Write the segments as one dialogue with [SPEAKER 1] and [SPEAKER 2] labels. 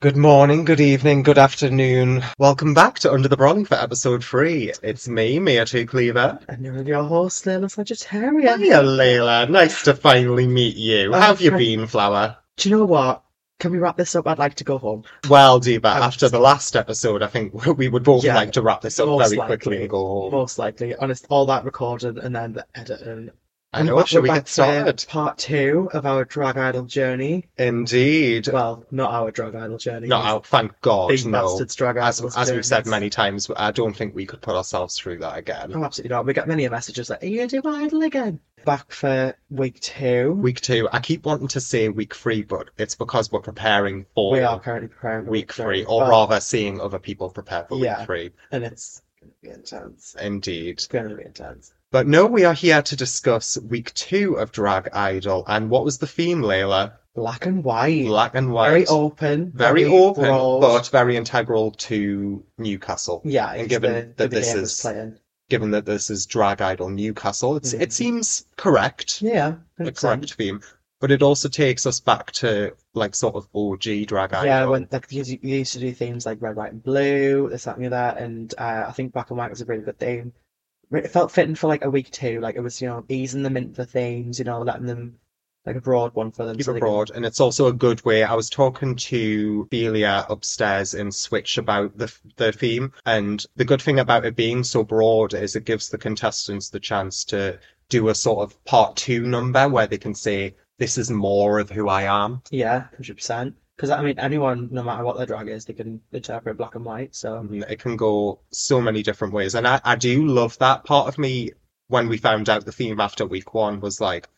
[SPEAKER 1] Good morning, good evening, good afternoon. Welcome back to Under the Brolly for episode three. It's me, Mia Two Cleaver.
[SPEAKER 2] And you're your horse, Leila Sagittaria.
[SPEAKER 1] Hiya, Layla. Nice to finally meet you.
[SPEAKER 2] Oh,
[SPEAKER 1] How have you
[SPEAKER 2] hi.
[SPEAKER 1] been, Flower?
[SPEAKER 2] Do you know what? Can we wrap this up? I'd like to go home.
[SPEAKER 1] Well, Diva,
[SPEAKER 2] Oh.
[SPEAKER 1] after the last episode, I think we would both
[SPEAKER 2] Yeah,
[SPEAKER 1] like to wrap this up
[SPEAKER 2] most
[SPEAKER 1] very quickly
[SPEAKER 2] likely.
[SPEAKER 1] and go home.
[SPEAKER 2] Most likely. Honest, all that recording and then the editing.
[SPEAKER 1] I know,
[SPEAKER 2] we're
[SPEAKER 1] should we
[SPEAKER 2] back
[SPEAKER 1] get started?
[SPEAKER 2] to uh, part two of our drag idol journey.
[SPEAKER 1] Indeed.
[SPEAKER 2] Well, not our drag idol journey.
[SPEAKER 1] Not out, thank God,
[SPEAKER 2] Big
[SPEAKER 1] no.
[SPEAKER 2] bastards drag
[SPEAKER 1] As,
[SPEAKER 2] idols.
[SPEAKER 1] as we've said
[SPEAKER 2] journeys.
[SPEAKER 1] many times, I don't think we could put ourselves through that again.
[SPEAKER 2] Oh, absolutely not. We get many messages like, are you going to do idol again? Back for week two.
[SPEAKER 1] Week two, I keep wanting to say week three, but it's because we're preparing for
[SPEAKER 2] We are currently preparing for
[SPEAKER 1] week three, or
[SPEAKER 2] Well,
[SPEAKER 1] rather seeing other people prepare for week
[SPEAKER 2] Yeah.
[SPEAKER 1] three.
[SPEAKER 2] And it's going to be intense.
[SPEAKER 1] Indeed.
[SPEAKER 2] It's going to be intense.
[SPEAKER 1] But no, we are here to discuss week two of Drag Idol. And what was the theme, Layla?
[SPEAKER 2] Black and white.
[SPEAKER 1] Black and white.
[SPEAKER 2] Very open.
[SPEAKER 1] Very open,
[SPEAKER 2] broad.
[SPEAKER 1] but very integral to Newcastle.
[SPEAKER 2] Yeah,
[SPEAKER 1] And
[SPEAKER 2] it's
[SPEAKER 1] given
[SPEAKER 2] the,
[SPEAKER 1] that
[SPEAKER 2] the
[SPEAKER 1] this
[SPEAKER 2] game
[SPEAKER 1] is-
[SPEAKER 2] it's playing.
[SPEAKER 1] Given that this is Drag Idol Newcastle, it's, it
[SPEAKER 2] Mhm.
[SPEAKER 1] seems correct.
[SPEAKER 2] Yeah,
[SPEAKER 1] the
[SPEAKER 2] 100%.
[SPEAKER 1] correct theme. But it also takes us back to like sort of OG drag idol.
[SPEAKER 2] Yeah, when like you, you used to do themes like red, white, and blue, this, that, and the other, and uh, I think black and white was a really good theme. It felt fitting for like a week too. Like it was, you know, easing them into the themes, you know, letting them like a broad one for them.
[SPEAKER 1] Keep
[SPEAKER 2] so
[SPEAKER 1] it
[SPEAKER 2] they can-
[SPEAKER 1] broad, and it's also a good way. I was talking to Belia upstairs in Switch about the the theme, and the good thing about it being so broad is it gives the contestants the chance to do a sort of part two number where they can say, "This is more of who I am."
[SPEAKER 2] Yeah, hundred percent. Because I mean, anyone, no matter what their drag is, they can interpret black and white. So
[SPEAKER 1] And Um, It can go so many different ways, and I I do love that part of me. When we found out the theme after week one was like,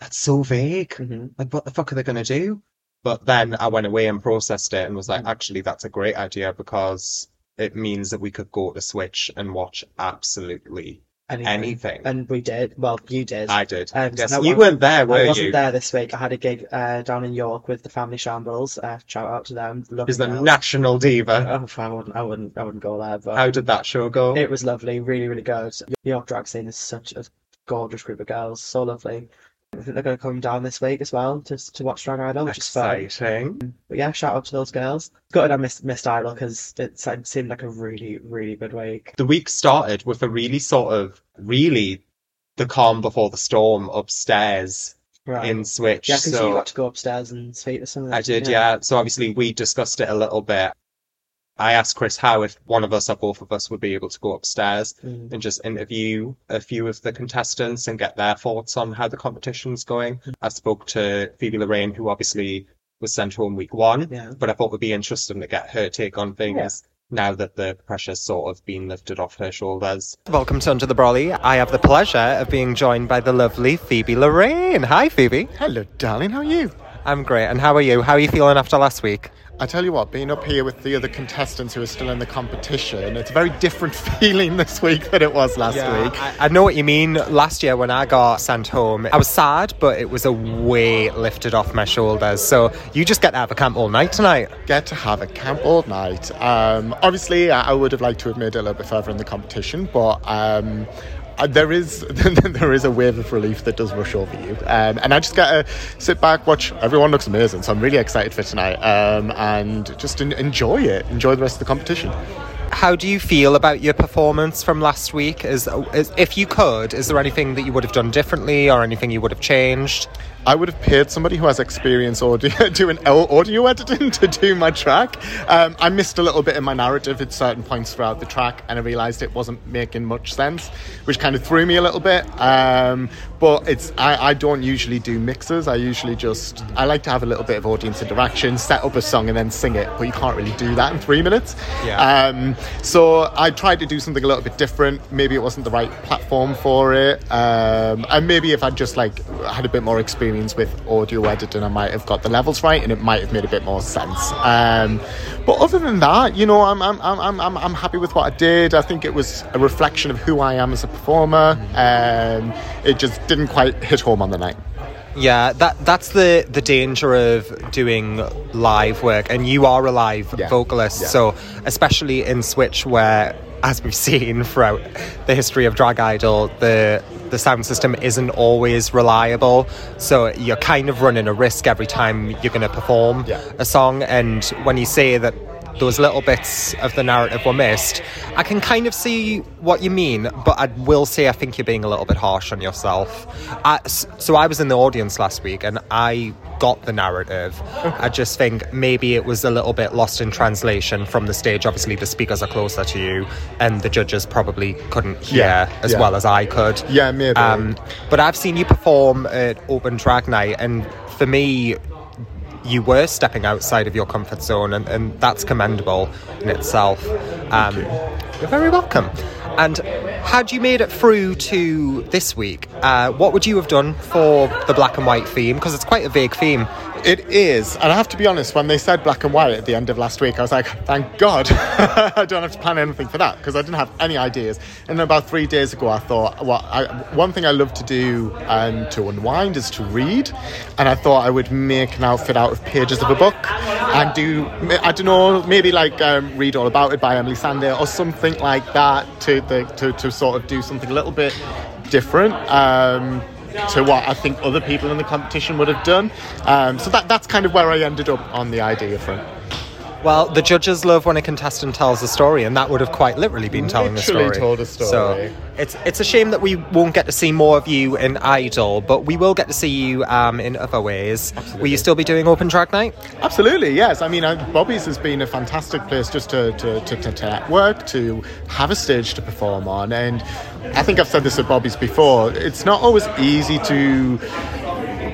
[SPEAKER 1] "That's so vague."
[SPEAKER 2] mhm.
[SPEAKER 1] like what the fuck are they going to do but then i went away and processed it and was
[SPEAKER 2] Mm.
[SPEAKER 1] like actually that's a great idea because it means that we could go to switch and watch absolutely
[SPEAKER 2] Anything.
[SPEAKER 1] anything
[SPEAKER 2] and we did. Well, you did.
[SPEAKER 1] i did
[SPEAKER 2] Um,
[SPEAKER 1] yes
[SPEAKER 2] no,
[SPEAKER 1] you
[SPEAKER 2] I-
[SPEAKER 1] weren't there
[SPEAKER 2] I
[SPEAKER 1] were
[SPEAKER 2] wasn't
[SPEAKER 1] you
[SPEAKER 2] there this week. I had a gig uh, down in York with the Family Shambles. Uh, shout out to them. Lovely
[SPEAKER 1] is the
[SPEAKER 2] girls.
[SPEAKER 1] national diva
[SPEAKER 2] Oh, I wouldn't, I wouldn't, I wouldn't go there. But
[SPEAKER 1] how did that show go
[SPEAKER 2] Uh, it was lovely, really, really good. York drag scene is such a gorgeous group of girls, so lovely. I think they're going to come down this week as well to to watch Drag Idol, which is fun.
[SPEAKER 1] exciting
[SPEAKER 2] But yeah, shout out to those girls. Good, I missed missed Idol because it se- seemed like a really, really good week.
[SPEAKER 1] the week started with a really sort of really the calm before the storm upstairs
[SPEAKER 2] Right.
[SPEAKER 1] in switch
[SPEAKER 2] yeah, because
[SPEAKER 1] so
[SPEAKER 2] you got to go upstairs and speak to someone.
[SPEAKER 1] I did,
[SPEAKER 2] yeah.
[SPEAKER 1] yeah. So obviously we discussed it a little bit. I asked Chris how if one of us or both of us would be able to go upstairs
[SPEAKER 2] Mm.
[SPEAKER 1] and just interview a few of the contestants and get their thoughts on how the competition's going. I spoke to Phoebe Lorraine, who obviously was sent home week one,
[SPEAKER 2] Yeah.
[SPEAKER 1] but I thought it would be interesting to get her take on things now that the pressure's sort of been lifted off her shoulders. Welcome to Under the Brolly. I have the pleasure of being joined by the lovely Phoebe Lorraine. Hi, Phoebe.
[SPEAKER 3] Hello, darling. How are you?
[SPEAKER 1] I'm great. And how are you? How are you feeling after last week?
[SPEAKER 3] I tell you what, being up here with the other contestants who are still in the competition, it's a very different feeling this week than it was last week.
[SPEAKER 1] I, I know what you mean. Last year when I got sent home, I was sad, but it was a weight lifted off my shoulders. So you just get to have a camp all night tonight.
[SPEAKER 3] Get to have a camp all night. Um, obviously, I, I would have liked to have made it a little bit further in the competition, but. Um, uh, there is there is a wave of relief that does rush over you, um, and I just gotta sit back, watch. Everyone looks amazing, so I'm really excited for tonight, um, and just en- enjoy it. Enjoy the rest of the competition.
[SPEAKER 1] How do you feel about your performance from last week? Is, is if you could, is there anything that you would have done differently or anything you would have changed?
[SPEAKER 3] I would have paid somebody who has experience audio doing au- audio editing to do my track. Um, I missed a little bit in my narrative at certain points throughout the track, and I realised it wasn't making much sense, which kind of threw me a little bit. Um, but it's I, I don't usually do mixes. I usually just I like to have a little bit of audience interaction, set up a song, and then sing it. But you can't really do that in three minutes.
[SPEAKER 1] Yeah.
[SPEAKER 3] Um, so I tried to do something a little bit different. Maybe it wasn't the right platform for it, um, and maybe if I'd just like had a bit more experience with audio editing, I might have got the levels right, and it might have made a bit more sense. Um, but other than that, you know, I'm I'm, I'm- I'm, I'm I'm happy with what I did. I think it was a reflection of who I am as a performer. Um, it just didn't quite hit home on the night.
[SPEAKER 1] Yeah, that that's the the danger of doing live work, and you are a live
[SPEAKER 3] Yeah,
[SPEAKER 1] vocalist,
[SPEAKER 3] yeah.
[SPEAKER 1] so especially in Switch where as we've seen throughout the history of Drag Idol, the the sound system isn't always reliable. So you're kind of running a risk every time you're going to perform
[SPEAKER 3] Yeah.
[SPEAKER 1] a song. And when you say that those little bits of the narrative were missed, I can kind of see what you mean, but I will say I think you're being a little bit harsh on yourself. I, s- so I was in the audience last week and I got the narrative. I just think maybe it was a little bit lost in translation from the stage. Obviously, the speakers are closer to you and the judges probably couldn't hear
[SPEAKER 3] Yeah,
[SPEAKER 1] as
[SPEAKER 3] yeah.
[SPEAKER 1] well as I could.
[SPEAKER 3] Yeah, maybe.
[SPEAKER 1] Um, but I've seen you perform at Open Drag Night, and for me, you were stepping outside of your comfort zone, and, and that's commendable in itself. Um, you. are very welcome. And had you made it through to this week, uh, what would you have done for the black and white theme? Because it's quite a vague theme.
[SPEAKER 3] It is, and I have to be honest. When they said black and white at the end of last week, I was like, "Thank God, I don't have to plan anything for that," because I didn't have any ideas. And then about three days ago, I thought, "Well, I, one thing I love to do um, to unwind is to read," and I thought I would make an outfit out of pages of a book and do, I don't know, maybe like um, read all about it by Emily Sander or something like that to the, to to sort of do something a little bit different. Um, to what I think other people in the competition would have done. Um, so that, that's kind of where I ended up on the idea front.
[SPEAKER 1] Well, the judges love when a contestant tells a story, and that would have quite literally been telling the
[SPEAKER 3] Literally
[SPEAKER 1] story.
[SPEAKER 3] told a story.
[SPEAKER 1] So it's it's a shame that we won't get to see more of you in Idol, but we will get to see you um, in other ways. Will you still be doing Open Track Night?
[SPEAKER 3] Absolutely, yes. I mean, I, Bobby's has been a fantastic place just to, to, to, to, to network, to have a stage to perform on. And I think I've said this at Bobby's before, it's not always easy to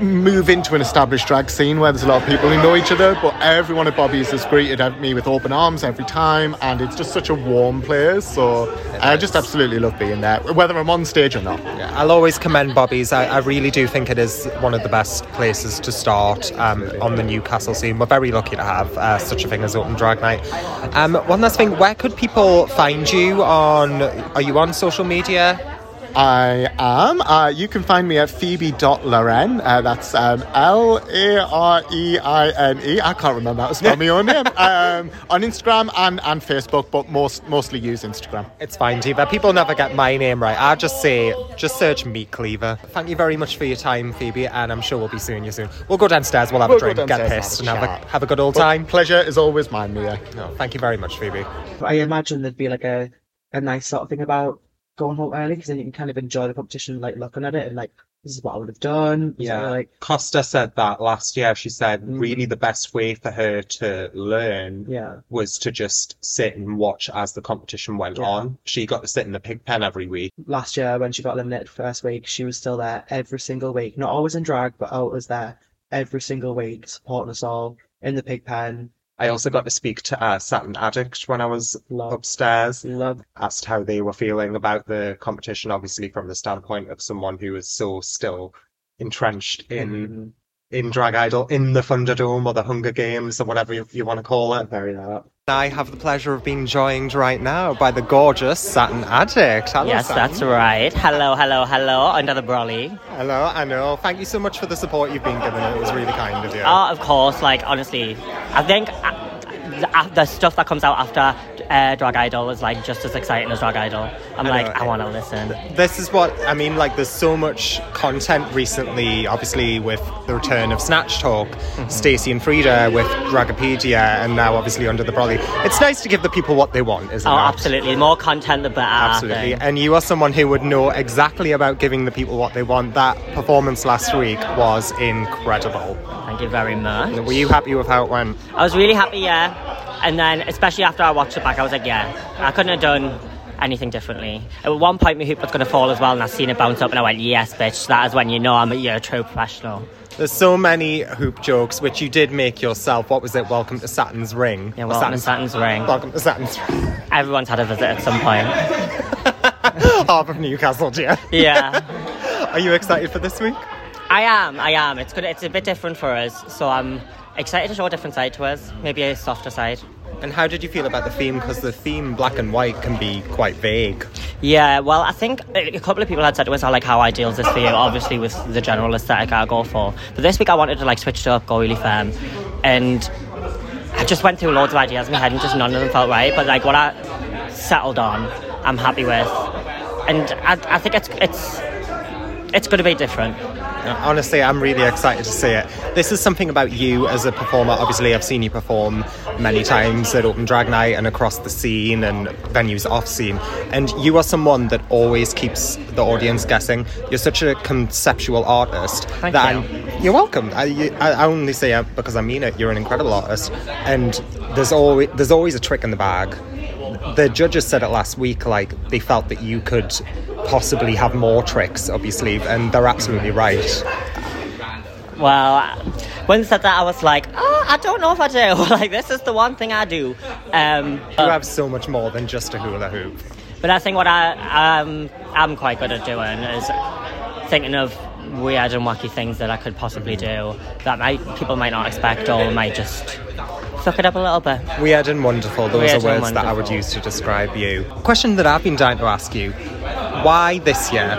[SPEAKER 3] move into an established drag scene where there's a lot of people who know each other, but everyone at Bobby's has greeted at me with open arms every time, and it's just such a warm place. So I just absolutely love being there, whether I'm on stage or not.
[SPEAKER 1] I'll always commend Bobby's. I, I really do think it is one of the best places to start um, on the Newcastle scene. We're very lucky to have uh, such a thing as Open Drag Night. Um, one last thing, where could people find you on? Are you on social media?
[SPEAKER 3] I am. Uh, you can find me at phoebe.loren. Uh, that's um, L A R E I N E. I can't remember how to spell my own name. Um, on Instagram and, and Facebook, but most, mostly use Instagram.
[SPEAKER 1] It's fine, Diva. People never get my name right. I just say, just search Meat Cleaver. Thank you very much for your time, Phoebe, and I'm sure we'll be seeing you soon. We'll go downstairs, we'll have
[SPEAKER 3] We'll
[SPEAKER 1] a
[SPEAKER 3] go
[SPEAKER 1] drink, get
[SPEAKER 3] downstairs,
[SPEAKER 1] pissed,
[SPEAKER 3] have a
[SPEAKER 1] and have a,
[SPEAKER 3] chat.
[SPEAKER 1] have a good old
[SPEAKER 3] But
[SPEAKER 1] time.
[SPEAKER 3] pleasure is always mine, Mia.
[SPEAKER 1] No, thank you very much, Phoebe.
[SPEAKER 2] But I imagine there'd be like a, a nice sort of thing about going home early because then you can kind of enjoy the competition, like looking at it and like this is what I would have done. This is what I
[SPEAKER 4] Yeah.
[SPEAKER 2] like
[SPEAKER 4] Costa said that last year. She said
[SPEAKER 2] Mm.
[SPEAKER 4] really the best way for her to learn
[SPEAKER 2] yeah,
[SPEAKER 4] was to just sit and watch as the competition went
[SPEAKER 2] Yeah.
[SPEAKER 4] on. She got to sit in the pig pen every week.
[SPEAKER 2] last year when she got eliminated first week, she was still there every single week. Not always in drag, but always there every single week, supporting us all in the pig pen.
[SPEAKER 4] I also got to speak to a satin addict when I was
[SPEAKER 2] Love,
[SPEAKER 4] upstairs.
[SPEAKER 2] love.
[SPEAKER 4] asked how they were feeling about the competition, obviously from the standpoint of someone who is so still entrenched
[SPEAKER 1] Mm-hmm.
[SPEAKER 4] in
[SPEAKER 2] Mm,
[SPEAKER 4] in Drag Idol, in the Thunderdome or the Hunger Games or whatever you, you want to call it.
[SPEAKER 2] very that.
[SPEAKER 1] I have the pleasure of being joined right now by the gorgeous Satin Addict. Hello,
[SPEAKER 5] Yes,
[SPEAKER 1] Satin.
[SPEAKER 5] that's right. Hello, hello, hello. Another brolly.
[SPEAKER 1] Hello, I know. Thank you so much for the support you've been giving. It was really kind of you.
[SPEAKER 5] Oh, of course. Like honestly, I think uh, the, uh, the stuff that comes out after uh, Drag Idol is like just as exciting as Drag Idol. I'm
[SPEAKER 1] I
[SPEAKER 5] like,
[SPEAKER 1] know.
[SPEAKER 5] I want to listen.
[SPEAKER 1] this is what I mean. Like, there's so much content recently, obviously with the return of Snatch Talk, Stacey and Frida with Dragapedia, and now obviously under the brolly. It's nice to give the people what they want, isn't
[SPEAKER 5] Oh,
[SPEAKER 1] it?
[SPEAKER 5] absolutely. The more content, the better. I
[SPEAKER 1] Absolutely.
[SPEAKER 5] think.
[SPEAKER 1] And you are someone who would know exactly about giving the people what they want. That performance last week was incredible.
[SPEAKER 5] Thank you very much.
[SPEAKER 1] Were you happy with how it went?
[SPEAKER 5] I was really happy, yeah. And then, especially after I watched it back, I was like, yeah, I couldn't have done anything differently. At one point, my hoop was going to fall as well, and I seen it bounce up, and I went, yes, bitch. That is when you know I'm a, you're a true professional.
[SPEAKER 1] There's so many hoop jokes which you did make yourself. What was it? Welcome to Saturn's Ring.
[SPEAKER 5] Yeah,
[SPEAKER 1] Or
[SPEAKER 5] welcome to Saturn's Ring.
[SPEAKER 1] Welcome to Saturn's Ring.
[SPEAKER 5] Everyone's had a visit at some point.
[SPEAKER 1] Harbour Newcastle, dear.
[SPEAKER 5] Yeah,
[SPEAKER 1] Are you excited for this week?
[SPEAKER 5] I am. I am. It's good. It's a bit different for us, so I'm excited to show a different side to us. Maybe a softer side.
[SPEAKER 1] And how did you feel about the theme? Because the theme black and white can be quite vague.
[SPEAKER 5] Yeah. Well, I think a a couple of people had said to us, "I like how ideal is this for you?" Obviously, with the general aesthetic I go for. But this week, I wanted to like switch it up, go really firm, and I just went through loads of ideas in my head, and just none of them felt right. But like what I settled on, I'm happy with, and I, I think it's it's it's going to be different.
[SPEAKER 6] Uh, Honestly, I'm really excited to see it. This is something about you as a performer. Obviously, I've seen you perform many times at Open Drag Night and across the scene and venues off scene. And you are someone that always keeps the audience guessing. You're such a conceptual artist.
[SPEAKER 5] Thank
[SPEAKER 6] that
[SPEAKER 5] you.
[SPEAKER 6] I'm- you're welcome. I, you- I I only say it because I mean it. You're an incredible artist, and there's always there's always a trick in the bag. The judges said it last week. Like they felt that you could possibly have more tricks up your sleeve, and they're absolutely right.
[SPEAKER 5] Well, when they said that, I was like, oh, I don't know if I do. like, this is the one thing I do. Um,
[SPEAKER 6] You have so much more than just a hula hoop.
[SPEAKER 5] But I think what I um, am quite good at doing is thinking of weird and wacky things that I could possibly do that might people might not expect or might just fuck it up a little bit.
[SPEAKER 6] Weird and wonderful. Those
[SPEAKER 5] Weird
[SPEAKER 6] are
[SPEAKER 5] and
[SPEAKER 6] words that I would
[SPEAKER 5] wonderful.
[SPEAKER 6] use to describe you. Question that I've been dying to ask you: Why this year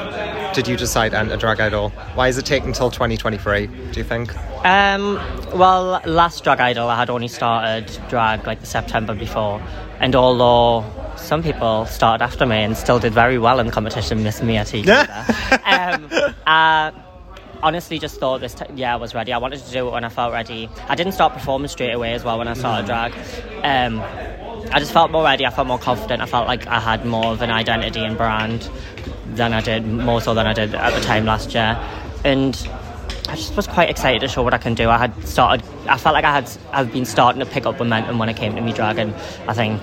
[SPEAKER 6] did you decide to enter drag idol? Why is it taking until 2023? Do you think?
[SPEAKER 5] Um, well, last Drag Idol, I had only started drag like the September before, and although some people started after me and still did very well in the competition, Miss Mia T. E um, I honestly just thought this, t- yeah, I was ready. I wanted to do it when I felt ready. I didn't start performing straight away as well when I started drag. Um, I just felt more ready. I felt more confident. I felt like I had more of an identity and brand than I did, more so than I did at the time last year. And I just was quite excited to show what I can do. I had started, I felt like I had, I've been starting to pick up momentum when it came to me dragon. I think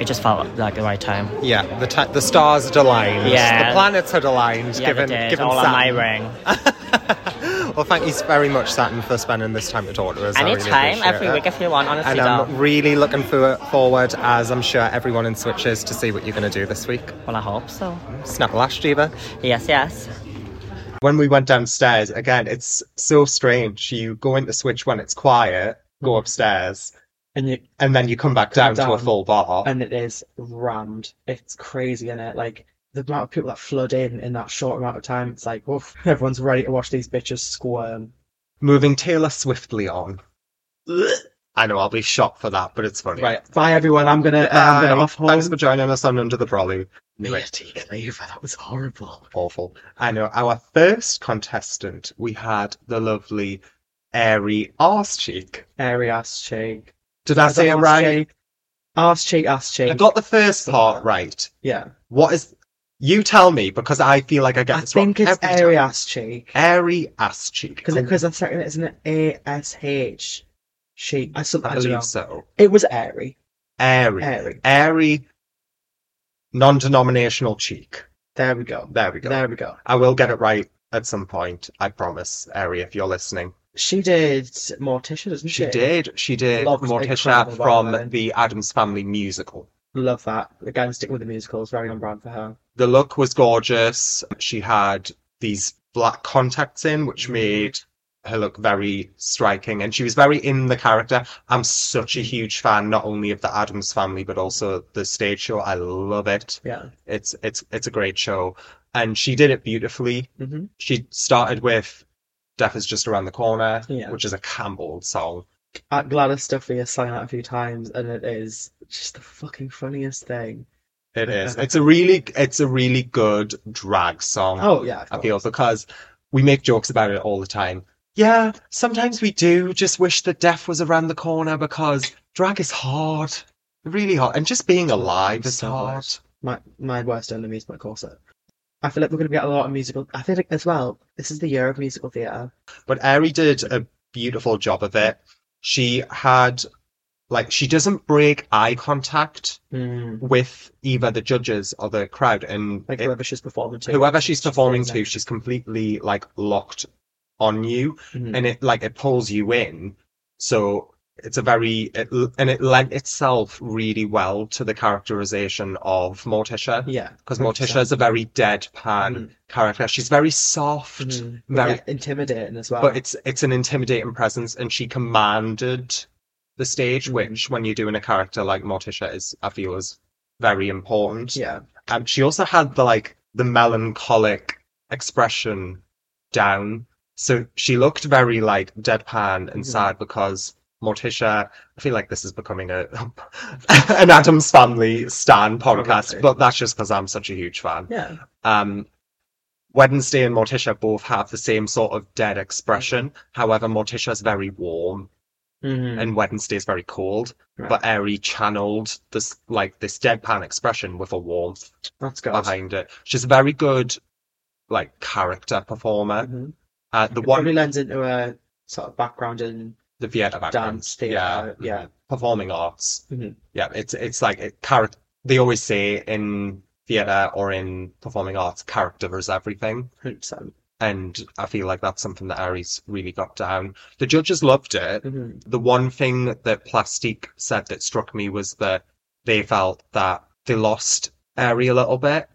[SPEAKER 5] it just felt like the right time.
[SPEAKER 6] Yeah, the ti the stars had aligned.
[SPEAKER 5] Yeah.
[SPEAKER 6] the planets had aligned.
[SPEAKER 5] Yeah,
[SPEAKER 6] given
[SPEAKER 5] they did.
[SPEAKER 6] given
[SPEAKER 5] all on
[SPEAKER 6] Saturn.
[SPEAKER 5] my ring.
[SPEAKER 6] Well, thank you very much, Saturn, for spending this time to talk to us. I really
[SPEAKER 5] Anytime,
[SPEAKER 6] appreciate
[SPEAKER 5] every
[SPEAKER 6] it.
[SPEAKER 5] week if you want, honestly.
[SPEAKER 6] And
[SPEAKER 5] doll.
[SPEAKER 6] I'm really looking for, forward, as I'm sure everyone in Switch is, to see what you're going to do this week.
[SPEAKER 5] Well, I hope so.
[SPEAKER 6] Snap a lash, Diva.
[SPEAKER 5] Yes, yes.
[SPEAKER 1] when we went downstairs again it's so strange you go into switch when it's quiet go upstairs
[SPEAKER 2] And you,
[SPEAKER 1] and then you come back
[SPEAKER 2] Come
[SPEAKER 1] down, to a
[SPEAKER 2] Mm-hmm. down.
[SPEAKER 1] full bar
[SPEAKER 2] and it is rammed. It's crazy, in it? Like the amount of people that flood in in that short amount of time. It's like, oof, everyone's ready to watch these bitches squirm.
[SPEAKER 1] moving taylor swiftly on i know i'll be shocked for that but it's funny
[SPEAKER 2] Right, bye everyone. I'm gonna, uh, I'm
[SPEAKER 1] Bye.
[SPEAKER 2] gonna off home.
[SPEAKER 1] thanks for joining us on under the brolly
[SPEAKER 2] Mia T. Cleaver, that was horrible.
[SPEAKER 1] awful i know our first contestant we had the lovely airy arse cheek
[SPEAKER 2] Airy ass cheek.
[SPEAKER 1] did i say it right
[SPEAKER 2] Ass cheek, ass cheek.
[SPEAKER 1] i got the first part right
[SPEAKER 2] Yeah,
[SPEAKER 1] what is you tell me because i feel like i get
[SPEAKER 2] I
[SPEAKER 1] this wrong
[SPEAKER 2] think it's
[SPEAKER 1] every time.
[SPEAKER 2] airy ass cheek.
[SPEAKER 1] airy ass cheek.
[SPEAKER 2] Because because I'm certain it isn't A S H cheek. I, some, I,
[SPEAKER 1] I
[SPEAKER 2] don't know.
[SPEAKER 1] believe so.
[SPEAKER 2] It was airy.
[SPEAKER 1] Airy.
[SPEAKER 2] Airy.
[SPEAKER 1] Airy non-denominational cheek.
[SPEAKER 2] There we go.
[SPEAKER 1] There we go.
[SPEAKER 2] There we go.
[SPEAKER 1] I will get it right at some point. I promise, Airy, if you're listening.
[SPEAKER 2] She did Morticia, doesn't she?
[SPEAKER 1] She did. She did
[SPEAKER 2] Loved
[SPEAKER 1] Morticia
[SPEAKER 2] incredible
[SPEAKER 1] from
[SPEAKER 2] violin.
[SPEAKER 1] the Adams Family musical.
[SPEAKER 2] Love that. Again, sticking with the musicals, very on brand for her.
[SPEAKER 1] The look was gorgeous. She had these black contacts in, which made her look very striking. And she was very in the character. I'm such a huge fan, not only of the Adams Family, but also the stage show. I love it.
[SPEAKER 2] Yeah.
[SPEAKER 1] It's it's it's a great show, and she did it beautifully.
[SPEAKER 2] hmm
[SPEAKER 1] She started with "Death Is Just Around the Corner,"
[SPEAKER 2] Yeah.
[SPEAKER 1] which is a Campbell song.
[SPEAKER 2] At Gladys Duffy has sang that a few times, and it is just the fucking funniest thing.
[SPEAKER 1] It is. It's a really it's a really good drag song.
[SPEAKER 2] Oh yeah, of
[SPEAKER 1] I
[SPEAKER 2] course.
[SPEAKER 1] feel because we make jokes about it all the time. Yeah, sometimes we do just wish that death was around the corner because drag is hard, really hard, and just being alive is
[SPEAKER 2] So
[SPEAKER 1] hard.
[SPEAKER 2] hard. my my worst enemy is my corset. I feel like we're gonna get a lot of musical. I feel like as well. This is the year of musical theatre.
[SPEAKER 1] But Ari did a beautiful job of it. She had, like, she doesn't break eye contact
[SPEAKER 2] Mm.
[SPEAKER 1] with either the judges or the crowd, and
[SPEAKER 2] Like
[SPEAKER 1] Hmm. it-
[SPEAKER 2] whoever she's performing to,
[SPEAKER 1] whoever she's performing
[SPEAKER 2] doing
[SPEAKER 1] to,
[SPEAKER 2] it.
[SPEAKER 1] she's completely like locked on you.
[SPEAKER 2] Mhm.
[SPEAKER 1] and it like it pulls you in so it's a very it, l- and it lent itself really well to the characterization of morticia
[SPEAKER 2] yeah,
[SPEAKER 1] because morticia is a very deadpan
[SPEAKER 2] Mhm.
[SPEAKER 1] character she's very soft
[SPEAKER 2] Mhm.
[SPEAKER 1] very
[SPEAKER 2] Yeah, intimidating as well.
[SPEAKER 1] but it's it's an intimidating presence and she commanded the stage
[SPEAKER 2] Mhm.
[SPEAKER 1] which when you're doing a character like morticia is i feel is very important
[SPEAKER 2] yeah,
[SPEAKER 1] um, she also had the like the melancholic expression down, so she looked very like deadpan and
[SPEAKER 2] Mhm.
[SPEAKER 1] sad because Morticia. I feel like this is becoming a an Adams Family Stan podcast,
[SPEAKER 2] Probably.
[SPEAKER 1] but that's just because I'm such a huge fan.
[SPEAKER 2] Yeah.
[SPEAKER 1] Um, Wednesday and Morticia both have the same sort of dead expression. However, Morticia's very warm
[SPEAKER 2] Mm-hmm.
[SPEAKER 1] and Wednesday's very cold.
[SPEAKER 2] Right.
[SPEAKER 1] But Aerie channeled this like this deadpan expression with a warmth
[SPEAKER 2] That's good.
[SPEAKER 1] behind it. She's a very good like character performer.
[SPEAKER 2] Mhm.
[SPEAKER 1] Uh, the
[SPEAKER 2] It
[SPEAKER 1] one
[SPEAKER 2] probably lends into a sort of background in
[SPEAKER 1] the theatre background.
[SPEAKER 2] dance theatre. Yeah.
[SPEAKER 1] mm-hmm. performing arts.
[SPEAKER 2] Mhm.
[SPEAKER 1] Yeah, it's it's like it, character. They always say in theatre or in performing arts, character is everything,
[SPEAKER 2] 100%.
[SPEAKER 1] and I feel like that's something that Ari's really got down. The judges loved it.
[SPEAKER 2] Mhm.
[SPEAKER 1] The one thing that Plastique said that struck me was that they felt that they lost Ari a little bit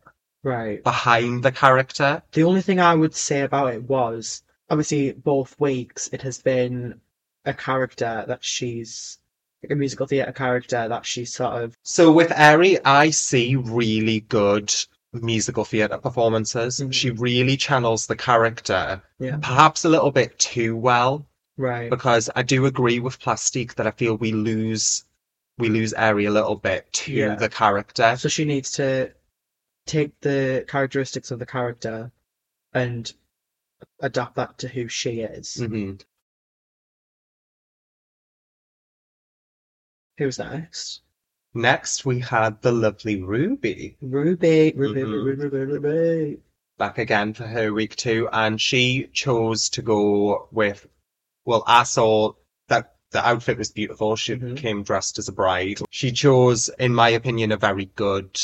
[SPEAKER 2] Right.
[SPEAKER 1] behind the character.
[SPEAKER 2] The only thing I would say about it was obviously both weeks it has been a character that she's a musical theatre character that she's sort of
[SPEAKER 1] So with Eri, I see really good musical theatre performances.
[SPEAKER 2] Mhm.
[SPEAKER 1] She really channels the character,
[SPEAKER 2] Yeah.
[SPEAKER 1] perhaps a little bit too well,
[SPEAKER 2] right.
[SPEAKER 1] because I do agree with Plastique that I feel we lose we lose Eri a little bit to
[SPEAKER 2] Yeah.
[SPEAKER 1] the character.
[SPEAKER 2] So she needs to take the characteristics of the character and adapt that to who she is.
[SPEAKER 1] hmm
[SPEAKER 2] Who's next?
[SPEAKER 1] Next, we had the lovely Ruby
[SPEAKER 2] Ruby. Ruby,
[SPEAKER 1] Mhm.
[SPEAKER 2] Ruby, Ruby, Ruby, Ruby.
[SPEAKER 1] back again for her week two, and she chose to go with. Well, I saw that the outfit was beautiful. She
[SPEAKER 2] Mhm.
[SPEAKER 1] came dressed as a bride. She chose, in my opinion, a very good,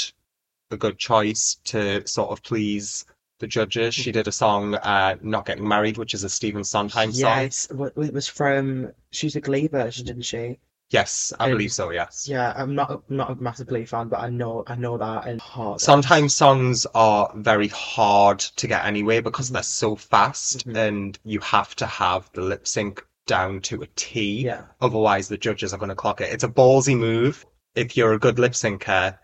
[SPEAKER 1] a good choice to sort of please the judges.
[SPEAKER 2] Mm-hmm.
[SPEAKER 1] She did a song, uh, "Not Getting Married," which is a Stephen Sondheim song.
[SPEAKER 2] Yes, wa- it was from. She's a Glee version, didn't she?
[SPEAKER 1] Yes, I
[SPEAKER 2] Um,
[SPEAKER 1] believe so. Yes.
[SPEAKER 2] Yeah, I'm not a- not a massive Glee fan, but I know I know that and heart.
[SPEAKER 1] Sometimes songs are very hard to get anyway
[SPEAKER 2] Mm-hmm.
[SPEAKER 1] because they're so fast
[SPEAKER 2] Mhm.
[SPEAKER 1] and you have to have the lip sync down to a T.
[SPEAKER 2] yeah,
[SPEAKER 1] Otherwise, the judges are going to clock it. It's a ballsy move. If you're a good lip syncer,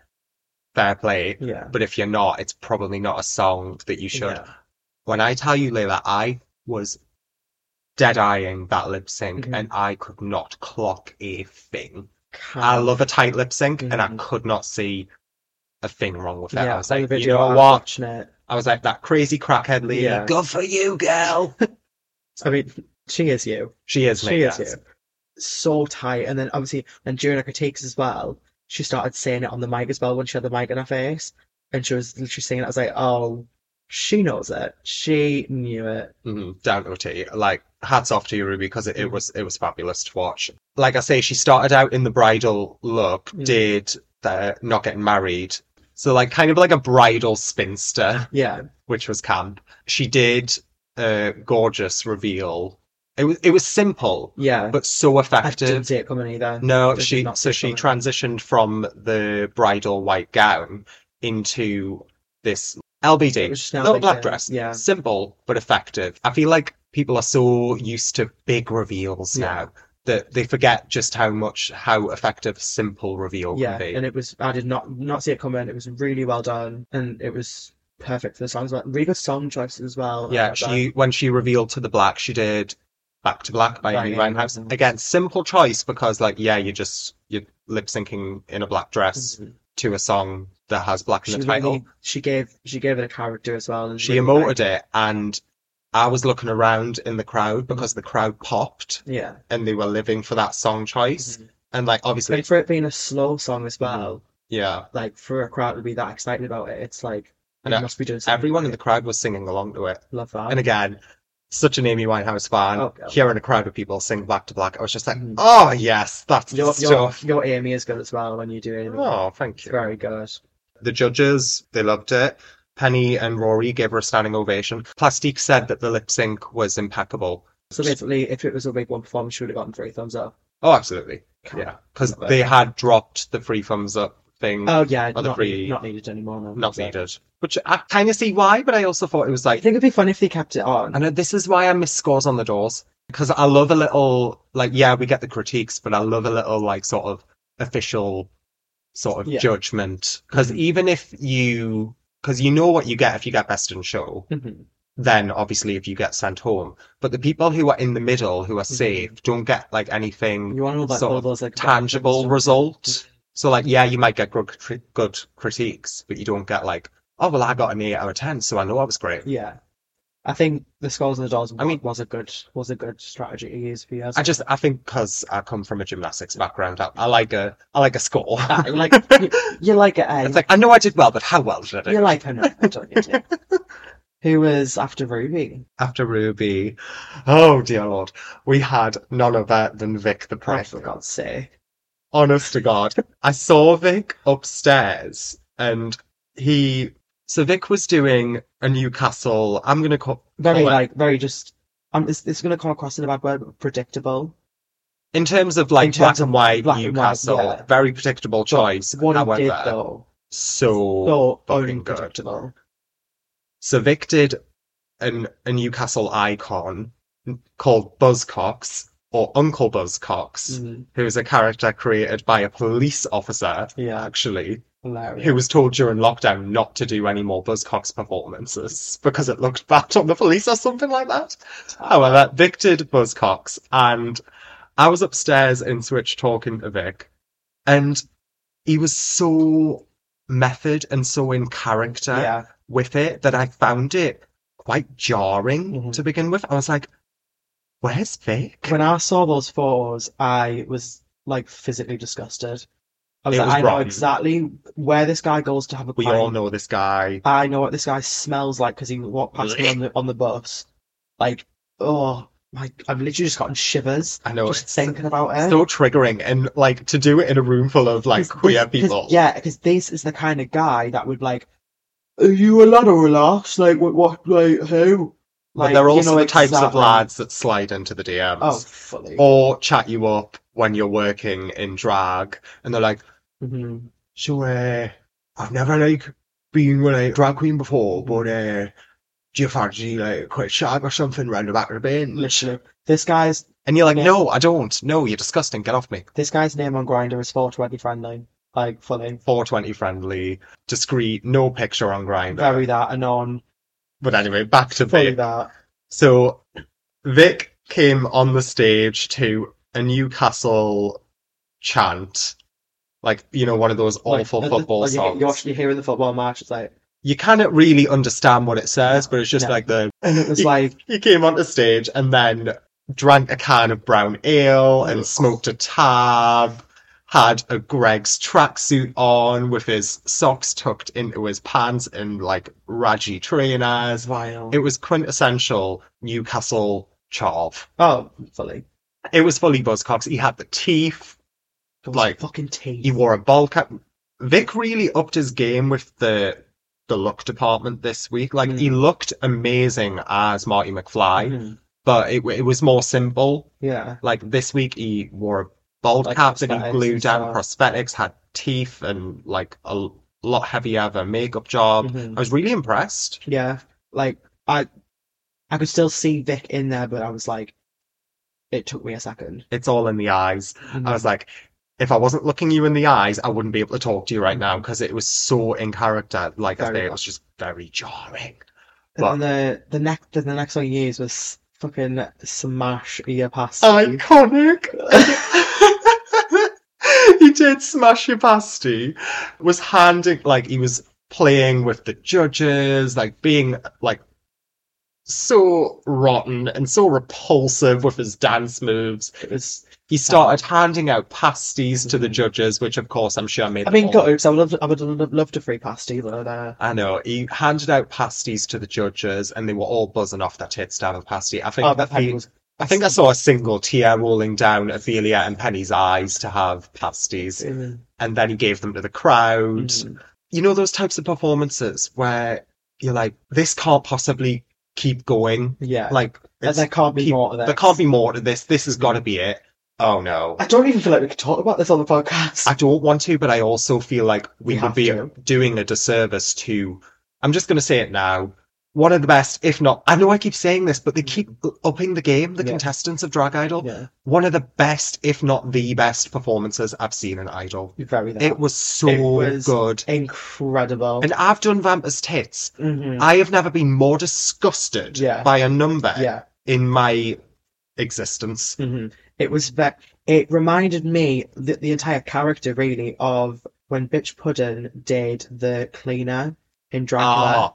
[SPEAKER 1] fair play.
[SPEAKER 2] yeah,
[SPEAKER 1] But if you're not, it's probably not a song that you should.
[SPEAKER 2] yeah.
[SPEAKER 1] When I tell you, Leila, I was dead eyeing that lip sync
[SPEAKER 2] Mhm.
[SPEAKER 1] and I could not clock a thing. I
[SPEAKER 2] Can't-
[SPEAKER 1] love a tight lip sync, and I
[SPEAKER 2] Mhm.
[SPEAKER 1] could not see a thing wrong with it.
[SPEAKER 2] yeah,
[SPEAKER 1] I was
[SPEAKER 2] on the
[SPEAKER 1] like, you
[SPEAKER 2] video
[SPEAKER 1] know
[SPEAKER 2] I'm
[SPEAKER 1] what?
[SPEAKER 2] Watching it.
[SPEAKER 1] I was like, that crazy crackhead lady.
[SPEAKER 2] Yeah.
[SPEAKER 1] Good for you, girl.
[SPEAKER 2] I mean, she is you.
[SPEAKER 1] she is.
[SPEAKER 2] She
[SPEAKER 1] mate, yes.
[SPEAKER 2] is you. So tight, and then obviously, and during her critiques as well, she started saying it on the mic as well when she had the mic in her face, and she was literally saying it. I was like, oh, she knows it. She knew it.
[SPEAKER 1] Mhm, down to a T. Like, hats off to you, Ruby, because it, it
[SPEAKER 2] Mhm.
[SPEAKER 1] was it was fabulous to watch. Like I say, she started out in the bridal look,
[SPEAKER 2] Mhm.
[SPEAKER 1] did the not getting married. So like kind of like a bridal spinster,
[SPEAKER 2] Yeah,
[SPEAKER 1] which was camp. She did a gorgeous reveal. It was it was simple,
[SPEAKER 2] yeah.
[SPEAKER 1] but so
[SPEAKER 2] I didn't
[SPEAKER 1] effective.
[SPEAKER 2] see it coming either.
[SPEAKER 1] No,
[SPEAKER 2] This is
[SPEAKER 1] she
[SPEAKER 2] not
[SPEAKER 1] so
[SPEAKER 2] this
[SPEAKER 1] she
[SPEAKER 2] one.
[SPEAKER 1] transitioned from the bridal white gown into this LBD,
[SPEAKER 2] It was just an
[SPEAKER 1] little
[SPEAKER 2] LBD,
[SPEAKER 1] black dress.
[SPEAKER 2] yeah.
[SPEAKER 1] simple but effective. I feel like people are so used to big reveals
[SPEAKER 2] Yeah.
[SPEAKER 1] now that they forget just how much how effective simple reveal can
[SPEAKER 2] yeah,
[SPEAKER 1] be.
[SPEAKER 2] and it was. I did not not see it coming. It was really well done, and it was perfect for the songs. Like really good song choices as well.
[SPEAKER 1] yeah,
[SPEAKER 2] Like
[SPEAKER 1] she when she revealed to the black, she did Back to Black by
[SPEAKER 2] By
[SPEAKER 1] Amy
[SPEAKER 2] Amy
[SPEAKER 1] Winehouse.
[SPEAKER 2] Winehouse.
[SPEAKER 1] Again, simple choice because like yeah, you just you're lip syncing in a black
[SPEAKER 2] that.
[SPEAKER 1] dress to a song that has black in
[SPEAKER 2] Mm-hmm. She
[SPEAKER 1] the title.
[SPEAKER 2] really- she gave she gave it a character as well. And
[SPEAKER 1] she
[SPEAKER 2] really,
[SPEAKER 1] emoted
[SPEAKER 2] like-
[SPEAKER 1] it and I was looking around in the crowd because the crowd popped
[SPEAKER 2] Yeah,
[SPEAKER 1] and they were living for that song choice.
[SPEAKER 2] Mm-hmm.
[SPEAKER 1] And like obviously
[SPEAKER 2] and for it being a slow song as well,
[SPEAKER 1] yeah.
[SPEAKER 2] like for a crowd to be that excited about it, it's like
[SPEAKER 1] And
[SPEAKER 2] it
[SPEAKER 1] uh,
[SPEAKER 2] must be doing something.
[SPEAKER 1] Everyone in the crowd was singing along to it.
[SPEAKER 2] great. love that.
[SPEAKER 1] And again, such an Amy Winehouse fan.
[SPEAKER 2] Oh, God.
[SPEAKER 1] Hearing a crowd of people sing Black to Black, I was just like,
[SPEAKER 2] Mhm.
[SPEAKER 1] Oh yes, that's the
[SPEAKER 2] your, your,
[SPEAKER 1] stuff.
[SPEAKER 2] your Amy is good as well when you do Amy.
[SPEAKER 1] Oh, thank
[SPEAKER 2] it's
[SPEAKER 1] you.
[SPEAKER 2] very good.
[SPEAKER 1] The judges, they loved it. Penny and Rory gave her a standing ovation. Plastique said that the lip sync was impeccable.
[SPEAKER 2] So basically, if it was a week one performance, she would have gotten three thumbs up.
[SPEAKER 1] Oh, absolutely.
[SPEAKER 2] Can't-
[SPEAKER 1] Yeah, because
[SPEAKER 2] Love it.
[SPEAKER 1] they had dropped the free thumbs up thing,
[SPEAKER 2] Oh yeah,
[SPEAKER 1] Other
[SPEAKER 2] not,
[SPEAKER 1] three-
[SPEAKER 2] not needed anymore. No.
[SPEAKER 1] not
[SPEAKER 2] So-
[SPEAKER 1] needed. Which I kind of see why, but I also thought it was
[SPEAKER 2] I
[SPEAKER 1] like,
[SPEAKER 2] think it'd be fun if they kept it on.
[SPEAKER 1] I know this is why I miss scores on the doors because I love a little like, yeah, we get the critiques, but I love a little like sort of official sort of
[SPEAKER 2] Yeah. Mm-hmm.
[SPEAKER 1] judgment because even if you because you know what you get if you get best in show,
[SPEAKER 2] Mhm.
[SPEAKER 1] then obviously if you get sent home. But the people who are in the middle, who are
[SPEAKER 2] Mm-hmm.
[SPEAKER 1] safe, don't get like anything
[SPEAKER 2] You want all that,
[SPEAKER 1] sort
[SPEAKER 2] all
[SPEAKER 1] of
[SPEAKER 2] those like
[SPEAKER 1] tangible
[SPEAKER 2] benefits.
[SPEAKER 1] result. So like, yeah, you might get good, cri- good critiques, but you don't get like, oh well, I got an eight out of ten, so I know I was great.
[SPEAKER 2] Yeah, I think the skulls and the dolls.
[SPEAKER 1] I mean-
[SPEAKER 2] was a good was a good strategy to use for years.
[SPEAKER 1] I just, I think because I come from a gymnastics background, I, I like a, I like a score.
[SPEAKER 2] Ah, like you, you like it, eh?
[SPEAKER 1] it's like I know I did well, but how well did I do?
[SPEAKER 2] you like her now, don't you? dear? Who was after Ruby?
[SPEAKER 1] After Ruby, oh dear lord, we had none other than Vic the
[SPEAKER 2] Oh,
[SPEAKER 1] press.
[SPEAKER 2] for God's sake!
[SPEAKER 1] Honest to God. I saw Vic upstairs and he. So Vic was doing a Newcastle. I'm going to call. oh,
[SPEAKER 2] Very
[SPEAKER 1] call it-
[SPEAKER 2] like very just. Um, it's, it's going to come across in a bad word, but predictable.
[SPEAKER 1] in terms of like
[SPEAKER 2] in terms
[SPEAKER 1] black
[SPEAKER 2] of
[SPEAKER 1] and white
[SPEAKER 2] black and white,
[SPEAKER 1] Newcastle,
[SPEAKER 2] yeah.
[SPEAKER 1] very predictable choice.
[SPEAKER 2] What
[SPEAKER 1] However,
[SPEAKER 2] he did though,
[SPEAKER 1] so.
[SPEAKER 2] so
[SPEAKER 1] fucking good.
[SPEAKER 2] unpredictable.
[SPEAKER 1] So Vic did an, a Newcastle icon called Buzzcocks or Uncle Buzzcocks,
[SPEAKER 2] Mhm.
[SPEAKER 1] who is a character created by a police officer,
[SPEAKER 2] Yeah,
[SPEAKER 1] actually.
[SPEAKER 2] hilarious.
[SPEAKER 1] who was told during lockdown not to do any more Buzzcocks performances because it looked bad on the police or something like that. However, Vic did Buzzcocks, and I was upstairs in Switch talking to Vic, and he was so method and so in character
[SPEAKER 2] Yeah,
[SPEAKER 1] with it that I found it quite jarring
[SPEAKER 2] Mhm.
[SPEAKER 1] to begin with. I was like, where's Vic?
[SPEAKER 2] when I saw those photos, I was like physically disgusted. I was
[SPEAKER 1] It
[SPEAKER 2] like,
[SPEAKER 1] was
[SPEAKER 2] I know
[SPEAKER 1] rotten.
[SPEAKER 2] exactly where this guy goes to have a
[SPEAKER 1] We
[SPEAKER 2] pint.
[SPEAKER 1] all know this guy.
[SPEAKER 2] I know what this guy smells like because he walked past me on the on the bus. Like, oh my! I've literally just gotten shivers
[SPEAKER 1] I know
[SPEAKER 2] just
[SPEAKER 1] it's
[SPEAKER 2] thinking about it.
[SPEAKER 1] so triggering, and like to do it in a room full of like
[SPEAKER 2] Eh? 'Cause
[SPEAKER 1] queer
[SPEAKER 2] this- 'cause-
[SPEAKER 1] people.
[SPEAKER 2] yeah, because this is the kind of guy that would like, are you a lad or a lass? Like, what? what like, who?
[SPEAKER 1] But
[SPEAKER 2] Like,
[SPEAKER 1] they're
[SPEAKER 2] you
[SPEAKER 1] also
[SPEAKER 2] know
[SPEAKER 1] the types of
[SPEAKER 2] exactly-
[SPEAKER 1] lads that slide into the DMs
[SPEAKER 2] Oh, fully.
[SPEAKER 1] or chat you up when you're working in drag, and they're like,
[SPEAKER 2] Mhm.
[SPEAKER 1] "So, uh, I've never like been with a drag queen before,
[SPEAKER 2] Mm-hmm.
[SPEAKER 1] but uh, do you fancy like a quick shag or something round the back of the bin?"
[SPEAKER 2] Literally, this guy's
[SPEAKER 1] And you're like,
[SPEAKER 2] Yeah.
[SPEAKER 1] "No, I don't. No, you're disgusting. Get off me."
[SPEAKER 2] this guy's name on Grinder is four twenty friendly. Like, fully.
[SPEAKER 1] 420 friendly, discreet, no picture on grinder.
[SPEAKER 2] Very that anon.
[SPEAKER 1] But anyway, back to
[SPEAKER 2] Fully
[SPEAKER 1] Vic.
[SPEAKER 2] that.
[SPEAKER 1] So Vic came on the stage to a Newcastle chant, like you know, one of those
[SPEAKER 2] Like,
[SPEAKER 1] awful
[SPEAKER 2] uh,
[SPEAKER 1] football
[SPEAKER 2] like, you-
[SPEAKER 1] songs.
[SPEAKER 2] You're actually hearing the football match. It's like,
[SPEAKER 1] You cannot really understand what it says, but it's just
[SPEAKER 2] No.
[SPEAKER 1] like the
[SPEAKER 2] and it was
[SPEAKER 1] Yeah.
[SPEAKER 2] like,
[SPEAKER 1] he came onto stage and then drank a can of brown ale and smoked a tab. Had a Greg's tracksuit on with his socks tucked into his pants and like raggy trainers.
[SPEAKER 2] vile.
[SPEAKER 1] It was quintessential Newcastle charve.
[SPEAKER 2] Oh, fully.
[SPEAKER 1] It was fully Buzzcocks. He had the teeth.
[SPEAKER 2] Those
[SPEAKER 1] Like,
[SPEAKER 2] fucking teeth.
[SPEAKER 1] He wore a ball cap. Vic really upped his game with the the look department this week. Like he
[SPEAKER 2] Mm.
[SPEAKER 1] looked amazing as Marty McFly,
[SPEAKER 2] Mhm.
[SPEAKER 1] but it it was more simple.
[SPEAKER 2] Yeah.
[SPEAKER 1] Like this week, he wore a ball
[SPEAKER 2] Like
[SPEAKER 1] cap that he
[SPEAKER 2] prosthetics
[SPEAKER 1] glued
[SPEAKER 2] and
[SPEAKER 1] down
[SPEAKER 2] stuff.
[SPEAKER 1] prosthetics, had teeth, and like a l- lot heavier of a makeup job.
[SPEAKER 2] Mhm.
[SPEAKER 1] I was really impressed.
[SPEAKER 2] Yeah. Like I I could still see Vic in there, but I was like it took me a 2nd
[SPEAKER 1] It's all in the eyes. I was like, if I wasn't looking you in the eyes, I wouldn't be able to talk to you right now because it was so in character. Like I
[SPEAKER 2] Very
[SPEAKER 1] say, it
[SPEAKER 2] much.
[SPEAKER 1] was just very jarring.
[SPEAKER 2] and then the the next the, the next one he used was fucking smash ear pasty.
[SPEAKER 1] Oh, Iconic. he did smash your pasty. Was handing like he was playing with the judges, like being like so rotten and so repulsive with his dance moves.
[SPEAKER 2] It was
[SPEAKER 1] He started handing out pasties to the
[SPEAKER 2] Mhm.
[SPEAKER 1] judges, which of course I'm sure made
[SPEAKER 2] I
[SPEAKER 1] them
[SPEAKER 2] mean
[SPEAKER 1] all
[SPEAKER 2] got oops, I would love I would love, love to free pasty though there.
[SPEAKER 1] I know. He handed out pasties to the judges, and they were all buzzing off their tits to have a pasty. I think
[SPEAKER 2] Oh, that
[SPEAKER 1] Athe-
[SPEAKER 2] thing was
[SPEAKER 1] I think I saw a single tear rolling down Athelia and Penny's eyes to have pasties,
[SPEAKER 2] Mm.
[SPEAKER 1] and then he gave them to the crowd. You know those types of performances where you're like, this can't possibly keep going.
[SPEAKER 2] yeah. Like
[SPEAKER 1] Like, it's,
[SPEAKER 2] there can't be
[SPEAKER 1] keep-
[SPEAKER 2] more to that.
[SPEAKER 1] there can't be more to this. This has got to be it. Oh no.
[SPEAKER 2] I don't even feel like we could talk about this on the podcast.
[SPEAKER 1] I don't want to, but I also feel like we
[SPEAKER 2] You
[SPEAKER 1] would
[SPEAKER 2] have
[SPEAKER 1] be
[SPEAKER 2] to.
[SPEAKER 1] doing a disservice to. I'm just going to say it now. one of the best, if not, I know I keep saying this, but they keep upping the game, the
[SPEAKER 2] Mm-hmm. Yeah.
[SPEAKER 1] contestants of Drag Idol.
[SPEAKER 2] Yeah.
[SPEAKER 1] One of the best, if not the best performances I've seen in Idol.
[SPEAKER 2] Very nice.
[SPEAKER 1] It was so
[SPEAKER 2] It was
[SPEAKER 1] good.
[SPEAKER 2] incredible.
[SPEAKER 1] And I've done Vampers Tits.
[SPEAKER 2] Mhm.
[SPEAKER 1] I have never been more disgusted
[SPEAKER 2] Yeah.
[SPEAKER 1] by a number
[SPEAKER 2] yeah.
[SPEAKER 1] in my existence.
[SPEAKER 2] hmm It was that. It reminded me that the entire character really of when Bitch Puddin did the cleaner in Dracula.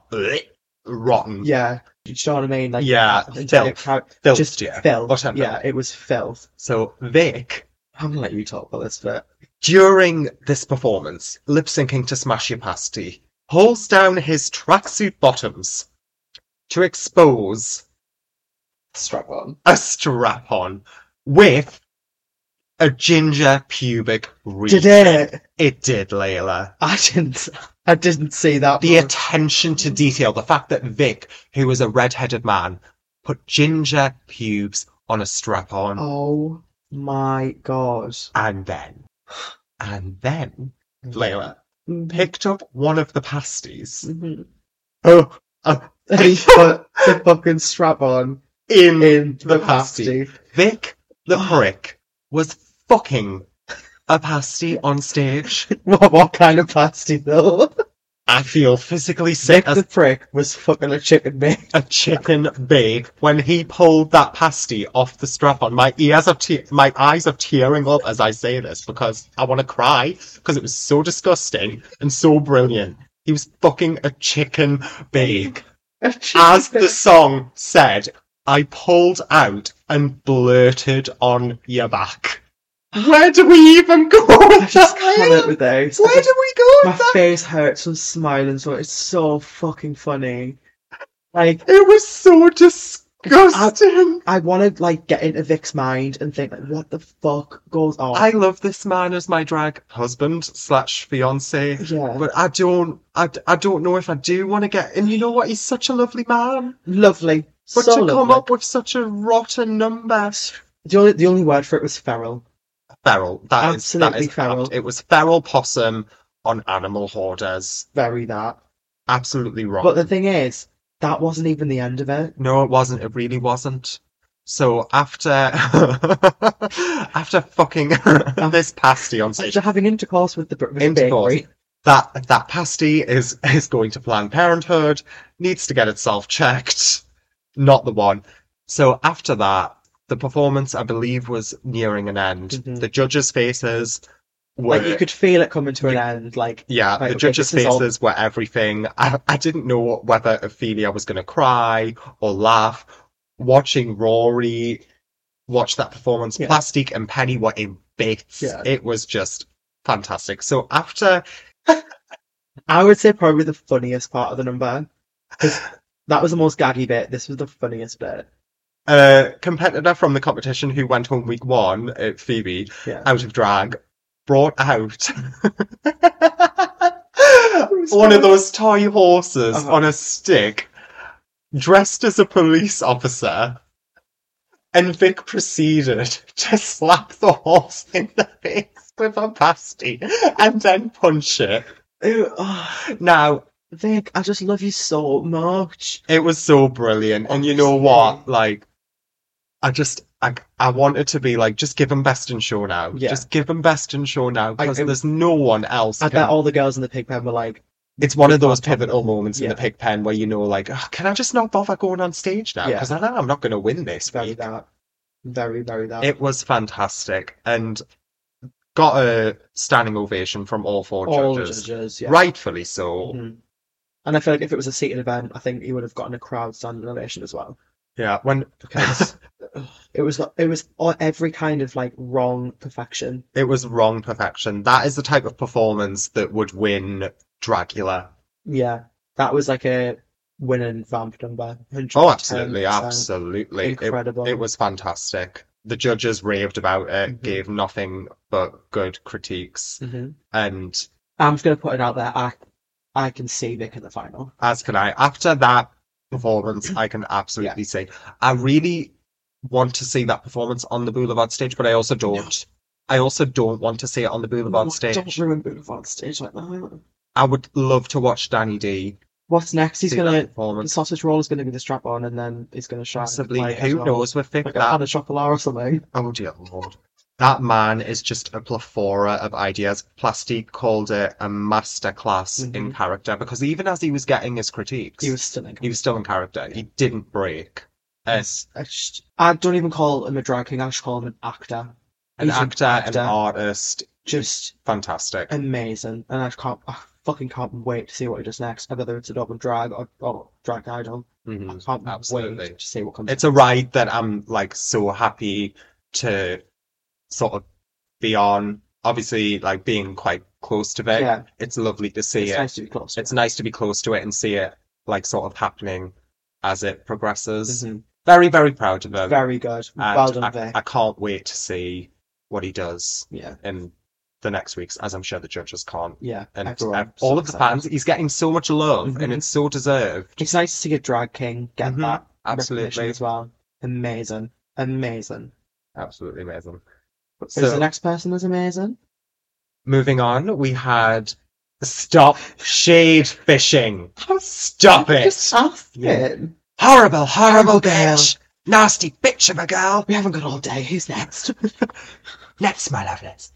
[SPEAKER 1] Ah, bleh, rotten.
[SPEAKER 2] Yeah, do you know what I mean? Like
[SPEAKER 1] Yeah,
[SPEAKER 2] that entire
[SPEAKER 1] filth.
[SPEAKER 2] char-
[SPEAKER 1] Filth,
[SPEAKER 2] just
[SPEAKER 1] yeah.
[SPEAKER 2] filth.
[SPEAKER 1] Utter
[SPEAKER 2] Yeah,
[SPEAKER 1] filth.
[SPEAKER 2] it was filth.
[SPEAKER 1] So Vic,
[SPEAKER 2] I'm gonna let you talk about this bit.
[SPEAKER 1] during this performance, lip syncing to Smash Your Pasty, pulls down his tracksuit bottoms to expose
[SPEAKER 2] Strap on.
[SPEAKER 1] a strap on with a ginger pubic
[SPEAKER 2] Did
[SPEAKER 1] region.
[SPEAKER 2] it?
[SPEAKER 1] It did, Layla.
[SPEAKER 2] I didn't. I didn't see that.
[SPEAKER 1] The
[SPEAKER 2] one.
[SPEAKER 1] attention to detail, the fact that Vic, who was a red-headed man, put ginger pubes on a strap on.
[SPEAKER 2] oh my god.
[SPEAKER 1] And then, and then,
[SPEAKER 2] Mm.
[SPEAKER 1] Layla picked up one of the pasties
[SPEAKER 2] Mhm.
[SPEAKER 1] oh, uh,
[SPEAKER 2] And he put the fucking strap on
[SPEAKER 1] in,
[SPEAKER 2] in
[SPEAKER 1] the
[SPEAKER 2] the
[SPEAKER 1] pasty.
[SPEAKER 2] pasty.
[SPEAKER 1] Vic the prick was fucking a pasty on stage.
[SPEAKER 2] What, what kind of pasty though?
[SPEAKER 1] I feel physically
[SPEAKER 2] Dick
[SPEAKER 1] sick
[SPEAKER 2] the
[SPEAKER 1] as
[SPEAKER 2] prick was fucking a chicken man.
[SPEAKER 1] a chicken bee when he pulled that pasty off the strap on. My ears are te- my eyes are tearing up as I say this because I want to cry because it was so disgusting and so brilliant. He was fucking a chicken bee. as the song said, I pulled out and blurted on your back. Where do we even go
[SPEAKER 2] I
[SPEAKER 1] with
[SPEAKER 2] just
[SPEAKER 1] that?
[SPEAKER 2] can't live with those.
[SPEAKER 1] Where do we go
[SPEAKER 2] My
[SPEAKER 1] with that?
[SPEAKER 2] face hurts from smiling, so it's so fucking funny. Like,
[SPEAKER 1] It was so disgusting.
[SPEAKER 2] I want to like get into Vic's mind and think like, what the fuck goes on?
[SPEAKER 1] I love this man as my drag husband slash fiance,
[SPEAKER 2] yeah,
[SPEAKER 1] but I don't, I, I don't know if I do want to get. And you know what? He's such a lovely man,
[SPEAKER 2] lovely.
[SPEAKER 1] but
[SPEAKER 2] so
[SPEAKER 1] to
[SPEAKER 2] lovely.
[SPEAKER 1] come up with such a rotten number.
[SPEAKER 2] The only the only word for it was feral.
[SPEAKER 1] Feral. That is that
[SPEAKER 2] Absolutely
[SPEAKER 1] is
[SPEAKER 2] feral.
[SPEAKER 1] apt. It was feral possum on animal hoarders.
[SPEAKER 2] Very that.
[SPEAKER 1] Absolutely wrong.
[SPEAKER 2] But the thing is, that wasn't even the end of it.
[SPEAKER 1] No, it wasn't. It really wasn't. So after after fucking this pasty on stage,
[SPEAKER 2] After having intercourse with the br- with the
[SPEAKER 1] Intercourse.
[SPEAKER 2] bakery,
[SPEAKER 1] that that pasty is is going to Planned Parenthood, needs to get itself checked. Not the one. So after that, the performance I believe was nearing an end.
[SPEAKER 2] Mhm.
[SPEAKER 1] The judges' faces were
[SPEAKER 2] like you could feel it coming to an end. Like
[SPEAKER 1] yeah,
[SPEAKER 2] Right,
[SPEAKER 1] the
[SPEAKER 2] okay,
[SPEAKER 1] judges'
[SPEAKER 2] this is all-
[SPEAKER 1] faces were everything. I, I didn't know whether Ophelia was going to cry or laugh. Watching Rory watch that performance,
[SPEAKER 2] Yeah.
[SPEAKER 1] Plastic and Penny were in bits.
[SPEAKER 2] Yeah.
[SPEAKER 1] It was just fantastic. So after,
[SPEAKER 2] I would say probably the funniest part of the number. 'Cause that was the most gaggy bit. This was the funniest bit.
[SPEAKER 1] a competitor from the competition who went home week one, uh, Phoebe,
[SPEAKER 2] Yeah.
[SPEAKER 1] out of drag, brought out one of those toy horses
[SPEAKER 2] Uh-huh.
[SPEAKER 1] on a stick, dressed as a police officer, and Vic proceeded to slap the horse in the face with a pasty and then punch it.
[SPEAKER 2] Ew, oh,
[SPEAKER 1] Now,
[SPEAKER 2] Vic, I just love you so much.
[SPEAKER 1] it was so brilliant, and you know what? Like, I just. I, I wanted to be like, just give him best in show now.
[SPEAKER 2] Yeah.
[SPEAKER 1] Just give him best in show now because
[SPEAKER 2] I-
[SPEAKER 1] there's no one else.
[SPEAKER 2] I
[SPEAKER 1] can
[SPEAKER 2] bet all the girls in the pig pen were like,
[SPEAKER 1] it's one of those
[SPEAKER 2] Top ten.
[SPEAKER 1] pivotal moments in the
[SPEAKER 2] Yeah.
[SPEAKER 1] pig pen where you know, like, "Ugh, can I just not bother going on stage now?
[SPEAKER 2] Yeah.
[SPEAKER 1] Because I know I'm not going to win this.
[SPEAKER 2] very
[SPEAKER 1] week."
[SPEAKER 2] that, very very that.
[SPEAKER 1] It was fantastic and got a standing ovation from all four
[SPEAKER 2] all the
[SPEAKER 1] judges, Mm-hmm.
[SPEAKER 2] judges, yeah.
[SPEAKER 1] rightfully so.
[SPEAKER 2] Mhm. And I feel like if it was a seated event, I think you would have gotten a crowd standing ovation as well.
[SPEAKER 1] Yeah, when
[SPEAKER 2] Because it was it was all, every kind of like wrong perfection.
[SPEAKER 1] it was wrong perfection, that is the type of performance that would win Dracula.
[SPEAKER 2] Yeah, that was like a winning vamp number. 110%.
[SPEAKER 1] Oh, absolutely, absolutely. It,
[SPEAKER 2] incredible.
[SPEAKER 1] it was fantastic. The judges raved about it,
[SPEAKER 2] Mhm.
[SPEAKER 1] gave nothing but good critiques,
[SPEAKER 2] Mhm.
[SPEAKER 1] and
[SPEAKER 2] I'm just gonna put it out there. I I can see Vic in the final.
[SPEAKER 1] As can I. After that performance, I can absolutely say I really want to see that performance on the Boulevard stage, but I also don't. I also don't want to see it on the Boulevard
[SPEAKER 2] No,
[SPEAKER 1] stage.
[SPEAKER 2] Don't ruin Boulevard stage like that.
[SPEAKER 1] I would love to watch Danny D
[SPEAKER 2] what's next? He's
[SPEAKER 1] See
[SPEAKER 2] gonna
[SPEAKER 1] that
[SPEAKER 2] the
[SPEAKER 1] performance.
[SPEAKER 2] sausage roll is gonna be the strap on, and then he's gonna shine.
[SPEAKER 1] Possibly,
[SPEAKER 2] like, as
[SPEAKER 1] who
[SPEAKER 2] well.
[SPEAKER 1] knows with Vic
[SPEAKER 2] Like a pan
[SPEAKER 1] that?
[SPEAKER 2] of chocolate or something.
[SPEAKER 1] Oh dear lord. That man is just a plethora of ideas. Plastique called it a masterclass in character because even as he was getting his critiques,
[SPEAKER 2] Mm-hmm. He was stunning.
[SPEAKER 1] he was still in character. He didn't break. As
[SPEAKER 2] I, just- I don't even call him a drag king. I just call him an actor.
[SPEAKER 1] an
[SPEAKER 2] He's
[SPEAKER 1] actor, an
[SPEAKER 2] actor.
[SPEAKER 1] artist,
[SPEAKER 2] Just
[SPEAKER 1] fantastic.
[SPEAKER 2] amazing, and I can't. I fucking can't wait to see what he does next. Whether it's a double drag or, or drag idol, I
[SPEAKER 1] Mhm.
[SPEAKER 2] can't
[SPEAKER 1] absolutely.
[SPEAKER 2] wait to see what comes.
[SPEAKER 1] It's a ride that I'm like so happy to sort of be on. Obviously, like being quite close to Vic,
[SPEAKER 2] Yeah.
[SPEAKER 1] it's lovely to see
[SPEAKER 2] it's
[SPEAKER 1] it.
[SPEAKER 2] nice to be close.
[SPEAKER 1] it's nice to be close to it and see it like sort of happening as it progresses.
[SPEAKER 2] Mhm.
[SPEAKER 1] Very, very proud of him.
[SPEAKER 2] Very good.
[SPEAKER 1] and
[SPEAKER 2] well done,
[SPEAKER 1] I,
[SPEAKER 2] Vic.
[SPEAKER 1] I can't wait to see what he does
[SPEAKER 2] yeah,
[SPEAKER 1] in the next weeks, as I'm sure the judges can't.
[SPEAKER 2] yeah.
[SPEAKER 1] And
[SPEAKER 2] everyone,
[SPEAKER 1] uh,
[SPEAKER 2] so
[SPEAKER 1] all of the
[SPEAKER 2] excited.
[SPEAKER 1] fans, he's getting so much love and
[SPEAKER 2] Mhm.
[SPEAKER 1] it's so deserved.
[SPEAKER 2] It's nice to see a drag king get
[SPEAKER 1] Mhm,
[SPEAKER 2] that recognition
[SPEAKER 1] Absolutely.
[SPEAKER 2] as well. Amazing, amazing.
[SPEAKER 1] Absolutely amazing.
[SPEAKER 2] So
[SPEAKER 1] So,
[SPEAKER 2] the next person is amazing.
[SPEAKER 1] moving on, we had Stop Shade Fishing. Stop it.
[SPEAKER 2] Just ask
[SPEAKER 1] Yeah.
[SPEAKER 2] it.
[SPEAKER 1] Horrible, horrible
[SPEAKER 2] Horrible
[SPEAKER 1] bitch. Nasty bitch of a girl.
[SPEAKER 2] We haven't got all day. Who's next?
[SPEAKER 1] Let's my lovelies.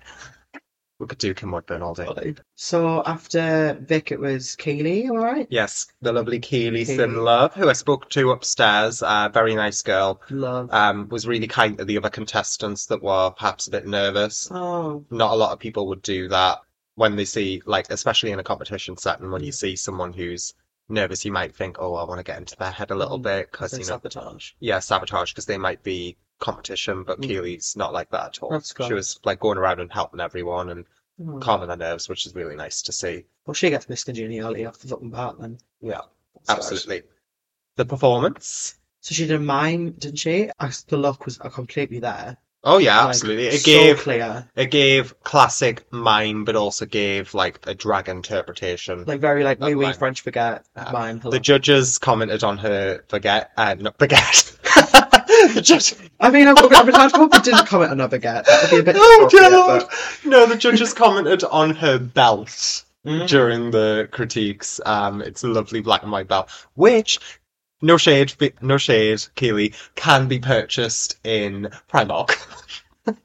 [SPEAKER 1] We could do Kim Woodburn all day.
[SPEAKER 2] so after Vic, it was Keely. All right.
[SPEAKER 1] Yes, the lovely Keely
[SPEAKER 2] Keely.
[SPEAKER 1] Sinlove, who I spoke to upstairs, a very nice girl,
[SPEAKER 2] Love.
[SPEAKER 1] um, was really kind to the other contestants that were perhaps a bit nervous.
[SPEAKER 2] Oh,
[SPEAKER 1] Not a lot of people would do that when they see, like, especially in a competition setting, when you
[SPEAKER 2] Mm.
[SPEAKER 1] see someone who's nervous, you might think, oh, I want to get into their head a little
[SPEAKER 2] Mm,
[SPEAKER 1] bit because,
[SPEAKER 2] it's
[SPEAKER 1] you know,
[SPEAKER 2] sabotage.
[SPEAKER 1] yeah, sabotage because they might be competition, but
[SPEAKER 2] Mm.
[SPEAKER 1] Keely's not like that at all.
[SPEAKER 2] That's
[SPEAKER 1] She
[SPEAKER 2] good.
[SPEAKER 1] was, like, going around and helping everyone and
[SPEAKER 2] Oh.
[SPEAKER 1] calming their nerves, which is really nice to see.
[SPEAKER 2] Well, she gets Miss Congeniality off the fucking part then.
[SPEAKER 1] Yeah,
[SPEAKER 2] That's good.
[SPEAKER 1] absolutely. The performance.
[SPEAKER 2] So she did a mime, didn't she? I, the look was uh, completely there.
[SPEAKER 1] Oh yeah,
[SPEAKER 2] Like,
[SPEAKER 1] absolutely. It
[SPEAKER 2] so
[SPEAKER 1] gave
[SPEAKER 2] clear,
[SPEAKER 1] it gave classic mime, but also gave like a drag interpretation.
[SPEAKER 2] like very like
[SPEAKER 1] That
[SPEAKER 2] wee wee
[SPEAKER 1] mime.
[SPEAKER 2] French baguette
[SPEAKER 1] Uh,
[SPEAKER 2] mime. hello.
[SPEAKER 1] the judges commented on her forget, uh, not forget. the judge,
[SPEAKER 2] I mean, I, I, would- I hope they didn't comment on her baguette. That would be a bit.
[SPEAKER 1] oh
[SPEAKER 2] inappropriate,
[SPEAKER 1] god!
[SPEAKER 2] but-
[SPEAKER 1] No, the judges commented on her belt
[SPEAKER 2] Mm.
[SPEAKER 1] during the critiques. Um, it's a lovely black and white belt, which. No shade, no shade, Keely, can be purchased in Primark.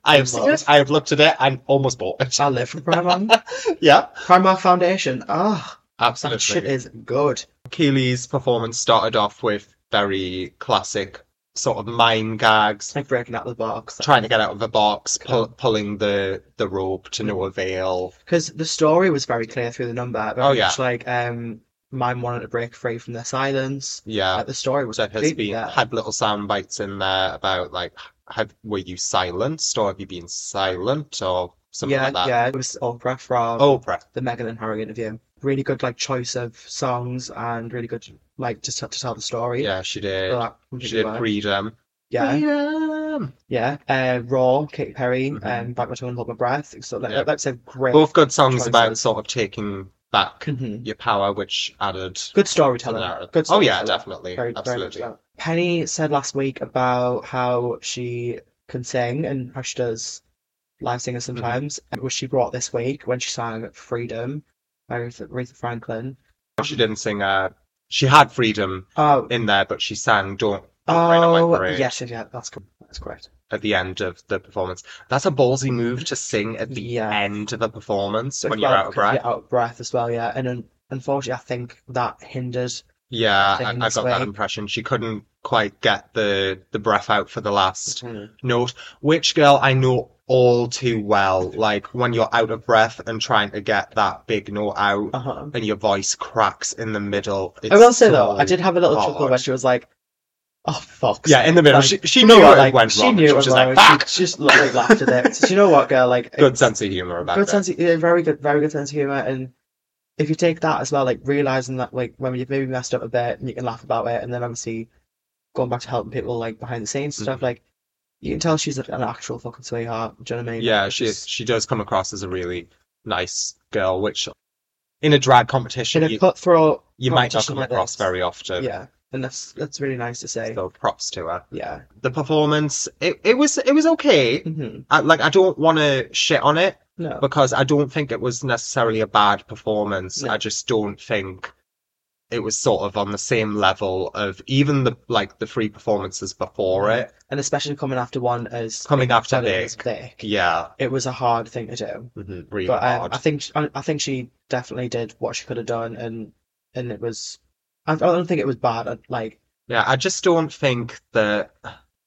[SPEAKER 1] I have seen it, I have looked at it, and almost bought it.
[SPEAKER 2] I live from Primark.
[SPEAKER 1] Yeah,
[SPEAKER 2] Primark Foundation. Ah, that shit
[SPEAKER 1] absolutely.
[SPEAKER 2] is good.
[SPEAKER 1] Keely's performance started off with very classic sort of mime gags,
[SPEAKER 2] It's like breaking out of the box.
[SPEAKER 1] trying to get out of a box, pull, pulling the, the rope to no avail.
[SPEAKER 2] Because the story was very clear through the number. Very
[SPEAKER 1] Oh, yeah.
[SPEAKER 2] Much like um, mime wanted to break free from their silence.
[SPEAKER 1] Yeah,
[SPEAKER 2] Like, the story was
[SPEAKER 1] that has
[SPEAKER 2] completely
[SPEAKER 1] been
[SPEAKER 2] there.
[SPEAKER 1] had little sound bites in there about like, have were you silenced or have you been silent or something
[SPEAKER 2] yeah,
[SPEAKER 1] like that. Oh.
[SPEAKER 2] yeah. It was Oprah from
[SPEAKER 1] Oprah,
[SPEAKER 2] the Meghan and Harry interview. Really good like choice of songs and really good like to, t- to tell the story.
[SPEAKER 1] yeah, she did.
[SPEAKER 2] So that
[SPEAKER 1] she
[SPEAKER 2] completely
[SPEAKER 1] did
[SPEAKER 2] worked.
[SPEAKER 1] freedom.
[SPEAKER 2] Yeah,
[SPEAKER 1] Freedom.
[SPEAKER 2] yeah. Uh, Raw, Katy Perry,
[SPEAKER 1] Mhm.
[SPEAKER 2] um, Back My Tongue and Hold My Breath. So like,
[SPEAKER 1] Yeah.
[SPEAKER 2] that's a great.
[SPEAKER 1] Both good songs about
[SPEAKER 2] Choices.
[SPEAKER 1] sort of taking back
[SPEAKER 2] Mhm.
[SPEAKER 1] your power, which added
[SPEAKER 2] Good storytelling.
[SPEAKER 1] narrative.
[SPEAKER 2] Good
[SPEAKER 1] oh yeah,
[SPEAKER 2] storytelling.
[SPEAKER 1] definitely,
[SPEAKER 2] Very, very much
[SPEAKER 1] absolutely.
[SPEAKER 2] that. Penny said last week about how she can sing and how she does live singing
[SPEAKER 1] Mm-hmm.
[SPEAKER 2] sometimes, and which she brought this week when she sang Freedom by Aretha Aretha Franklin.
[SPEAKER 1] She didn't sing. Uh, she had freedom
[SPEAKER 2] Oh,
[SPEAKER 1] in there, but she sang "Don't." Right on my
[SPEAKER 2] oh,
[SPEAKER 1] parade
[SPEAKER 2] yes, yes, yeah, that's correct. That's correct.
[SPEAKER 1] At the end of the performance, that's a ballsy move to sing at the
[SPEAKER 2] Yeah.
[SPEAKER 1] end of a performance
[SPEAKER 2] So
[SPEAKER 1] when
[SPEAKER 2] it's
[SPEAKER 1] you're
[SPEAKER 2] about-
[SPEAKER 1] out of breath.
[SPEAKER 2] You're out of breath as well, yeah. And un- unfortunately, I think that hindered.
[SPEAKER 1] Yeah, I, I
[SPEAKER 2] Singing
[SPEAKER 1] got
[SPEAKER 2] this
[SPEAKER 1] that
[SPEAKER 2] way.
[SPEAKER 1] impression. She couldn't quite get the the breath out for the last
[SPEAKER 2] Mm-hmm.
[SPEAKER 1] note. Which girl I know all too well. Like when you're out of breath and trying to get that big note out,
[SPEAKER 2] Uh-huh.
[SPEAKER 1] and your voice cracks in the middle.
[SPEAKER 2] I
[SPEAKER 1] it's
[SPEAKER 2] will say though, I
[SPEAKER 1] so
[SPEAKER 2] did have a little chuckle
[SPEAKER 1] hard.
[SPEAKER 2] when she was like, "Oh fuck."
[SPEAKER 1] Yeah, in the middle.
[SPEAKER 2] Like,
[SPEAKER 1] she she
[SPEAKER 2] you
[SPEAKER 1] knew
[SPEAKER 2] know what,
[SPEAKER 1] it
[SPEAKER 2] like,
[SPEAKER 1] went
[SPEAKER 2] she
[SPEAKER 1] wrong.
[SPEAKER 2] knew
[SPEAKER 1] she
[SPEAKER 2] it
[SPEAKER 1] was
[SPEAKER 2] was
[SPEAKER 1] like,
[SPEAKER 2] wrong.
[SPEAKER 1] "Fuck!"
[SPEAKER 2] She just like, laughed at it. So, you know what, girl? Like,
[SPEAKER 1] good
[SPEAKER 2] it's-
[SPEAKER 1] sense of humor about
[SPEAKER 2] good
[SPEAKER 1] it.
[SPEAKER 2] sense, yeah, very good, very good sense of humor. And if you take that as well, like realizing that, like when you've maybe messed up a bit, and you can laugh about it, and then obviously going back to helping people like behind the scenes and stuff,
[SPEAKER 1] Mhm.
[SPEAKER 2] like you can tell she's an actual fucking sweetheart. Do you know what I mean?
[SPEAKER 1] yeah,
[SPEAKER 2] It's
[SPEAKER 1] she
[SPEAKER 2] just-
[SPEAKER 1] she does come across as a really nice girl, which in a drag competition
[SPEAKER 2] in a
[SPEAKER 1] you,
[SPEAKER 2] cutthroat.
[SPEAKER 1] you might not
[SPEAKER 2] competition
[SPEAKER 1] come
[SPEAKER 2] like
[SPEAKER 1] across
[SPEAKER 2] this.
[SPEAKER 1] very often.
[SPEAKER 2] Yeah, and that's that's really nice to say.
[SPEAKER 1] So props to her.
[SPEAKER 2] Yeah.
[SPEAKER 1] The performance, it, it was it was okay.
[SPEAKER 2] hmm
[SPEAKER 1] I, like I don't want to shit on it
[SPEAKER 2] No.
[SPEAKER 1] because I don't think it was necessarily a bad performance.
[SPEAKER 2] No.
[SPEAKER 1] I just don't think it was sort of on the same level of even the like the three performances before it.
[SPEAKER 2] and especially coming after one as
[SPEAKER 1] Coming
[SPEAKER 2] big
[SPEAKER 1] after
[SPEAKER 2] as it is
[SPEAKER 1] Nick.
[SPEAKER 2] Dick,
[SPEAKER 1] Yeah,
[SPEAKER 2] it was a hard thing to do.
[SPEAKER 1] mhm, really
[SPEAKER 2] but um,
[SPEAKER 1] hard.
[SPEAKER 2] I think sh- I, I think she definitely did what she could have done, and and it was. I, I don't think it was bad. I- Like
[SPEAKER 1] Yeah, I just don't think that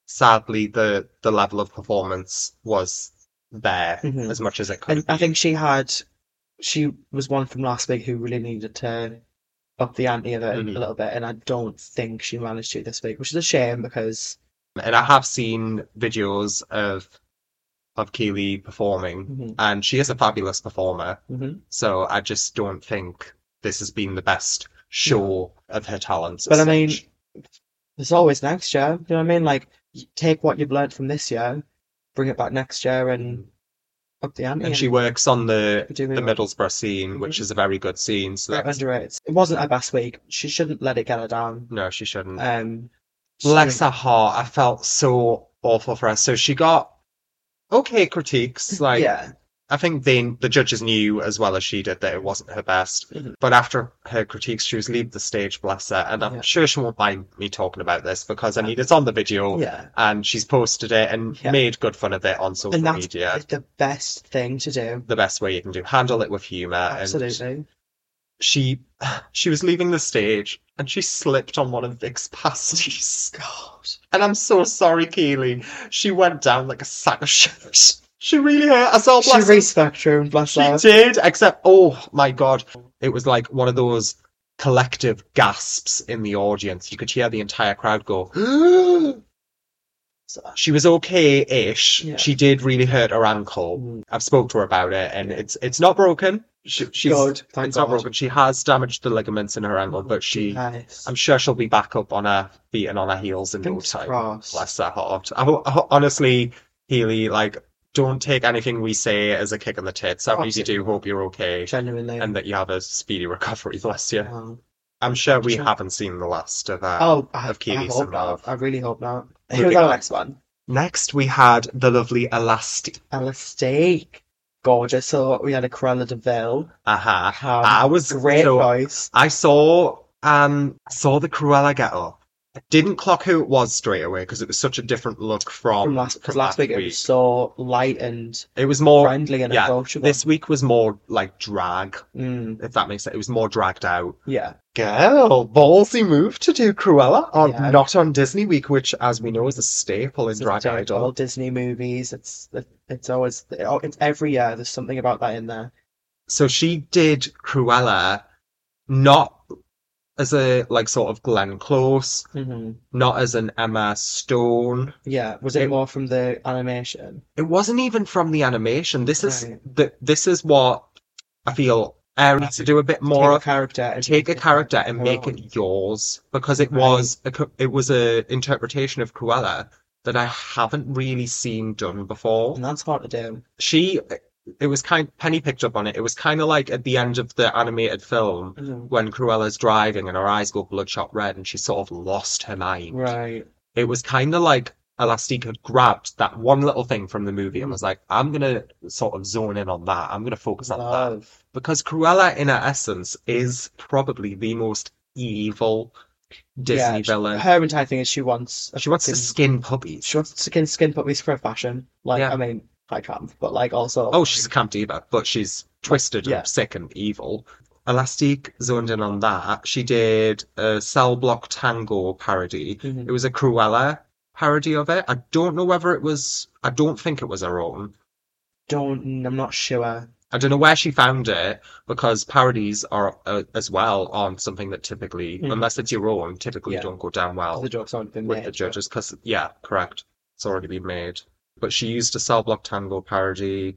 [SPEAKER 1] sadly the the level of performance was there
[SPEAKER 2] Mhm.
[SPEAKER 1] as much as it could.
[SPEAKER 2] and I think she had, she was one from last week who really needed to up the ante of it
[SPEAKER 1] Mhm.
[SPEAKER 2] a little bit, and I don't think she managed to this week, which is a shame because
[SPEAKER 1] And I have seen videos of of Keely performing,
[SPEAKER 2] mhm,
[SPEAKER 1] and she is a fabulous performer.
[SPEAKER 2] mhm.
[SPEAKER 1] So I just don't think this has been the best show of her talents.
[SPEAKER 2] Mm-hmm. But
[SPEAKER 1] as
[SPEAKER 2] I mean,
[SPEAKER 1] such.
[SPEAKER 2] there's always next year. Do you know what I mean? Like y- take what you've learned from this year, bring it back next year, and up the ante.
[SPEAKER 1] Mm-hmm. and she works on the
[SPEAKER 2] could do
[SPEAKER 1] the
[SPEAKER 2] really well.
[SPEAKER 1] Middlesbrough scene, which
[SPEAKER 2] Mhm.
[SPEAKER 1] is a very good scene. So
[SPEAKER 2] Right,
[SPEAKER 1] that's,
[SPEAKER 2] underrated. It wasn't her best week. She shouldn't let it get her down.
[SPEAKER 1] no, she shouldn't.
[SPEAKER 2] Um,
[SPEAKER 1] Bless
[SPEAKER 2] so-
[SPEAKER 1] her heart. I felt so awful for her. So she got okay critiques. Like
[SPEAKER 2] Mm-hmm. yeah,
[SPEAKER 1] I think they, the judges knew as well as she did that it wasn't her best.
[SPEAKER 2] Mhm.
[SPEAKER 1] But after her critiques, she was leave the stage, bless her. And I'm
[SPEAKER 2] Yeah.
[SPEAKER 1] sure she won't mind me talking about this because I mean it's on the video
[SPEAKER 2] yeah.
[SPEAKER 1] and she's posted it and
[SPEAKER 2] Yeah.
[SPEAKER 1] made good fun of it on social
[SPEAKER 2] And that's
[SPEAKER 1] media.
[SPEAKER 2] it's the best thing to do.
[SPEAKER 1] The best way you can do handle it with humor. And
[SPEAKER 2] Absolutely.
[SPEAKER 1] she she was leaving the stage and she slipped on one of Vic's pasties.
[SPEAKER 2] God.
[SPEAKER 1] And I'm so sorry, Keely. She went down like a sack of shit. She really hurt herself.
[SPEAKER 2] She
[SPEAKER 1] Oh, Bless her.
[SPEAKER 2] raised Spectrum, bless
[SPEAKER 1] She
[SPEAKER 2] her.
[SPEAKER 1] did, except, oh my god. It was like one of those collective gasps in the audience. You could hear the entire crowd go, she was okay-ish.
[SPEAKER 2] Yeah.
[SPEAKER 1] She did really hurt her ankle.
[SPEAKER 2] Mm,
[SPEAKER 1] I've spoke to her about it, and it's it's not broken. She, she's
[SPEAKER 2] God, thank
[SPEAKER 1] it's not
[SPEAKER 2] God.
[SPEAKER 1] broken. She has damaged the ligaments in her ankle, but she,
[SPEAKER 2] Nice.
[SPEAKER 1] I'm sure she'll be back up on her feet and on her heels in no
[SPEAKER 2] Fingers
[SPEAKER 1] time.
[SPEAKER 2] crossed.
[SPEAKER 1] Bless her heart. I, I- honestly, Healy, like, don't take anything we say as a kick in the tits. I really
[SPEAKER 2] Absolutely.
[SPEAKER 1] do hope you're okay
[SPEAKER 2] Genuinely.
[SPEAKER 1] and that you have a speedy recovery. Bless you.
[SPEAKER 2] Wow.
[SPEAKER 1] I'm sure we
[SPEAKER 2] Sure.
[SPEAKER 1] haven't seen the last of that.
[SPEAKER 2] oh, I,
[SPEAKER 1] of
[SPEAKER 2] I
[SPEAKER 1] Kiwis
[SPEAKER 2] hope
[SPEAKER 1] and
[SPEAKER 2] not.
[SPEAKER 1] love.
[SPEAKER 2] I really hope not.
[SPEAKER 1] Moving
[SPEAKER 2] Here's our
[SPEAKER 1] on.
[SPEAKER 2] next one.
[SPEAKER 1] Next, we had the lovely Elasti.
[SPEAKER 2] Alice Steak. Gorgeous. So we had a Cruella de Vil.
[SPEAKER 1] Aha.
[SPEAKER 2] How
[SPEAKER 1] I was
[SPEAKER 2] Uh-huh. Great
[SPEAKER 1] Ah, so-
[SPEAKER 2] voice.
[SPEAKER 1] I saw um saw the Cruella get up. I didn't clock who it was straight away because it was such a different look from,
[SPEAKER 2] From last, because last week it was so light and
[SPEAKER 1] It was more
[SPEAKER 2] friendly and
[SPEAKER 1] Oh, yeah,
[SPEAKER 2] approachable.
[SPEAKER 1] this week was more like drag,
[SPEAKER 2] Mm,
[SPEAKER 1] if that makes sense. It was more dragged out.
[SPEAKER 2] yeah.
[SPEAKER 1] Girl, ballsy move to do Cruella on
[SPEAKER 2] Yeah.
[SPEAKER 1] not on Disney Week, which, as we know, is a staple in
[SPEAKER 2] It's
[SPEAKER 1] Drag
[SPEAKER 2] like all
[SPEAKER 1] Idol.
[SPEAKER 2] Disney movies. It's it's always oh, it's every year. There's something about that in there.
[SPEAKER 1] So she did Cruella not as a like sort of Glenn Close,
[SPEAKER 2] Mm-hmm.
[SPEAKER 1] not as an Emma Stone.
[SPEAKER 2] Yeah. Was it,
[SPEAKER 1] It-
[SPEAKER 2] more from the animation?
[SPEAKER 1] It wasn't even from the animation. This is
[SPEAKER 2] Right.
[SPEAKER 1] the, this is what I feel airy to do a bit more
[SPEAKER 2] take
[SPEAKER 1] of.
[SPEAKER 2] a character and
[SPEAKER 1] take a
[SPEAKER 2] make it
[SPEAKER 1] character and
[SPEAKER 2] her
[SPEAKER 1] make
[SPEAKER 2] own.
[SPEAKER 1] it yours because it
[SPEAKER 2] Oh. Right.
[SPEAKER 1] was a, co- it was a interpretation of Cruella that I haven't really seen done before.
[SPEAKER 2] And that's hard to do.
[SPEAKER 1] She it was kind Penny picked up on it. It was kind of like at the end of the animated film
[SPEAKER 2] Mm.
[SPEAKER 1] when Cruella's driving and her eyes go bloodshot red and she sort of lost her mind.
[SPEAKER 2] Right.
[SPEAKER 1] It was kind of like Elastique had grabbed that one little thing from the movie and was like, I'm gonna sort of zone in on that. I'm gonna focus on that
[SPEAKER 2] Love.
[SPEAKER 1] because Cruella, in her essence, is probably the most evil Disney
[SPEAKER 2] Yeah, she-
[SPEAKER 1] villain.
[SPEAKER 2] Her entire thing is she wants. a
[SPEAKER 1] she wants to
[SPEAKER 2] fucking-
[SPEAKER 1] skin puppies.
[SPEAKER 2] She wants to skin skin puppies for fashion. Like
[SPEAKER 1] Yeah.
[SPEAKER 2] I mean, I can't. But like also.
[SPEAKER 1] Oh, she's a camp diva, but she's twisted
[SPEAKER 2] Yeah.
[SPEAKER 1] and sick and evil. Elastique zoned in on that. She did a Cell Block Tango parody.
[SPEAKER 2] Mhm.
[SPEAKER 1] It was a Cruella parody of it. I don't know whether it was. I don't think it was her own.
[SPEAKER 2] Don't. I'm not sure.
[SPEAKER 1] I don't know where she found it because parodies are uh, as well on something that typically,
[SPEAKER 2] Mhm.
[SPEAKER 1] unless it's your own, typically
[SPEAKER 2] Yeah.
[SPEAKER 1] don't go down well.
[SPEAKER 2] The joke's already been
[SPEAKER 1] Oh, with
[SPEAKER 2] made,
[SPEAKER 1] the
[SPEAKER 2] but-
[SPEAKER 1] judges because yeah correct it's already been made but she used a cell block tango parody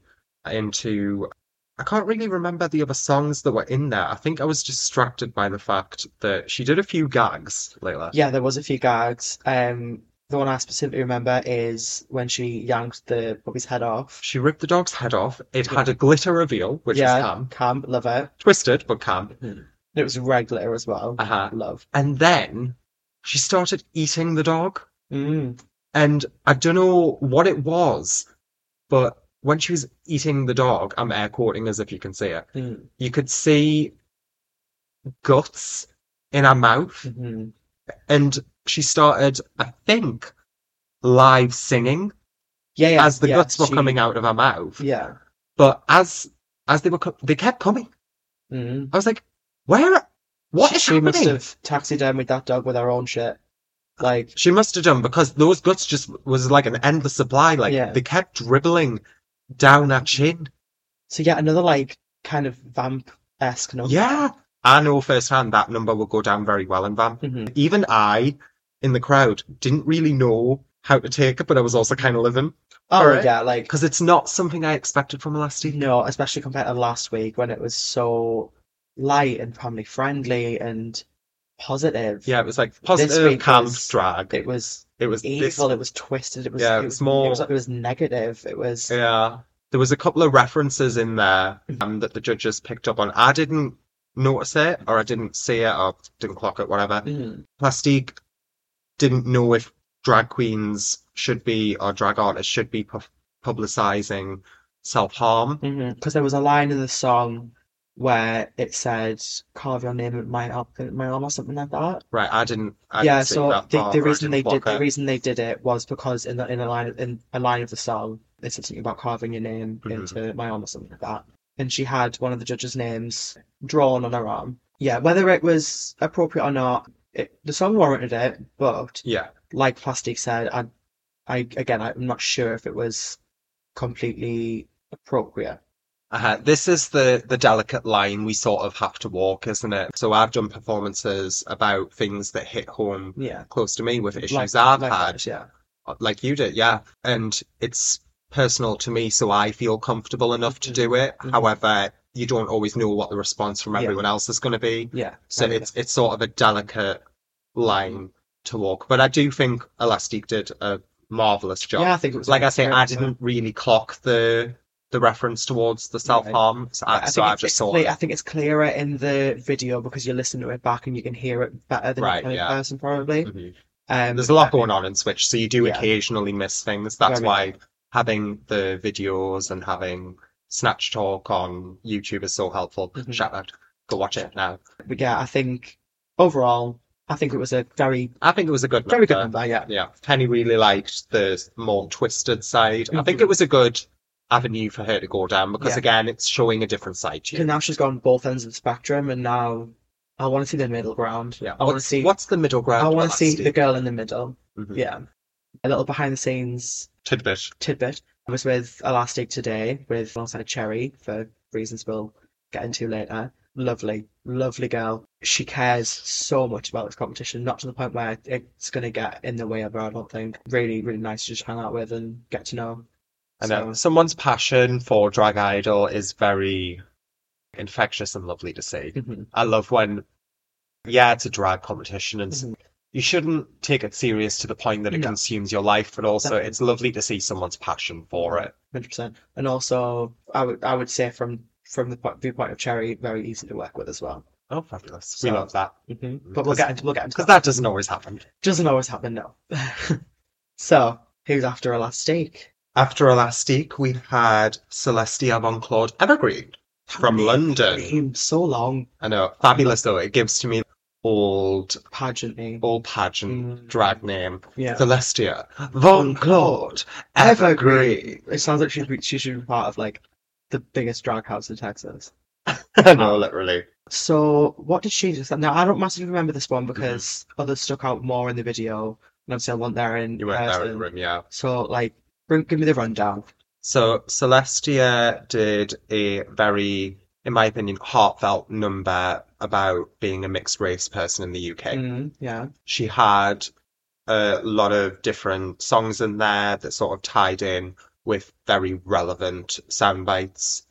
[SPEAKER 1] into i can't really remember the other songs that were in there i think i was distracted by the fact that she did a few gags layla
[SPEAKER 2] Yeah, there was a few gags. Um, the one I specifically remember is when she yanked the puppy's head off.
[SPEAKER 1] she ripped the dog's head off it had a glitter reveal which
[SPEAKER 2] yeah,
[SPEAKER 1] was camp
[SPEAKER 2] camp, love it.
[SPEAKER 1] twisted but camp
[SPEAKER 2] It was regular as well.
[SPEAKER 1] uh-huh
[SPEAKER 2] Love.
[SPEAKER 1] and then she started eating the dog
[SPEAKER 2] Mm.
[SPEAKER 1] And I don't know what it was, but when she was eating the dog, I'm air quoting as if you can see it,
[SPEAKER 2] Mm.
[SPEAKER 1] you could see guts in her mouth.
[SPEAKER 2] Mhm.
[SPEAKER 1] And she started, I think, live singing
[SPEAKER 2] Yeah, yeah.
[SPEAKER 1] as the
[SPEAKER 2] yeah,
[SPEAKER 1] guts were
[SPEAKER 2] she-
[SPEAKER 1] coming out of her mouth.
[SPEAKER 2] Yeah.
[SPEAKER 1] But as as they were, co- they kept coming.
[SPEAKER 2] Mhm.
[SPEAKER 1] I was like, where? What is
[SPEAKER 2] she, she must
[SPEAKER 1] happening?
[SPEAKER 2] have taxidermied that dog with her own shit. Like,
[SPEAKER 1] She must have done because those guts just was like an endless supply. Like
[SPEAKER 2] Yeah.
[SPEAKER 1] they kept dribbling down her chin.
[SPEAKER 2] so yeah, another like kind of vamp esque number.
[SPEAKER 1] Yeah, I know firsthand that number will go down very well in Vamp.
[SPEAKER 2] Mhm.
[SPEAKER 1] Even I, in the crowd, didn't really know how to take it, but I was also kind of living
[SPEAKER 2] Oh
[SPEAKER 1] Alright.
[SPEAKER 2] yeah, like
[SPEAKER 1] because it's not something I expected from last evening.
[SPEAKER 2] no, especially compared to last week when it was so light and family friendly and positive.
[SPEAKER 1] Yeah, it was like
[SPEAKER 2] week
[SPEAKER 1] positive camp
[SPEAKER 2] was-
[SPEAKER 1] drag.
[SPEAKER 2] It was
[SPEAKER 1] It was this.
[SPEAKER 2] evil. It was twisted. It was.
[SPEAKER 1] Yeah,
[SPEAKER 2] it
[SPEAKER 1] it
[SPEAKER 2] was
[SPEAKER 1] was more-
[SPEAKER 2] It was, it was negative. It was.
[SPEAKER 1] Yeah, there was a couple of references in there um, that the judges picked up on. I didn't notice it, or I didn't see it, or didn't clock it, whatever.
[SPEAKER 2] Mm.
[SPEAKER 1] Plastique didn't know if drag queens should be or drag artists should be pu- publicizing self-harm.
[SPEAKER 2] Because there was a line in the song where it said "carve your name at my arm, at my arm" or something like that.
[SPEAKER 1] Right, I didn't. I
[SPEAKER 2] yeah,
[SPEAKER 1] didn't see
[SPEAKER 2] so
[SPEAKER 1] that
[SPEAKER 2] the,
[SPEAKER 1] part,
[SPEAKER 2] the
[SPEAKER 1] or I
[SPEAKER 2] reason they
[SPEAKER 1] didn't
[SPEAKER 2] did
[SPEAKER 1] clock
[SPEAKER 2] the
[SPEAKER 1] it.
[SPEAKER 2] reason they did it was because in the in a line in a line of the song they said something about carving your name
[SPEAKER 1] Mhm.
[SPEAKER 2] into my arm or something like that, and she had one of the judges' names drawn on her arm. Yeah, whether it was appropriate or not, it, the song warranted it, but
[SPEAKER 1] Yeah,
[SPEAKER 2] like Plastic said, I, I again, I'm not sure if it was completely appropriate.
[SPEAKER 1] uh, this is the the delicate line we sort of have to walk, isn't it? So I've done performances about things that hit home
[SPEAKER 2] Yeah,
[SPEAKER 1] close to me with issues
[SPEAKER 2] like,
[SPEAKER 1] I've
[SPEAKER 2] like
[SPEAKER 1] had.
[SPEAKER 2] that, yeah.
[SPEAKER 1] uh, like you did, yeah. And it's personal to me, so I feel comfortable enough to
[SPEAKER 2] Mhm.
[SPEAKER 1] do it.
[SPEAKER 2] Mhm.
[SPEAKER 1] However, you don't always know what the response from
[SPEAKER 2] Yeah.
[SPEAKER 1] everyone else is going to be.
[SPEAKER 2] Yeah,
[SPEAKER 1] So
[SPEAKER 2] I mean,
[SPEAKER 1] it's it's sort of a delicate line to walk. But I do think Elastique did a marvelous job.
[SPEAKER 2] yeah, I think it was
[SPEAKER 1] Like I say,
[SPEAKER 2] say,
[SPEAKER 1] I didn't really clock the the reference towards the self-harm, so
[SPEAKER 2] I
[SPEAKER 1] I,
[SPEAKER 2] think
[SPEAKER 1] so I
[SPEAKER 2] it's- it's
[SPEAKER 1] just saw
[SPEAKER 2] clear-
[SPEAKER 1] it.
[SPEAKER 2] I think it's clearer in the video because you listen to it back and you can hear it better than
[SPEAKER 1] Right,
[SPEAKER 2] you can
[SPEAKER 1] yeah.
[SPEAKER 2] in person, probably.
[SPEAKER 1] Mhm.
[SPEAKER 2] Um,
[SPEAKER 1] There's a lot going on in Switch, so you do
[SPEAKER 2] Yeah.
[SPEAKER 1] occasionally miss things. That's
[SPEAKER 2] Very
[SPEAKER 1] why having the videos and having Snatch Talk on YouTube is so helpful.
[SPEAKER 2] Mhm.
[SPEAKER 1] Shout out. Go watch it now.
[SPEAKER 2] But yeah, I think overall, I think it was a very,
[SPEAKER 1] I think it was a good
[SPEAKER 2] very good
[SPEAKER 1] number.
[SPEAKER 2] number. Yeah,
[SPEAKER 1] Yeah. Penny really liked the more twisted side. I think it was a good avenue for her to go down because,
[SPEAKER 2] Mm-hmm. Yeah.
[SPEAKER 1] again, it's showing a different side to you.
[SPEAKER 2] and now she's gone both ends of the spectrum, and now I want to see the middle ground.
[SPEAKER 1] Yeah.
[SPEAKER 2] I want to
[SPEAKER 1] What's-
[SPEAKER 2] see.
[SPEAKER 1] What's the middle ground?
[SPEAKER 2] I want
[SPEAKER 1] for
[SPEAKER 2] to see
[SPEAKER 1] that,
[SPEAKER 2] the
[SPEAKER 1] Steve?
[SPEAKER 2] girl in the middle.
[SPEAKER 1] Mhm.
[SPEAKER 2] Yeah, a little behind the scenes
[SPEAKER 1] Tidbit.
[SPEAKER 2] tidbit. I was with Elastic today, with alongside Cherry for reasons we'll get into later. Lovely, lovely girl. She cares so much about this competition, not to the point where it's going to get in the way of her. I don't think. Really, really nice to just hang out with and get to know.
[SPEAKER 1] I know.
[SPEAKER 2] So,
[SPEAKER 1] uh, Someone's passion for Drag Idol is very infectious and lovely to see.
[SPEAKER 2] mhm.
[SPEAKER 1] I love when, yeah, it's a drag competition and s-
[SPEAKER 2] Mhm.
[SPEAKER 1] you shouldn't take it serious to the point that it
[SPEAKER 2] No.
[SPEAKER 1] consumes your life, but also
[SPEAKER 2] Definitely.
[SPEAKER 1] it's lovely to see someone's passion for it.
[SPEAKER 2] 100%. And also, I would I would say from from the po- viewpoint of Cherry, very easy to work with as well.
[SPEAKER 1] Oh, fabulous.
[SPEAKER 2] So-
[SPEAKER 1] we love that.
[SPEAKER 2] Mm-hmm. But we'll get into, we'll get into
[SPEAKER 1] Because that doesn't always happen.
[SPEAKER 2] Doesn't always happen, no. so, who's after Elastic?
[SPEAKER 1] After Elastique, we had Celestia Von Claude Evergreen from London.
[SPEAKER 2] Name so long,
[SPEAKER 1] I know, fabulous though. It gives to me old,
[SPEAKER 2] pageant name.
[SPEAKER 1] old pageant
[SPEAKER 2] Mm.
[SPEAKER 1] drag name.
[SPEAKER 2] Yeah.
[SPEAKER 1] Celestia Von Claude Evergreen.
[SPEAKER 2] It sounds like she she should be part of like the biggest drag house in Texas.
[SPEAKER 1] no, literally.
[SPEAKER 2] So what did she do? Now I don't massively remember this
[SPEAKER 1] Mm-hmm.
[SPEAKER 2] one because others stuck out more in the video, and obviously I wasn't there in
[SPEAKER 1] You weren't there in
[SPEAKER 2] person.
[SPEAKER 1] the room, yeah.
[SPEAKER 2] So like, bring, give me the rundown.
[SPEAKER 1] So Celestia did a very, in my opinion, heartfelt number about being a mixed race person in the UK.
[SPEAKER 2] Mm, yeah.
[SPEAKER 1] She had a lot of different songs in there that sort of tied in with very relevant sound bites.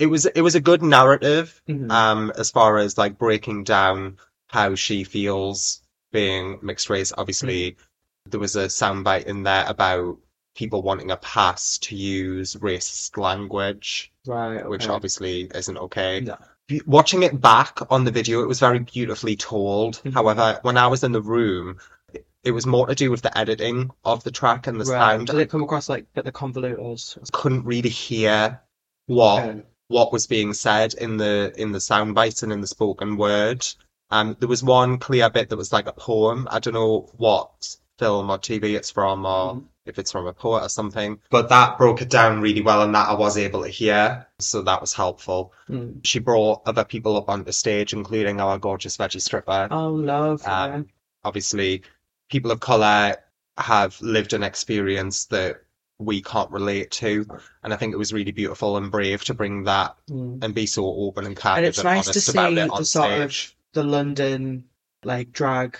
[SPEAKER 1] It was it was a good narrative,
[SPEAKER 2] Mhm.
[SPEAKER 1] um, as far as like breaking down how she feels being mixed race. Obviously,
[SPEAKER 2] Mm-hmm.
[SPEAKER 1] there was a soundbite in there about people wanting a pass to use racist language,
[SPEAKER 2] right.
[SPEAKER 1] which
[SPEAKER 2] okay.
[SPEAKER 1] obviously isn't okay.
[SPEAKER 2] No.
[SPEAKER 1] Be- Watching it back on the video, it was very beautifully told.
[SPEAKER 2] Mhm.
[SPEAKER 1] However, when I was in the room, it- it was more to do with the editing of the track and the
[SPEAKER 2] Right.
[SPEAKER 1] sound.
[SPEAKER 2] Did it come across like that the convoluted?
[SPEAKER 1] I couldn't really hear what
[SPEAKER 2] Okay.
[SPEAKER 1] what was being said in the in the sound bites and in the spoken word. Um, there was one clear bit that was like a poem. I don't know what film or TV it's from or if it's from a poet or something, Mm-hmm. but that broke it down really well and that I was able to hear. So that was helpful.
[SPEAKER 2] Mm.
[SPEAKER 1] She brought other people up onto stage, including our gorgeous veggie stripper
[SPEAKER 2] Oh, love.
[SPEAKER 1] um, obviously people of color have lived an experience that we can't relate to and i think it was really beautiful and brave to bring that
[SPEAKER 2] yeah. Mm.
[SPEAKER 1] and be so open and candid
[SPEAKER 2] and it's
[SPEAKER 1] and
[SPEAKER 2] nice to
[SPEAKER 1] honest
[SPEAKER 2] see
[SPEAKER 1] about Uh, it
[SPEAKER 2] the
[SPEAKER 1] on
[SPEAKER 2] sort
[SPEAKER 1] stage
[SPEAKER 2] of the London like drag,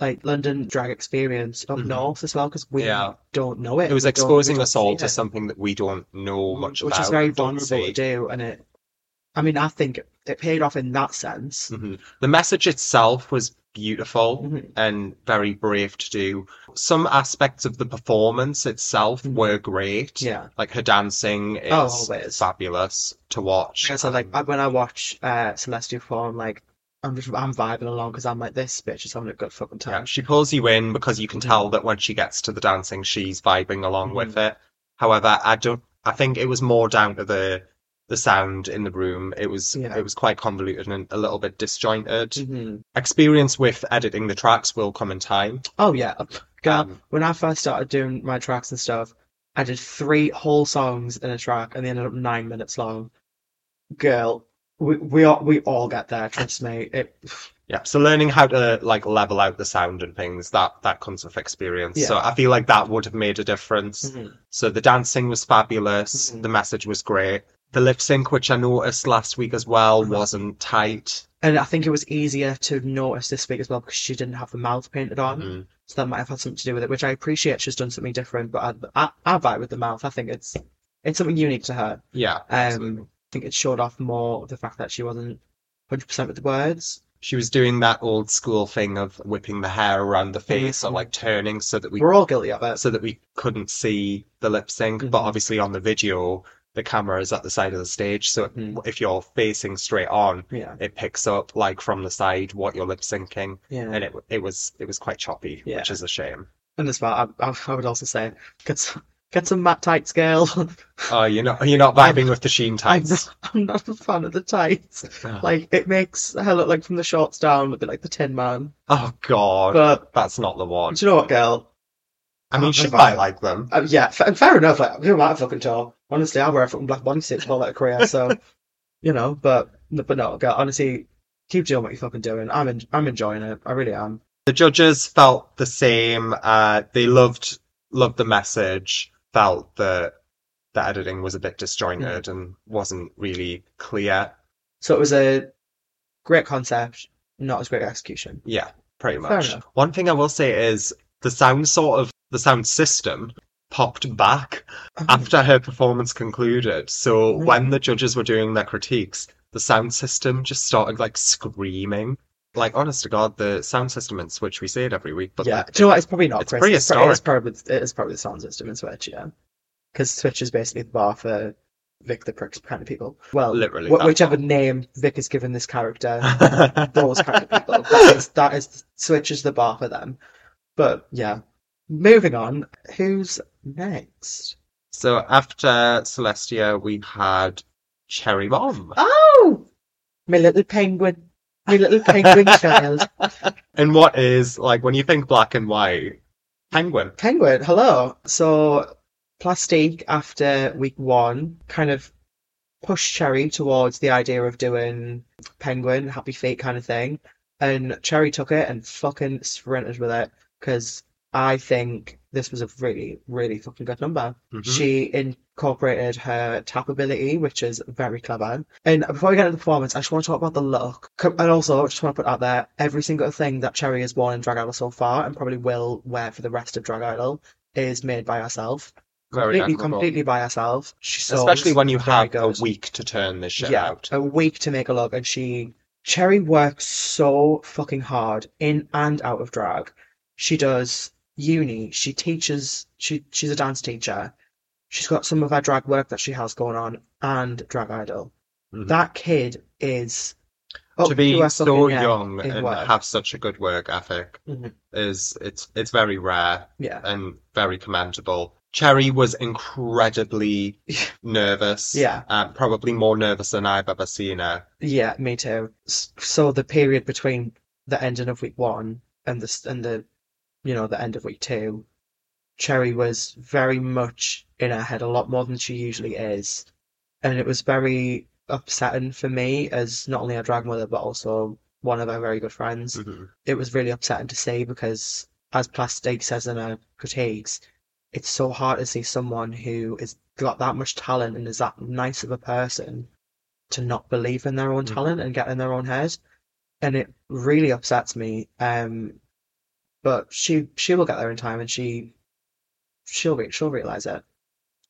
[SPEAKER 2] like London drag experience up
[SPEAKER 1] Mhm.
[SPEAKER 2] north as well because we
[SPEAKER 1] Yeah.
[SPEAKER 2] don't know it.
[SPEAKER 1] it was
[SPEAKER 2] We don't- we
[SPEAKER 1] exposing
[SPEAKER 2] don't
[SPEAKER 1] us all
[SPEAKER 2] see
[SPEAKER 1] to
[SPEAKER 2] it,
[SPEAKER 1] something that we don't know much
[SPEAKER 2] Mm, which
[SPEAKER 1] about
[SPEAKER 2] is very
[SPEAKER 1] don't
[SPEAKER 2] vulnerable to
[SPEAKER 1] see.
[SPEAKER 2] do, and it. I mean, I think it, it paid off in that sense.
[SPEAKER 1] Mhm. the message itself was beautiful
[SPEAKER 2] Mhm.
[SPEAKER 1] and very brave to do some aspects of the performance itself
[SPEAKER 2] Mhm.
[SPEAKER 1] were great
[SPEAKER 2] Yeah,
[SPEAKER 1] like her dancing is
[SPEAKER 2] Oh, always.
[SPEAKER 1] fabulous to watch
[SPEAKER 2] so like
[SPEAKER 1] Um,
[SPEAKER 2] I- when I watch uh, Celestia Form, like I'm just I'm vibing along because I'm like this bitch is having a good fucking
[SPEAKER 1] Yeah,
[SPEAKER 2] time.
[SPEAKER 1] she pulls you in because you can tell that when she gets to the dancing, she's vibing along with it. However, I don't. I think it was more down to the the sound in the room. It was
[SPEAKER 2] Yeah.
[SPEAKER 1] it was quite convoluted and a little bit disjointed.
[SPEAKER 2] Mhm.
[SPEAKER 1] Experience with editing the tracks will come in time.
[SPEAKER 2] Oh yeah, girl.
[SPEAKER 1] Um,
[SPEAKER 2] when I first started doing my tracks and stuff, I did three whole songs in a track, and they ended up nine minutes long. Girl, we we all we all get there. Trust me. It,
[SPEAKER 1] yeah, so learning how to like level out the sound and things that that comes with experience. So I feel like that would have made a difference.
[SPEAKER 2] Mm.
[SPEAKER 1] So the dancing was fabulous.
[SPEAKER 2] Mhm.
[SPEAKER 1] The message was great. The lip sync, which I noticed last week as well,
[SPEAKER 2] Mhm.
[SPEAKER 1] wasn't tight.
[SPEAKER 2] And I think it was easier to notice this week as well because she didn't have the mouth painted on,
[SPEAKER 1] Mhm.
[SPEAKER 2] so that might have had something to do with it. Which I appreciate. She's done something different, but I I, I vibe with the mouth. I think it's it's something unique to her.
[SPEAKER 1] Yeah, absolutely.
[SPEAKER 2] Um, I think it showed off more of the fact that she wasn't hundred percent with the words.
[SPEAKER 1] She was doing that old school thing of whipping the hair around the face or
[SPEAKER 2] Mhm.
[SPEAKER 1] like turning so that we
[SPEAKER 2] We're all guilty of it.
[SPEAKER 1] so that we couldn't see the lip sync. But
[SPEAKER 2] Mhm.
[SPEAKER 1] obviously on the video, the camera is at the side of the stage, so it-
[SPEAKER 2] Mhm.
[SPEAKER 1] if you're facing straight on,
[SPEAKER 2] Yeah,
[SPEAKER 1] it picks up like from the side what you're lip syncing,
[SPEAKER 2] yeah.
[SPEAKER 1] and it it was it was quite choppy,
[SPEAKER 2] Mm. Yeah.
[SPEAKER 1] which is a shame.
[SPEAKER 2] And as well, I, I, I would also say, get some, get some matte tights, girl.
[SPEAKER 1] Oh, you're not you're not
[SPEAKER 2] I'm-
[SPEAKER 1] vibing with the Sheen
[SPEAKER 2] I'm
[SPEAKER 1] tights.
[SPEAKER 2] not, I'm not a fan of the tights.
[SPEAKER 1] Oh.
[SPEAKER 2] Like, it makes her look like from the shorts down, look like the Tin Man.
[SPEAKER 1] Oh God,
[SPEAKER 2] But
[SPEAKER 1] that's not the one.
[SPEAKER 2] do you know what, girl?
[SPEAKER 1] I mean,
[SPEAKER 2] I'm
[SPEAKER 1] she
[SPEAKER 2] not
[SPEAKER 1] might
[SPEAKER 2] vibing.
[SPEAKER 1] like them.
[SPEAKER 2] Uh, yeah, fa- and fair enough. Like, you might fucking tell. Honestly, I wear a fucking black bodysuit all that career, so you know. But but no, girl. Honestly, keep doing what you're fucking doing. I'm en- I'm enjoying it. I really am.
[SPEAKER 1] the judges felt the same. Uh, they loved loved the message. Felt that the editing was a bit
[SPEAKER 2] Hmm.
[SPEAKER 1] disjointed and wasn't really clear.
[SPEAKER 2] So it was a great concept, not as great execution.
[SPEAKER 1] Yeah, pretty
[SPEAKER 2] Fair
[SPEAKER 1] much.
[SPEAKER 2] enough.
[SPEAKER 1] One thing I will say is the sound sort of the sound system popped back
[SPEAKER 2] Hmm.
[SPEAKER 1] after her performance concluded. So
[SPEAKER 2] Right.
[SPEAKER 1] when the judges were doing their critiques, the sound system just started like screaming. Like honest to God, the sound system in Switch we say it every week, but
[SPEAKER 2] yeah,
[SPEAKER 1] like,
[SPEAKER 2] do you know what? It's probably not.
[SPEAKER 1] it's
[SPEAKER 2] Chris.
[SPEAKER 1] pretty
[SPEAKER 2] probably- It's
[SPEAKER 1] historic.
[SPEAKER 2] probably it is probably the sound system in Switch, yeah, because Switch is basically the bar for Vic the Prick kind of people. Well,
[SPEAKER 1] Literally,
[SPEAKER 2] wh-
[SPEAKER 1] that's
[SPEAKER 2] whichever name Vic has given this character, those kind of people. That is, that is Switch is the bar for them. But yeah, moving on. Who's next?
[SPEAKER 1] So after Celestia, we had Cherry Bomb.
[SPEAKER 2] Oh, my little penguin, my little penguin child,
[SPEAKER 1] And what is, like, when you think black and white, penguin.
[SPEAKER 2] penguin. Hello. So, Plastique after week one kind of pushed Cherry towards the idea of doing penguin, happy feet kind of thing. And Cherry took it and fucking sprinted with it because I think this was a really, really fucking good number.
[SPEAKER 1] Mhm.
[SPEAKER 2] She incorporated her tap ability, which is very clever. And before we get into the performance, I just want to talk about the look. Co- And also, I just want to put out there every single thing that Cherry has worn in Drag Idol so far, and probably will wear for the rest of Drag Idol, is made by herself.
[SPEAKER 1] Very
[SPEAKER 2] completely,
[SPEAKER 1] admirable.
[SPEAKER 2] completely by herself. She's so
[SPEAKER 1] Especially when you
[SPEAKER 2] very
[SPEAKER 1] have a
[SPEAKER 2] good.
[SPEAKER 1] week to turn this shit
[SPEAKER 2] Yeah,
[SPEAKER 1] out.
[SPEAKER 2] a week to make a look, and she Cherry works so fucking hard in and out of drag. She does uni. She teaches. She she's a dance teacher. She's got some of her drag work that she has going on and Drag Idol.
[SPEAKER 1] Mhm.
[SPEAKER 2] That kid is up
[SPEAKER 1] to be
[SPEAKER 2] her
[SPEAKER 1] so
[SPEAKER 2] fucking neck
[SPEAKER 1] young
[SPEAKER 2] in
[SPEAKER 1] and
[SPEAKER 2] work.
[SPEAKER 1] have such a good work ethic
[SPEAKER 2] Mhm.
[SPEAKER 1] is, it's, it's very rare
[SPEAKER 2] Yeah,
[SPEAKER 1] and very commendable. Cherry was incredibly nervous.
[SPEAKER 2] Yeah.
[SPEAKER 1] Um, probably more nervous than I've ever seen her.
[SPEAKER 2] Yeah, me too. S- So the period between the ending of week one and the s- and the, you know, the end of week two, Cherry was very much in her head a lot more than she usually is, and it was very upsetting for me as not only her drag mother but also one of her very good friends. It was really upsetting to see because, as Plastique says in her critiques, it's so hard to see someone who has got that much talent and is that nice of a person to not believe in their own
[SPEAKER 1] Mhm.
[SPEAKER 2] talent and get in their own head. And it really upsets me. Um, but she she will get there in time, and she she'll re- she'll realize it.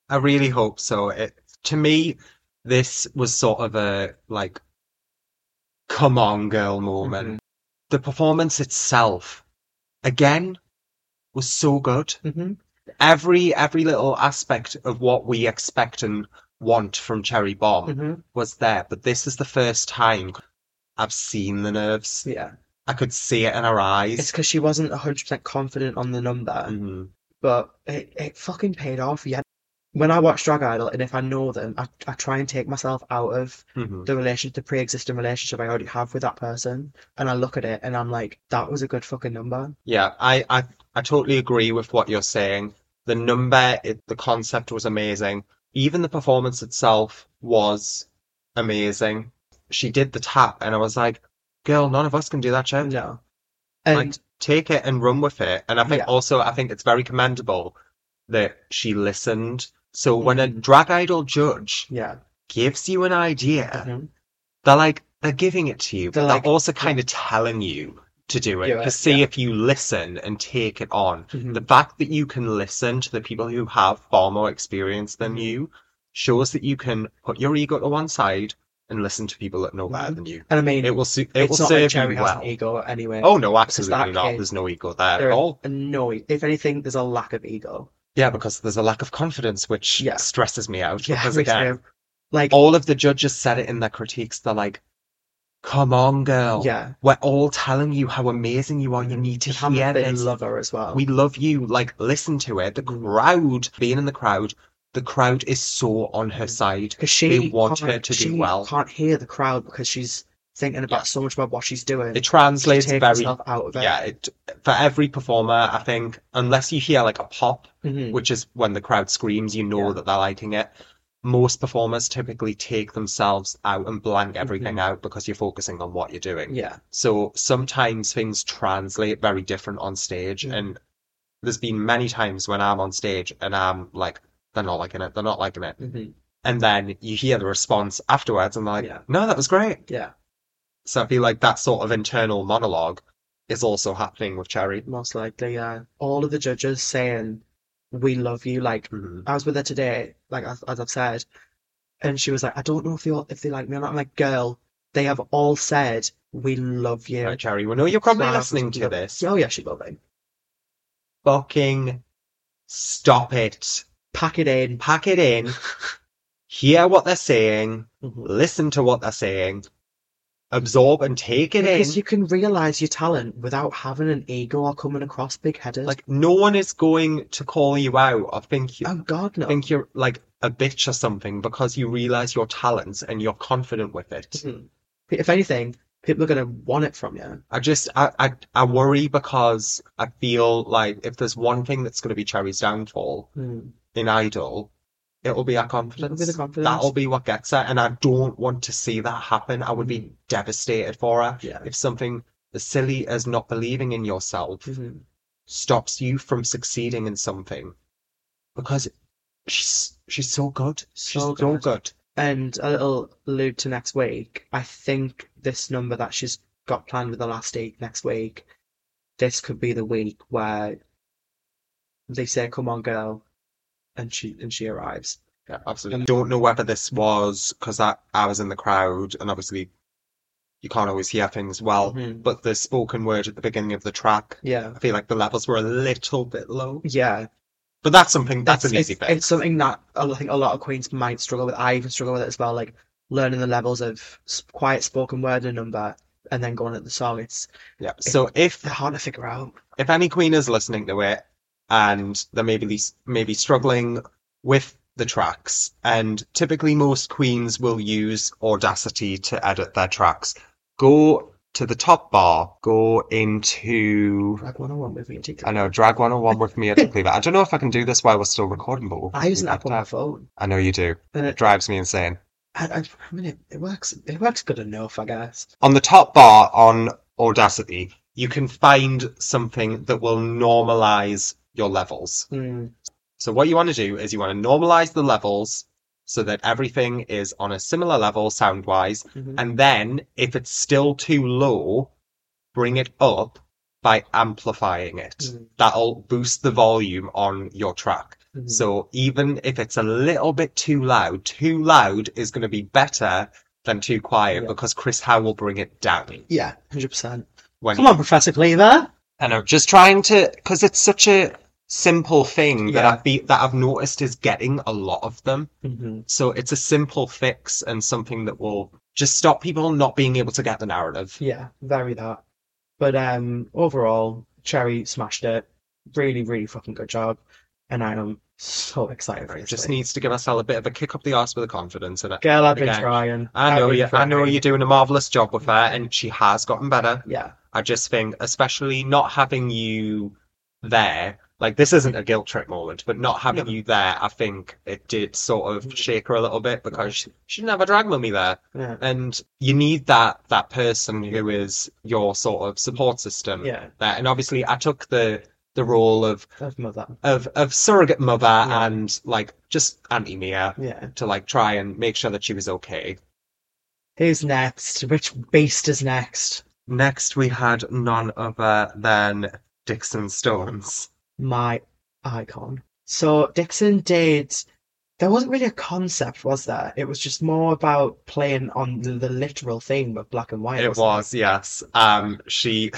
[SPEAKER 1] I really hope so. It, to me, this was sort of a like, come on, girl moment.
[SPEAKER 2] Mm-hmm.
[SPEAKER 1] The performance itself, again, was so good.
[SPEAKER 2] hmm
[SPEAKER 1] Every every little aspect of what we expect and want from Cherry Bomb
[SPEAKER 2] hmm
[SPEAKER 1] was there, but this is the first time I've seen the nerves.
[SPEAKER 2] Yeah,
[SPEAKER 1] I could see it in her
[SPEAKER 2] it's
[SPEAKER 1] eyes.
[SPEAKER 2] because she wasn't hundred percent confident on the number.
[SPEAKER 1] Mhm.
[SPEAKER 2] but it, it fucking paid off. Yeah. When I watch Drag Idol, and if I know them, I, I try and take myself out of
[SPEAKER 1] Mhm.
[SPEAKER 2] the relation, the pre-existing relationship I already have with that person, and I look at it and I'm like, that was a good fucking number.
[SPEAKER 1] Yeah, I, I I totally agree with what you're saying. The number, it, the concept was amazing. Even the performance itself was amazing. She did the tap, and I was like, "Girl, none of us can do that shit.
[SPEAKER 2] No,
[SPEAKER 1] Like,
[SPEAKER 2] uh, and
[SPEAKER 1] take it and run with it." And I think
[SPEAKER 2] Yeah.
[SPEAKER 1] also, I think it's very commendable that she listened. So when a
[SPEAKER 2] Mhm.
[SPEAKER 1] drag idol judge
[SPEAKER 2] yeah,
[SPEAKER 1] gives you an idea,
[SPEAKER 2] mhm,
[SPEAKER 1] they're like they're giving it to you, but
[SPEAKER 2] They're
[SPEAKER 1] they're
[SPEAKER 2] like-
[SPEAKER 1] also kind of telling you to do it
[SPEAKER 2] Do it,
[SPEAKER 1] to see
[SPEAKER 2] yeah.
[SPEAKER 1] if you listen and take it on.
[SPEAKER 2] mhm.
[SPEAKER 1] The fact that you can listen to the people who have far more experience
[SPEAKER 2] Hmm.
[SPEAKER 1] than you shows that you can put your ego to one side and listen to people that know better
[SPEAKER 2] Mhm.
[SPEAKER 1] than you.
[SPEAKER 2] and I mean,
[SPEAKER 1] It will suit. It will
[SPEAKER 2] it's not like
[SPEAKER 1] serve
[SPEAKER 2] Cherry
[SPEAKER 1] you
[SPEAKER 2] has an
[SPEAKER 1] well.
[SPEAKER 2] ego anyway.
[SPEAKER 1] Oh no,
[SPEAKER 2] that
[SPEAKER 1] absolutely not.
[SPEAKER 2] kid-
[SPEAKER 1] There's no ego there
[SPEAKER 2] there
[SPEAKER 1] at all.
[SPEAKER 2] is no, if anything, there's a lack of ego.
[SPEAKER 1] Yeah, because there's a lack of confidence, which
[SPEAKER 2] Yeah.
[SPEAKER 1] stresses me out.
[SPEAKER 2] Yeah,
[SPEAKER 1] because
[SPEAKER 2] me
[SPEAKER 1] again, oh,
[SPEAKER 2] too. Like,
[SPEAKER 1] all of the judges said it in their critiques. They're like, "Come on, girl."
[SPEAKER 2] yeah,
[SPEAKER 1] We're all telling you how amazing you are. You need to
[SPEAKER 2] and how much
[SPEAKER 1] hear
[SPEAKER 2] they
[SPEAKER 1] this.
[SPEAKER 2] love her as well.
[SPEAKER 1] we love you. Like, listen to it. The crowd, being in the crowd, the crowd is so on
[SPEAKER 2] Mm.
[SPEAKER 1] her side.
[SPEAKER 2] because she
[SPEAKER 1] They want her
[SPEAKER 2] can't-
[SPEAKER 1] to do
[SPEAKER 2] she
[SPEAKER 1] well.
[SPEAKER 2] Can't hear the crowd because she's thinking about
[SPEAKER 1] Yeah.
[SPEAKER 2] so much about what she's doing.
[SPEAKER 1] It
[SPEAKER 2] She
[SPEAKER 1] translates
[SPEAKER 2] takes
[SPEAKER 1] very,
[SPEAKER 2] herself out of it.
[SPEAKER 1] yeah. It, for every performer, I think, unless you hear like a pop,
[SPEAKER 2] Mhm.
[SPEAKER 1] which is when the crowd screams, you know
[SPEAKER 2] Yeah.
[SPEAKER 1] that they're liking it. Most performers typically take themselves out and blank everything out because you're focusing on what you're doing.
[SPEAKER 2] Mm-hmm. Yeah,
[SPEAKER 1] So sometimes things translate very different on stage,
[SPEAKER 2] Mhm.
[SPEAKER 1] and there's been many times when I'm on stage and I'm like, they're not liking it, they're not liking it.
[SPEAKER 2] Mhm.
[SPEAKER 1] And then you hear the response afterwards, and like,
[SPEAKER 2] Yeah.
[SPEAKER 1] no, that was great.
[SPEAKER 2] yeah,
[SPEAKER 1] So I feel like that sort of internal monologue is also happening with Cherry.
[SPEAKER 2] most likely. Yeah, all of the judges saying, "We love you." Like
[SPEAKER 1] Mhm.
[SPEAKER 2] I was with her today, like as, as I've said, and she was like, "I don't know if they all- if they like me or not." I'm like, "Girl, they have all said we love you."
[SPEAKER 1] Right, Cherry, we know you're probably
[SPEAKER 2] Crowd
[SPEAKER 1] listening to
[SPEAKER 2] love-
[SPEAKER 1] this.
[SPEAKER 2] Oh yeah, she will be.
[SPEAKER 1] Fucking stop it.
[SPEAKER 2] Pack it in.
[SPEAKER 1] Pack it in. Hear what they're saying.
[SPEAKER 2] Mhm.
[SPEAKER 1] Listen to what they're saying. Absorb and take it in.
[SPEAKER 2] Because you can realize your talent without having an ego or coming across big headed.
[SPEAKER 1] Like no one is going to call you out or think you
[SPEAKER 2] oh God, no.
[SPEAKER 1] think you're like a bitch or something because you realize your talents and you're confident with it.
[SPEAKER 2] Mhm. If anything, people are gonna want it from you.
[SPEAKER 1] I just I, I I worry because I feel like if there's one thing that's going to be Cherry's downfall in Idol, it'll be our confidence.
[SPEAKER 2] It'll be the confidence.
[SPEAKER 1] That'll be what gets her, and I don't want to see that happen. I would be devastated for her
[SPEAKER 2] Mm-hmm. Yeah.
[SPEAKER 1] if something as silly as not believing in yourself
[SPEAKER 2] Mhm.
[SPEAKER 1] stops you from succeeding in something because she's she's so good. She's so
[SPEAKER 2] So good.
[SPEAKER 1] good.
[SPEAKER 2] And a little allude to next week. I think this number that she's got planned with the last eight next week, this could be the week where they say, "Come on, girl," and she and she arrives.
[SPEAKER 1] Yeah, absolutely. Don't know whether this was because I, I was in the crowd and obviously you can't always hear things well,
[SPEAKER 2] Mhm.
[SPEAKER 1] but the spoken word at the beginning of the track,
[SPEAKER 2] Yeah,
[SPEAKER 1] I feel like the levels were a little bit low.
[SPEAKER 2] yeah.
[SPEAKER 1] But that's something that's, an
[SPEAKER 2] it's,
[SPEAKER 1] easy
[SPEAKER 2] it's,
[SPEAKER 1] fix.
[SPEAKER 2] it's something that I think a lot of queens might struggle with. I even struggle with it as well. Like learning the levels of s- quiet spoken word and number, and then going at the song. It's
[SPEAKER 1] Yeah. So if
[SPEAKER 2] they're hard to figure out.
[SPEAKER 1] if any queen is listening to it and they're maybe maybe struggling with the tracks. And typically, most queens will use Audacity to edit their tracks. Go to the top bar. Go into
[SPEAKER 2] Drag 101 with me and take
[SPEAKER 1] I know Drag 101 with me at the Cleaver. I don't know if I can do this while we're still recording, but we'll
[SPEAKER 2] I use an
[SPEAKER 1] we'll
[SPEAKER 2] app on
[SPEAKER 1] have
[SPEAKER 2] my
[SPEAKER 1] to.
[SPEAKER 2] phone.
[SPEAKER 1] I know you do.
[SPEAKER 2] And
[SPEAKER 1] It
[SPEAKER 2] it,
[SPEAKER 1] drives me insane.
[SPEAKER 2] I, I, I mean, it, it works. It works good enough, I guess.
[SPEAKER 1] On the top bar on Audacity, you can find something that will normalize your levels.
[SPEAKER 2] Hmm.
[SPEAKER 1] So what you want to do is you want to normalize the levels so that everything is on a similar level sound wise.
[SPEAKER 2] Mhm.
[SPEAKER 1] And then if it's still too low, bring it up by amplifying it.
[SPEAKER 2] Mhm.
[SPEAKER 1] That'll boost the volume on your track.
[SPEAKER 2] Mhm.
[SPEAKER 1] So even if it's a little bit too loud, too loud is going to be better than too quiet
[SPEAKER 2] Yeah.
[SPEAKER 1] because Chris Howe will bring it down.
[SPEAKER 2] yeah, hundred percent.
[SPEAKER 1] When
[SPEAKER 2] Come on, Professor Cleaver.
[SPEAKER 1] and I'm just trying to, because it's such a simple thing that
[SPEAKER 2] Yeah.
[SPEAKER 1] I've be, that I've noticed is getting a lot of them.
[SPEAKER 2] Mm-hmm.
[SPEAKER 1] So it's a simple fix and something that will just stop people not being able to get the narrative.
[SPEAKER 2] Yeah, very that. But um, overall, Cherry smashed it. Really, really fucking good job. And I am so excited for
[SPEAKER 1] It
[SPEAKER 2] this.
[SPEAKER 1] just
[SPEAKER 2] thing.
[SPEAKER 1] needs to give ourselves a bit of a kick up the arse with the confidence in it.
[SPEAKER 2] Girl, I've been
[SPEAKER 1] Okay.
[SPEAKER 2] trying.
[SPEAKER 1] I
[SPEAKER 2] I've
[SPEAKER 1] know
[SPEAKER 2] been
[SPEAKER 1] you. I know
[SPEAKER 2] trying.
[SPEAKER 1] you're doing a marvelous job with her, and she has gotten better.
[SPEAKER 2] Yeah,
[SPEAKER 1] I just think, especially not having you there, like this isn't a guilt trip moment, but not having
[SPEAKER 2] No.
[SPEAKER 1] you there, I think it did sort of
[SPEAKER 2] Mhm.
[SPEAKER 1] shake her a little bit because she, she didn't have a drag mummy there,
[SPEAKER 2] yeah,
[SPEAKER 1] and you need that that person who is your sort of support system
[SPEAKER 2] yeah.
[SPEAKER 1] there. And obviously, I took the the role of
[SPEAKER 2] I've mother.
[SPEAKER 1] of of surrogate mother
[SPEAKER 2] Yeah.
[SPEAKER 1] and like just Auntie Mia
[SPEAKER 2] Yeah.
[SPEAKER 1] to like try and make sure that she was okay.
[SPEAKER 2] Who's next? Which beast is next?
[SPEAKER 1] Next, we had none other than Dixon Stones.
[SPEAKER 2] My icon. So Dixon did. There wasn't really a concept, was there? It was just more about playing on the, the literal thing with black and white.
[SPEAKER 1] It
[SPEAKER 2] wasn't
[SPEAKER 1] was, yes. Um, she,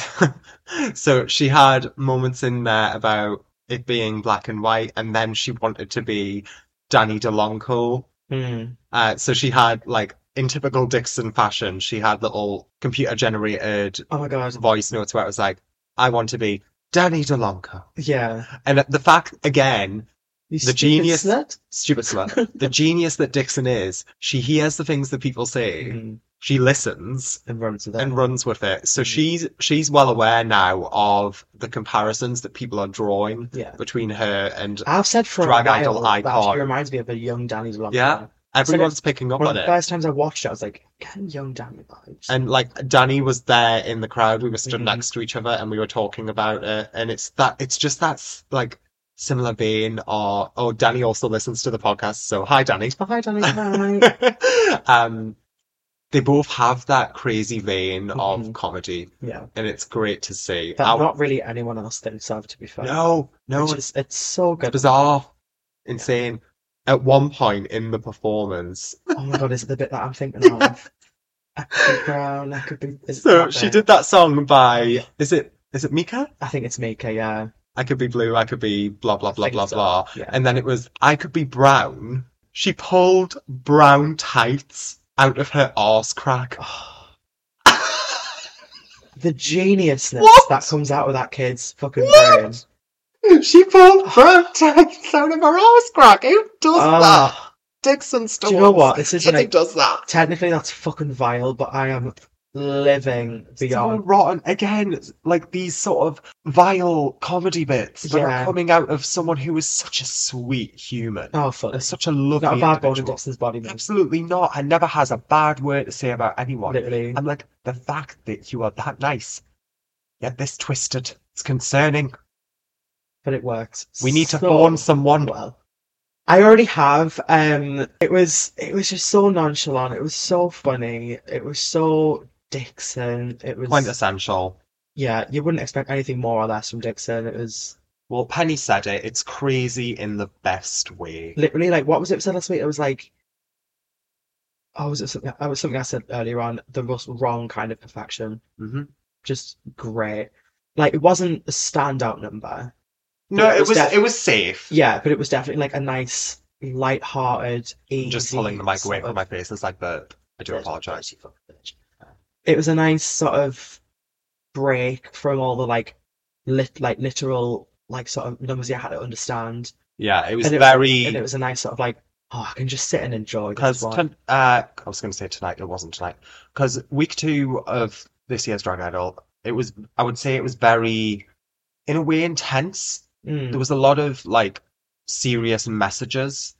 [SPEAKER 1] so she had moments in there about it being black and white, and then she wanted to be Danny DeLonco.
[SPEAKER 2] Mm.
[SPEAKER 1] Uh, so she had like in typical Dixon fashion, she had little computer generated
[SPEAKER 2] Oh my god.
[SPEAKER 1] voice notes where it was like, "I want to be Danny DeLonco,"
[SPEAKER 2] Yeah.
[SPEAKER 1] and the fact again,
[SPEAKER 2] You
[SPEAKER 1] The
[SPEAKER 2] stupid
[SPEAKER 1] genius-
[SPEAKER 2] slut.
[SPEAKER 1] stupid slut, the genius that Dixon is, she hears the things that people say,
[SPEAKER 2] Mhm.
[SPEAKER 1] she listens.
[SPEAKER 2] And runs with it.
[SPEAKER 1] and runs with it. So
[SPEAKER 2] Mhm.
[SPEAKER 1] she's she's well aware now of the comparisons that people are drawing
[SPEAKER 2] yeah.
[SPEAKER 1] between her and
[SPEAKER 2] I've said for
[SPEAKER 1] Drag
[SPEAKER 2] a while
[SPEAKER 1] idol
[SPEAKER 2] that
[SPEAKER 1] icon.
[SPEAKER 2] she reminds me of a young Danny DeLonge.
[SPEAKER 1] Yeah, everyone's picking up
[SPEAKER 2] One of
[SPEAKER 1] on
[SPEAKER 2] the
[SPEAKER 1] it.
[SPEAKER 2] first times I watched it, I was like, "Can young Danny vibes?"
[SPEAKER 1] And like Danny was there in the crowd. We were stood
[SPEAKER 2] Mhm.
[SPEAKER 1] next to each other and we were talking about it. And it's that it's just that s- like similar vein or oh Danny also listens to the podcast. So hi Danny.
[SPEAKER 2] oh, hi, Danny. Hi.
[SPEAKER 1] um they both have that crazy vein of
[SPEAKER 2] Mhm.
[SPEAKER 1] comedy
[SPEAKER 2] yeah,
[SPEAKER 1] and it's great to see.
[SPEAKER 2] that
[SPEAKER 1] I'll-
[SPEAKER 2] not really anyone else thinks of, to be fair.
[SPEAKER 1] no, no,
[SPEAKER 2] Which is- it's so
[SPEAKER 1] It's
[SPEAKER 2] good.
[SPEAKER 1] bizarre, insane. At one point in the performance,
[SPEAKER 2] Oh my god, is it the bit that I'm thinking of? I could be brown. I could be. Is it
[SPEAKER 1] so
[SPEAKER 2] that
[SPEAKER 1] she
[SPEAKER 2] bit?
[SPEAKER 1] did that song by is it is it Mika?
[SPEAKER 2] I think it's Mika. Yeah.
[SPEAKER 1] I could be blue, I could be blah blah
[SPEAKER 2] I
[SPEAKER 1] blah
[SPEAKER 2] think
[SPEAKER 1] blah
[SPEAKER 2] so,
[SPEAKER 1] blah,
[SPEAKER 2] Yeah.
[SPEAKER 1] and then it was I could be brown. She pulled brown tights out of her arse crack.
[SPEAKER 2] the geniusness
[SPEAKER 1] What?
[SPEAKER 2] that comes out of that kid's fucking
[SPEAKER 1] What?
[SPEAKER 2] brain.
[SPEAKER 1] she pulled brown tights out of her arse crack. Who does that?
[SPEAKER 2] Ah,
[SPEAKER 1] Dixon
[SPEAKER 2] do
[SPEAKER 1] Stones.
[SPEAKER 2] you know what? This is
[SPEAKER 1] Who
[SPEAKER 2] like
[SPEAKER 1] does that?
[SPEAKER 2] technically that's fucking vile, but I am living
[SPEAKER 1] so
[SPEAKER 2] beyond.
[SPEAKER 1] rotten again like these sort of vile comedy bits that are
[SPEAKER 2] Yeah.
[SPEAKER 1] coming out of someone who is such a sweet human
[SPEAKER 2] Oh, fuck.
[SPEAKER 1] and such a lovely
[SPEAKER 2] Not a bad bone in
[SPEAKER 1] individual.
[SPEAKER 2] Dixon's body, man.
[SPEAKER 1] absolutely not and never has a bad word to say about anyone
[SPEAKER 2] Literally.
[SPEAKER 1] i'm like the fact that you are that nice yet this twisted it's concerning
[SPEAKER 2] But it works.
[SPEAKER 1] we need to
[SPEAKER 2] so
[SPEAKER 1] warn someone
[SPEAKER 2] well. I already have. Um, it was it was just so nonchalant. It was so funny. It was so Dixon. It was
[SPEAKER 1] quintessential
[SPEAKER 2] yeah. You wouldn't expect anything more or less from Dixon. It was
[SPEAKER 1] well penny said it it's crazy in the best way
[SPEAKER 2] literally like what was it we said last week? It was like oh, was it something? I was something I said earlier on. The Russ wrong kind of perfection.
[SPEAKER 1] hmm
[SPEAKER 2] Just great. Like it wasn't a standout number.
[SPEAKER 1] no
[SPEAKER 2] it
[SPEAKER 1] it
[SPEAKER 2] was
[SPEAKER 1] was
[SPEAKER 2] def-
[SPEAKER 1] it was safe
[SPEAKER 2] Yeah, but it was definitely like a nice, light-hearted, easy.
[SPEAKER 1] just pulling the mic away
[SPEAKER 2] sort
[SPEAKER 1] from
[SPEAKER 2] of-
[SPEAKER 1] my face is like the i do apologize
[SPEAKER 2] It was a nice sort of break from all the like lit like literal like sort of numbers you had to understand.
[SPEAKER 1] Yeah, it was
[SPEAKER 2] and it
[SPEAKER 1] very.
[SPEAKER 2] and it was a nice sort of like, oh, I can just sit and enjoy this
[SPEAKER 1] Because
[SPEAKER 2] one.
[SPEAKER 1] ton- uh, I was going to say tonight, it wasn't tonight. Because week two of this year's Dragon Idol, it was. I would say it was very, in a way, intense.
[SPEAKER 2] Mm.
[SPEAKER 1] There was a lot of like serious messages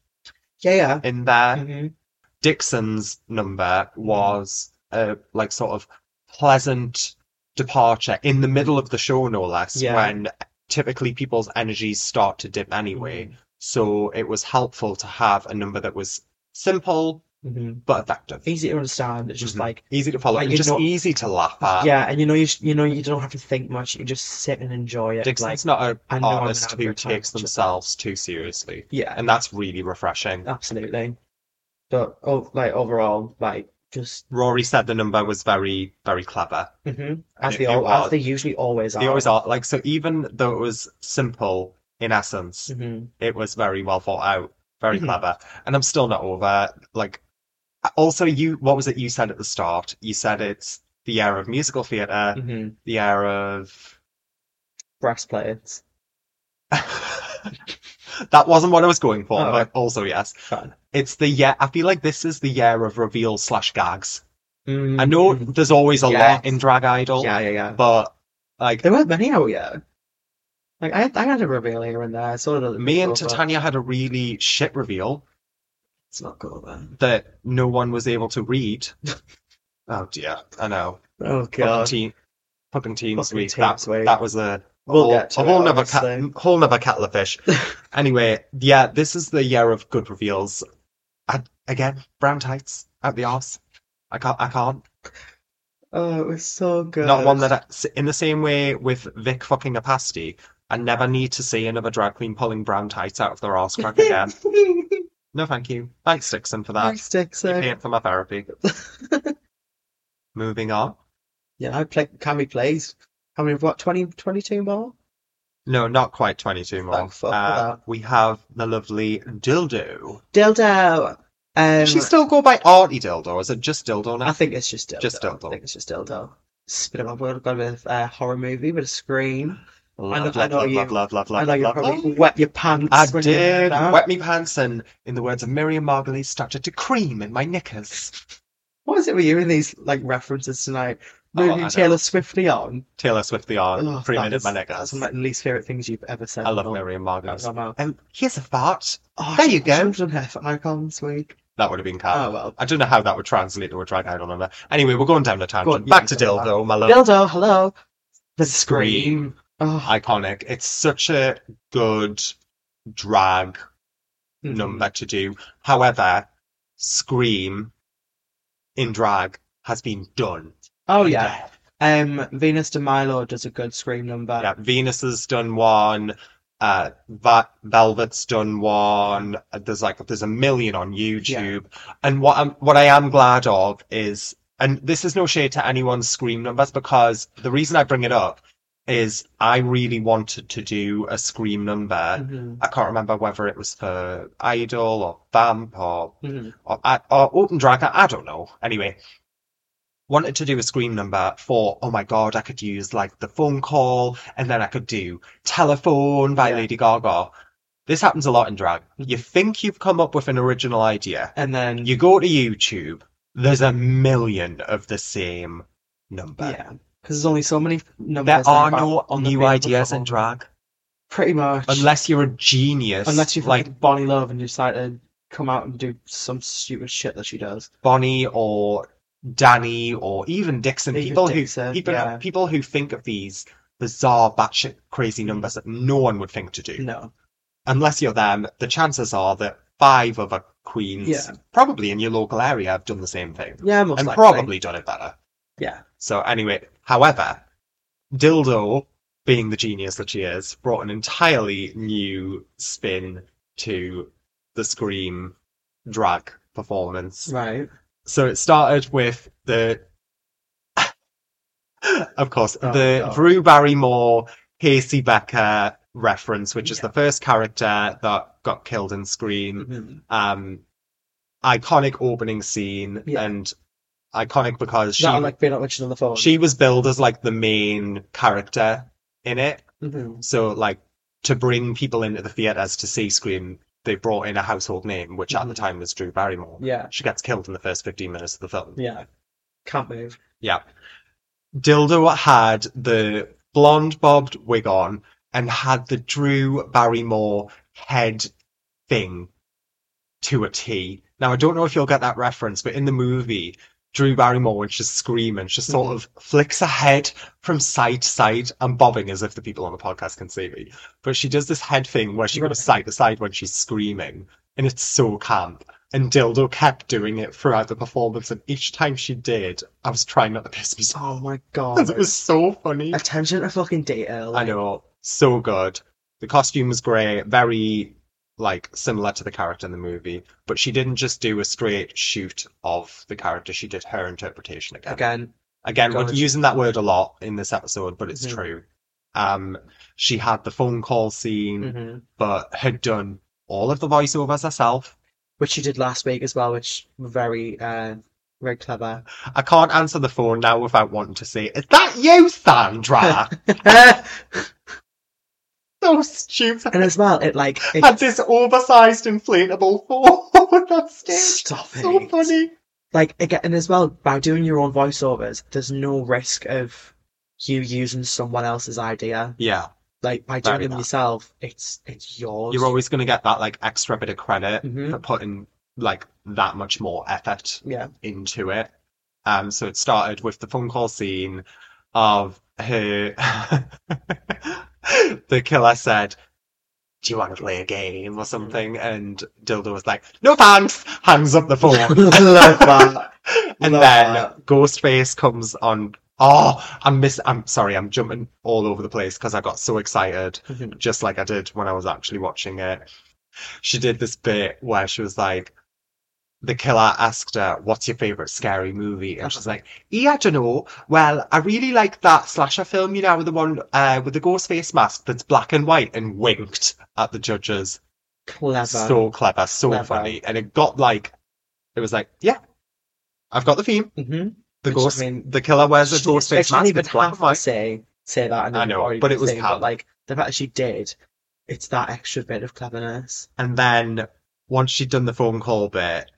[SPEAKER 2] Yeah, yeah.
[SPEAKER 1] in there.
[SPEAKER 2] Mhm.
[SPEAKER 1] Dixon's number
[SPEAKER 2] Mm-hmm.
[SPEAKER 1] was a like sort of pleasant departure in the middle of the show, no less,
[SPEAKER 2] Yeah.
[SPEAKER 1] when typically people's energies start to dip anyway. So it was helpful to have a number that was simple
[SPEAKER 2] Mhm.
[SPEAKER 1] but effective.
[SPEAKER 2] Easy to understand. It's just
[SPEAKER 1] Mhm.
[SPEAKER 2] like,
[SPEAKER 1] Easy to follow
[SPEAKER 2] Like,
[SPEAKER 1] and
[SPEAKER 2] you
[SPEAKER 1] just
[SPEAKER 2] know-
[SPEAKER 1] easy to laugh at.
[SPEAKER 2] yeah, and you know, you sh- you know, you don't have to think much. You can just sit and enjoy it. Like,
[SPEAKER 1] Dixon's not
[SPEAKER 2] I
[SPEAKER 1] an
[SPEAKER 2] know I'm an
[SPEAKER 1] artist who
[SPEAKER 2] advertiser.
[SPEAKER 1] takes themselves too seriously.
[SPEAKER 2] yeah,
[SPEAKER 1] And that's really refreshing.
[SPEAKER 2] absolutely. But oh, like overall, like just
[SPEAKER 1] Rory said the number was very, very clever.
[SPEAKER 2] mhm, as
[SPEAKER 1] It-
[SPEAKER 2] they
[SPEAKER 1] it
[SPEAKER 2] all, as
[SPEAKER 1] was.
[SPEAKER 2] they usually always are.
[SPEAKER 1] They always are like so even though it was simple in essence,
[SPEAKER 2] Mhm.
[SPEAKER 1] it was very well thought out, very
[SPEAKER 2] Mhm.
[SPEAKER 1] clever. And I'm still not over like also you what was it you said at the start? You said it's the era of musical theatre,
[SPEAKER 2] Mhm.
[SPEAKER 1] the era of
[SPEAKER 2] Brass plates.
[SPEAKER 1] That wasn't what I was going for,
[SPEAKER 2] Oh,
[SPEAKER 1] but also yes.
[SPEAKER 2] Fine.
[SPEAKER 1] It's the year I feel like this is the year of reveal slash gags. I
[SPEAKER 2] Mm,
[SPEAKER 1] know
[SPEAKER 2] mhm.
[SPEAKER 1] there's always a lot
[SPEAKER 2] Yes.
[SPEAKER 1] in Drag Idol,
[SPEAKER 2] Yeah, yeah, yeah.
[SPEAKER 1] but like
[SPEAKER 2] There weren't many out yet. Like I, I had a reveal here and there. I saw another.
[SPEAKER 1] me and
[SPEAKER 2] before, but
[SPEAKER 1] Titania had a really shit reveal.
[SPEAKER 2] It's not good, man.
[SPEAKER 1] that no one was able to read. oh dear, I know.
[SPEAKER 2] Oh
[SPEAKER 1] Fucking,
[SPEAKER 2] god.
[SPEAKER 1] teen, fucking teens
[SPEAKER 2] Fucking
[SPEAKER 1] week.
[SPEAKER 2] teens
[SPEAKER 1] that,
[SPEAKER 2] week.
[SPEAKER 1] that was a
[SPEAKER 2] We'll
[SPEAKER 1] whole,
[SPEAKER 2] get to
[SPEAKER 1] a
[SPEAKER 2] it,
[SPEAKER 1] whole nother
[SPEAKER 2] honestly.
[SPEAKER 1] cat, whole nother kettle of fish. anyway, yeah, this is the year of good reveals. I, again, brown tights out the arse. I can't. I can't.
[SPEAKER 2] Oh, it was so good.
[SPEAKER 1] Not one that. I, in the same way with Vic fucking a pasty. I never need to see another drag queen pulling brown tights out of their arse crack again. no, thank you. Thanks, Dixon, for that.
[SPEAKER 2] Thanks, Dixon.
[SPEAKER 1] You paid for my therapy. Moving on.
[SPEAKER 2] Yeah, I play. Can we plays? How many? What? 20, 22 more?
[SPEAKER 1] No, not quite 22 more.
[SPEAKER 2] Thank fuck for
[SPEAKER 1] Uh, we have the lovely Dildo.
[SPEAKER 2] Dildo. Um,
[SPEAKER 1] Does she still go by Artie Dildo? or Is it just Dildo now?
[SPEAKER 2] I think it's just dildo.
[SPEAKER 1] Just dildo.
[SPEAKER 2] I think it's just dildo. Spin of my world, got a bit of uh, horror movie with a scream.
[SPEAKER 1] Love,
[SPEAKER 2] I know- I
[SPEAKER 1] love,
[SPEAKER 2] know
[SPEAKER 1] love,
[SPEAKER 2] you-
[SPEAKER 1] love, love, love,
[SPEAKER 2] I know
[SPEAKER 1] love,
[SPEAKER 2] you
[SPEAKER 1] love,
[SPEAKER 2] probably
[SPEAKER 1] love.
[SPEAKER 2] wet your pants.
[SPEAKER 1] I
[SPEAKER 2] when you heard
[SPEAKER 1] did.
[SPEAKER 2] that.
[SPEAKER 1] Wet me pants and, in the words of Miriam Margolyes, started to cream in my knickers.
[SPEAKER 2] What is it with you in these like references tonight?
[SPEAKER 1] Oh, I
[SPEAKER 2] Moving
[SPEAKER 1] know.
[SPEAKER 2] Taylor Swiftly on.
[SPEAKER 1] Taylor Swift the arm,
[SPEAKER 2] Ugh,
[SPEAKER 1] cream
[SPEAKER 2] Oh, that
[SPEAKER 1] in
[SPEAKER 2] is- Oh,
[SPEAKER 1] my
[SPEAKER 2] That's
[SPEAKER 1] knickers.
[SPEAKER 2] one of my least favorite things you've ever said.
[SPEAKER 1] I love
[SPEAKER 2] Miriam.
[SPEAKER 1] Miriam
[SPEAKER 2] That's
[SPEAKER 1] Margolyes.
[SPEAKER 2] on my-
[SPEAKER 1] Um, here's a fart.
[SPEAKER 2] Oh,
[SPEAKER 1] There you go. Ah.
[SPEAKER 2] Children have icons week.
[SPEAKER 1] That would have been
[SPEAKER 2] Oh
[SPEAKER 1] Cat.
[SPEAKER 2] well.
[SPEAKER 1] I don't know how that would translate to a drag idol number. Anyway, we're going down the tangent.
[SPEAKER 2] Go on, yeah,
[SPEAKER 1] Back to
[SPEAKER 2] go on.
[SPEAKER 1] Dildo, my love.
[SPEAKER 2] Dildo, hello. The scream. Oh,
[SPEAKER 1] iconic. It's such a good drag
[SPEAKER 2] mhm.
[SPEAKER 1] number to do. However, Scream in drag has been done.
[SPEAKER 2] Oh yeah. Um, Venus de Milo does a good scream number.
[SPEAKER 1] uh, Yeah, Venus has done one. Uh, Va- Velvet's done one. Uh, There's like there's a million on YouTube. And what I'm what I am glad of is, and this is no shade to anyone's Scream numbers because the reason I bring it up is I really wanted to do a Scream number.
[SPEAKER 2] Mhm,
[SPEAKER 1] I can't remember whether it was for Idol or Vamp or
[SPEAKER 2] mhm.
[SPEAKER 1] or, or Open Drag. I, I don't know. Anyway, wanted to do a scream number for. Oh my god, I could use like the phone call, and then I could do Telephone by
[SPEAKER 2] Yeah.
[SPEAKER 1] Lady Gaga. This happens a lot in drag. You think you've come up with an original idea.
[SPEAKER 2] And then
[SPEAKER 1] You go to YouTube. There's a million of the same number.
[SPEAKER 2] Yeah, because there's only so many numbers.
[SPEAKER 1] There
[SPEAKER 2] that
[SPEAKER 1] are
[SPEAKER 2] back
[SPEAKER 1] no
[SPEAKER 2] on the
[SPEAKER 1] new
[SPEAKER 2] paper
[SPEAKER 1] ideas
[SPEAKER 2] for-
[SPEAKER 1] in drag
[SPEAKER 2] Pretty much,
[SPEAKER 1] unless you're a genius.
[SPEAKER 2] unless you've
[SPEAKER 1] like
[SPEAKER 2] like Bonnie Love and decide to come out and do some stupid shit that she does.
[SPEAKER 1] Bonnie or Danny or even Dixon,
[SPEAKER 2] Even
[SPEAKER 1] people
[SPEAKER 2] Dixon,
[SPEAKER 1] who people,
[SPEAKER 2] yeah.
[SPEAKER 1] people who think of these bizarre batshit crazy numbers that no one would think to do.
[SPEAKER 2] Hmm. No,
[SPEAKER 1] Unless you're them, the chances are that five other queens
[SPEAKER 2] Yeah.
[SPEAKER 1] probably in your local area have done the same thing.
[SPEAKER 2] yeah, most
[SPEAKER 1] and
[SPEAKER 2] likely.
[SPEAKER 1] probably done it better.
[SPEAKER 2] yeah.
[SPEAKER 1] So anyway, however, Dildo, being the genius that she is, brought an entirely new spin to the Scream drag performance.
[SPEAKER 2] Right.
[SPEAKER 1] So it started with the, of course,
[SPEAKER 2] Oh,
[SPEAKER 1] the
[SPEAKER 2] God.
[SPEAKER 1] Drew Barrymore, Casey Becker reference, which is
[SPEAKER 2] Yeah.
[SPEAKER 1] the first character that got killed in Scream.
[SPEAKER 2] Mhm.
[SPEAKER 1] Um, iconic opening scene
[SPEAKER 2] Yeah.
[SPEAKER 1] and iconic because she
[SPEAKER 2] That and, like being on the phone.
[SPEAKER 1] she was billed as like the main character in it.
[SPEAKER 2] Mhm.
[SPEAKER 1] So like to bring people into the theatres to see Scream, they brought in a household name, which at the time was Drew Barrymore.
[SPEAKER 2] Mm-hmm. Yeah.
[SPEAKER 1] She gets killed in the first 15 minutes of the film.
[SPEAKER 2] Yeah. Can't move.
[SPEAKER 1] Yeah. Dildo had the blonde bobbed wig on and had the Drew Barrymore head thing to a T. Now, I don't know if you'll get that reference, but in the movie, Drew Barrymore, when she's screaming, she sort of flicks her head from side to side. I'm bobbing as if the people on the podcast can see me. But she does this head thing where she goes side to side when she's screaming, and it's so camp. And Dildo kept doing it throughout the performance, and each time she did, I was trying not to piss myself
[SPEAKER 2] Oh my
[SPEAKER 1] because
[SPEAKER 2] god.
[SPEAKER 1] it was so funny.
[SPEAKER 2] Attention to fucking detail.
[SPEAKER 1] I
[SPEAKER 2] like-
[SPEAKER 1] know, so good. The costume was great, very like similar to the character in the movie, but she didn't just do a straight shoot of the character. She did her interpretation again.
[SPEAKER 2] Again.
[SPEAKER 1] Again, we're
[SPEAKER 2] God.
[SPEAKER 1] using that word a lot in this episode, but it's
[SPEAKER 2] Mhm.
[SPEAKER 1] true. Um, she had the phone call scene,
[SPEAKER 2] hmm
[SPEAKER 1] but had done all of the voiceovers herself.
[SPEAKER 2] Which she did last week as well, which were very, uh, very clever.
[SPEAKER 1] I can't answer the phone now without wanting to say, "Is that you, Sandra?" so stupid.
[SPEAKER 2] and as well, it like it,
[SPEAKER 1] had this oversized inflatable phone on stage.
[SPEAKER 2] stop it.
[SPEAKER 1] So funny.
[SPEAKER 2] Like again, and as well by doing your own voiceovers, there's no risk of you using someone else's idea.
[SPEAKER 1] Yeah,
[SPEAKER 2] Like by
[SPEAKER 1] Very
[SPEAKER 2] doing them
[SPEAKER 1] bad.
[SPEAKER 2] yourself, it's it's yours.
[SPEAKER 1] you're always going to get that like extra bit of credit
[SPEAKER 2] Mhm.
[SPEAKER 1] for putting like that much more effort
[SPEAKER 2] yeah.
[SPEAKER 1] into it. Um, so it started with the phone call scene of her. the killer said, "Do you want to play a game or something?"
[SPEAKER 2] Mm-hmm.
[SPEAKER 1] And Dildo was like, "No thanks," hangs up the phone.
[SPEAKER 2] Love that.
[SPEAKER 1] and then
[SPEAKER 2] Love that.
[SPEAKER 1] Ghostface comes on. Oh, I'm miss. I'm sorry. I'm jumping all over the place because I got so excited,
[SPEAKER 2] Mhm.
[SPEAKER 1] just like I did when I was actually watching it. She did this bit where she was like, the killer asked her, "What's your favorite scary movie?" And she's like, "Yeah, I don't know. Well, I really like that slasher film, you know, with the one uh, with the ghost face mask that's black and white," and winked at the judges.
[SPEAKER 2] Clever.
[SPEAKER 1] So clever, so
[SPEAKER 2] Clever.
[SPEAKER 1] funny, and it got like, it was like, yeah, I've got the theme.
[SPEAKER 2] hmm
[SPEAKER 1] The
[SPEAKER 2] Which, I
[SPEAKER 1] ghost,
[SPEAKER 2] mean,
[SPEAKER 1] the killer wears a
[SPEAKER 2] She-
[SPEAKER 1] ghost
[SPEAKER 2] she
[SPEAKER 1] face
[SPEAKER 2] didn't
[SPEAKER 1] mask.
[SPEAKER 2] even
[SPEAKER 1] It's black
[SPEAKER 2] have
[SPEAKER 1] and
[SPEAKER 2] to
[SPEAKER 1] white.
[SPEAKER 2] say say that. And
[SPEAKER 1] I
[SPEAKER 2] then
[SPEAKER 1] know,
[SPEAKER 2] already
[SPEAKER 1] but it was
[SPEAKER 2] saying,
[SPEAKER 1] camp.
[SPEAKER 2] But like the fact that she did, it's that extra bit of cleverness.
[SPEAKER 1] And then once she'd done the phone call bit,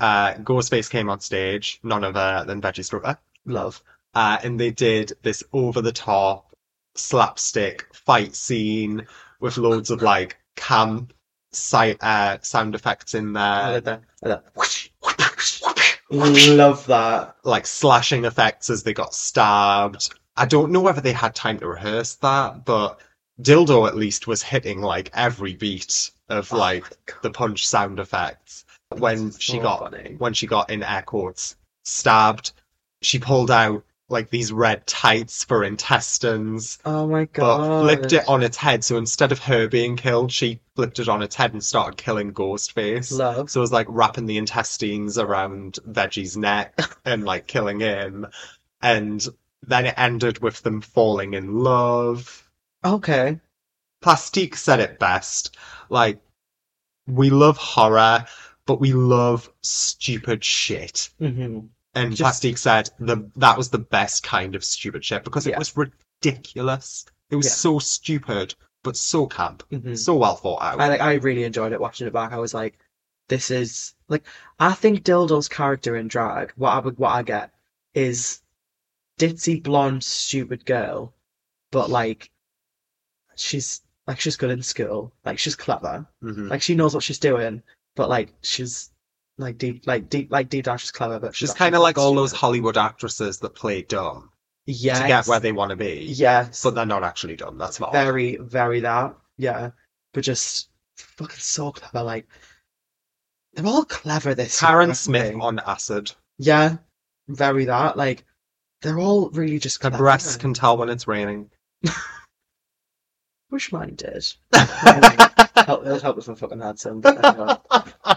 [SPEAKER 1] uh, Ghostface came on stage, none other than Veggie Strutter,
[SPEAKER 2] Love.
[SPEAKER 1] uh, and they did this over the top slapstick fight scene with loads of like camp sight uh, sound effects in
[SPEAKER 2] I
[SPEAKER 1] there,
[SPEAKER 2] love that. I love
[SPEAKER 1] Mm,
[SPEAKER 2] Love that.
[SPEAKER 1] like slashing effects as they got stabbed. I don't know whether they had time to rehearse that, but Dildo at least was hitting like every beat of like the punch sound effects. When
[SPEAKER 2] Oh That's
[SPEAKER 1] she
[SPEAKER 2] so
[SPEAKER 1] got
[SPEAKER 2] funny.
[SPEAKER 1] when she got in air quotes stabbed, she pulled out like these red tights for intestines,
[SPEAKER 2] Oh my
[SPEAKER 1] but
[SPEAKER 2] god.
[SPEAKER 1] flipped it on its head. So instead of her being killed, she flipped it on its head and started killing Ghostface.
[SPEAKER 2] Love.
[SPEAKER 1] So it was like wrapping the intestines around Veggie's neck and like killing him. And then it ended with them falling in love.
[SPEAKER 2] Okay.
[SPEAKER 1] Plastique said it best. Like, we love horror, but we love stupid shit.
[SPEAKER 2] hmm
[SPEAKER 1] And
[SPEAKER 2] Just-
[SPEAKER 1] Plastique said the that was the best kind of stupid shit because it
[SPEAKER 2] Yeah.
[SPEAKER 1] was ridiculous. It was
[SPEAKER 2] Yeah.
[SPEAKER 1] so stupid, but so camp,
[SPEAKER 2] hmm
[SPEAKER 1] so well thought out.
[SPEAKER 2] I like. I really enjoyed it watching it back. I was like, this is like. I think Dildo's character in drag. What I would. What I get is ditzy blonde stupid girl, but like, she's like she's good in school. Like she's clever.
[SPEAKER 1] Mhm.
[SPEAKER 2] Like she knows what she's doing. But like she's like deep. Like deep. Like deep down she's clever. But
[SPEAKER 1] She's
[SPEAKER 2] actually
[SPEAKER 1] kind of like all those
[SPEAKER 2] stupid.
[SPEAKER 1] Hollywood actresses that play dumb.
[SPEAKER 2] Yes.
[SPEAKER 1] to get where they want to be.
[SPEAKER 2] Yes.
[SPEAKER 1] But they're not actually dumb. That's fine.
[SPEAKER 2] very, very that. Yeah. But just fucking so clever. Like, they're all clever this year,
[SPEAKER 1] Karen
[SPEAKER 2] aren't
[SPEAKER 1] Smith
[SPEAKER 2] they?
[SPEAKER 1] on acid.
[SPEAKER 2] Yeah. Very that. Like, they're all really just
[SPEAKER 1] Her
[SPEAKER 2] clever.
[SPEAKER 1] breasts can tell when it's raining.
[SPEAKER 2] Wish mine did. help, it'll help if I fucking had some. but anyway.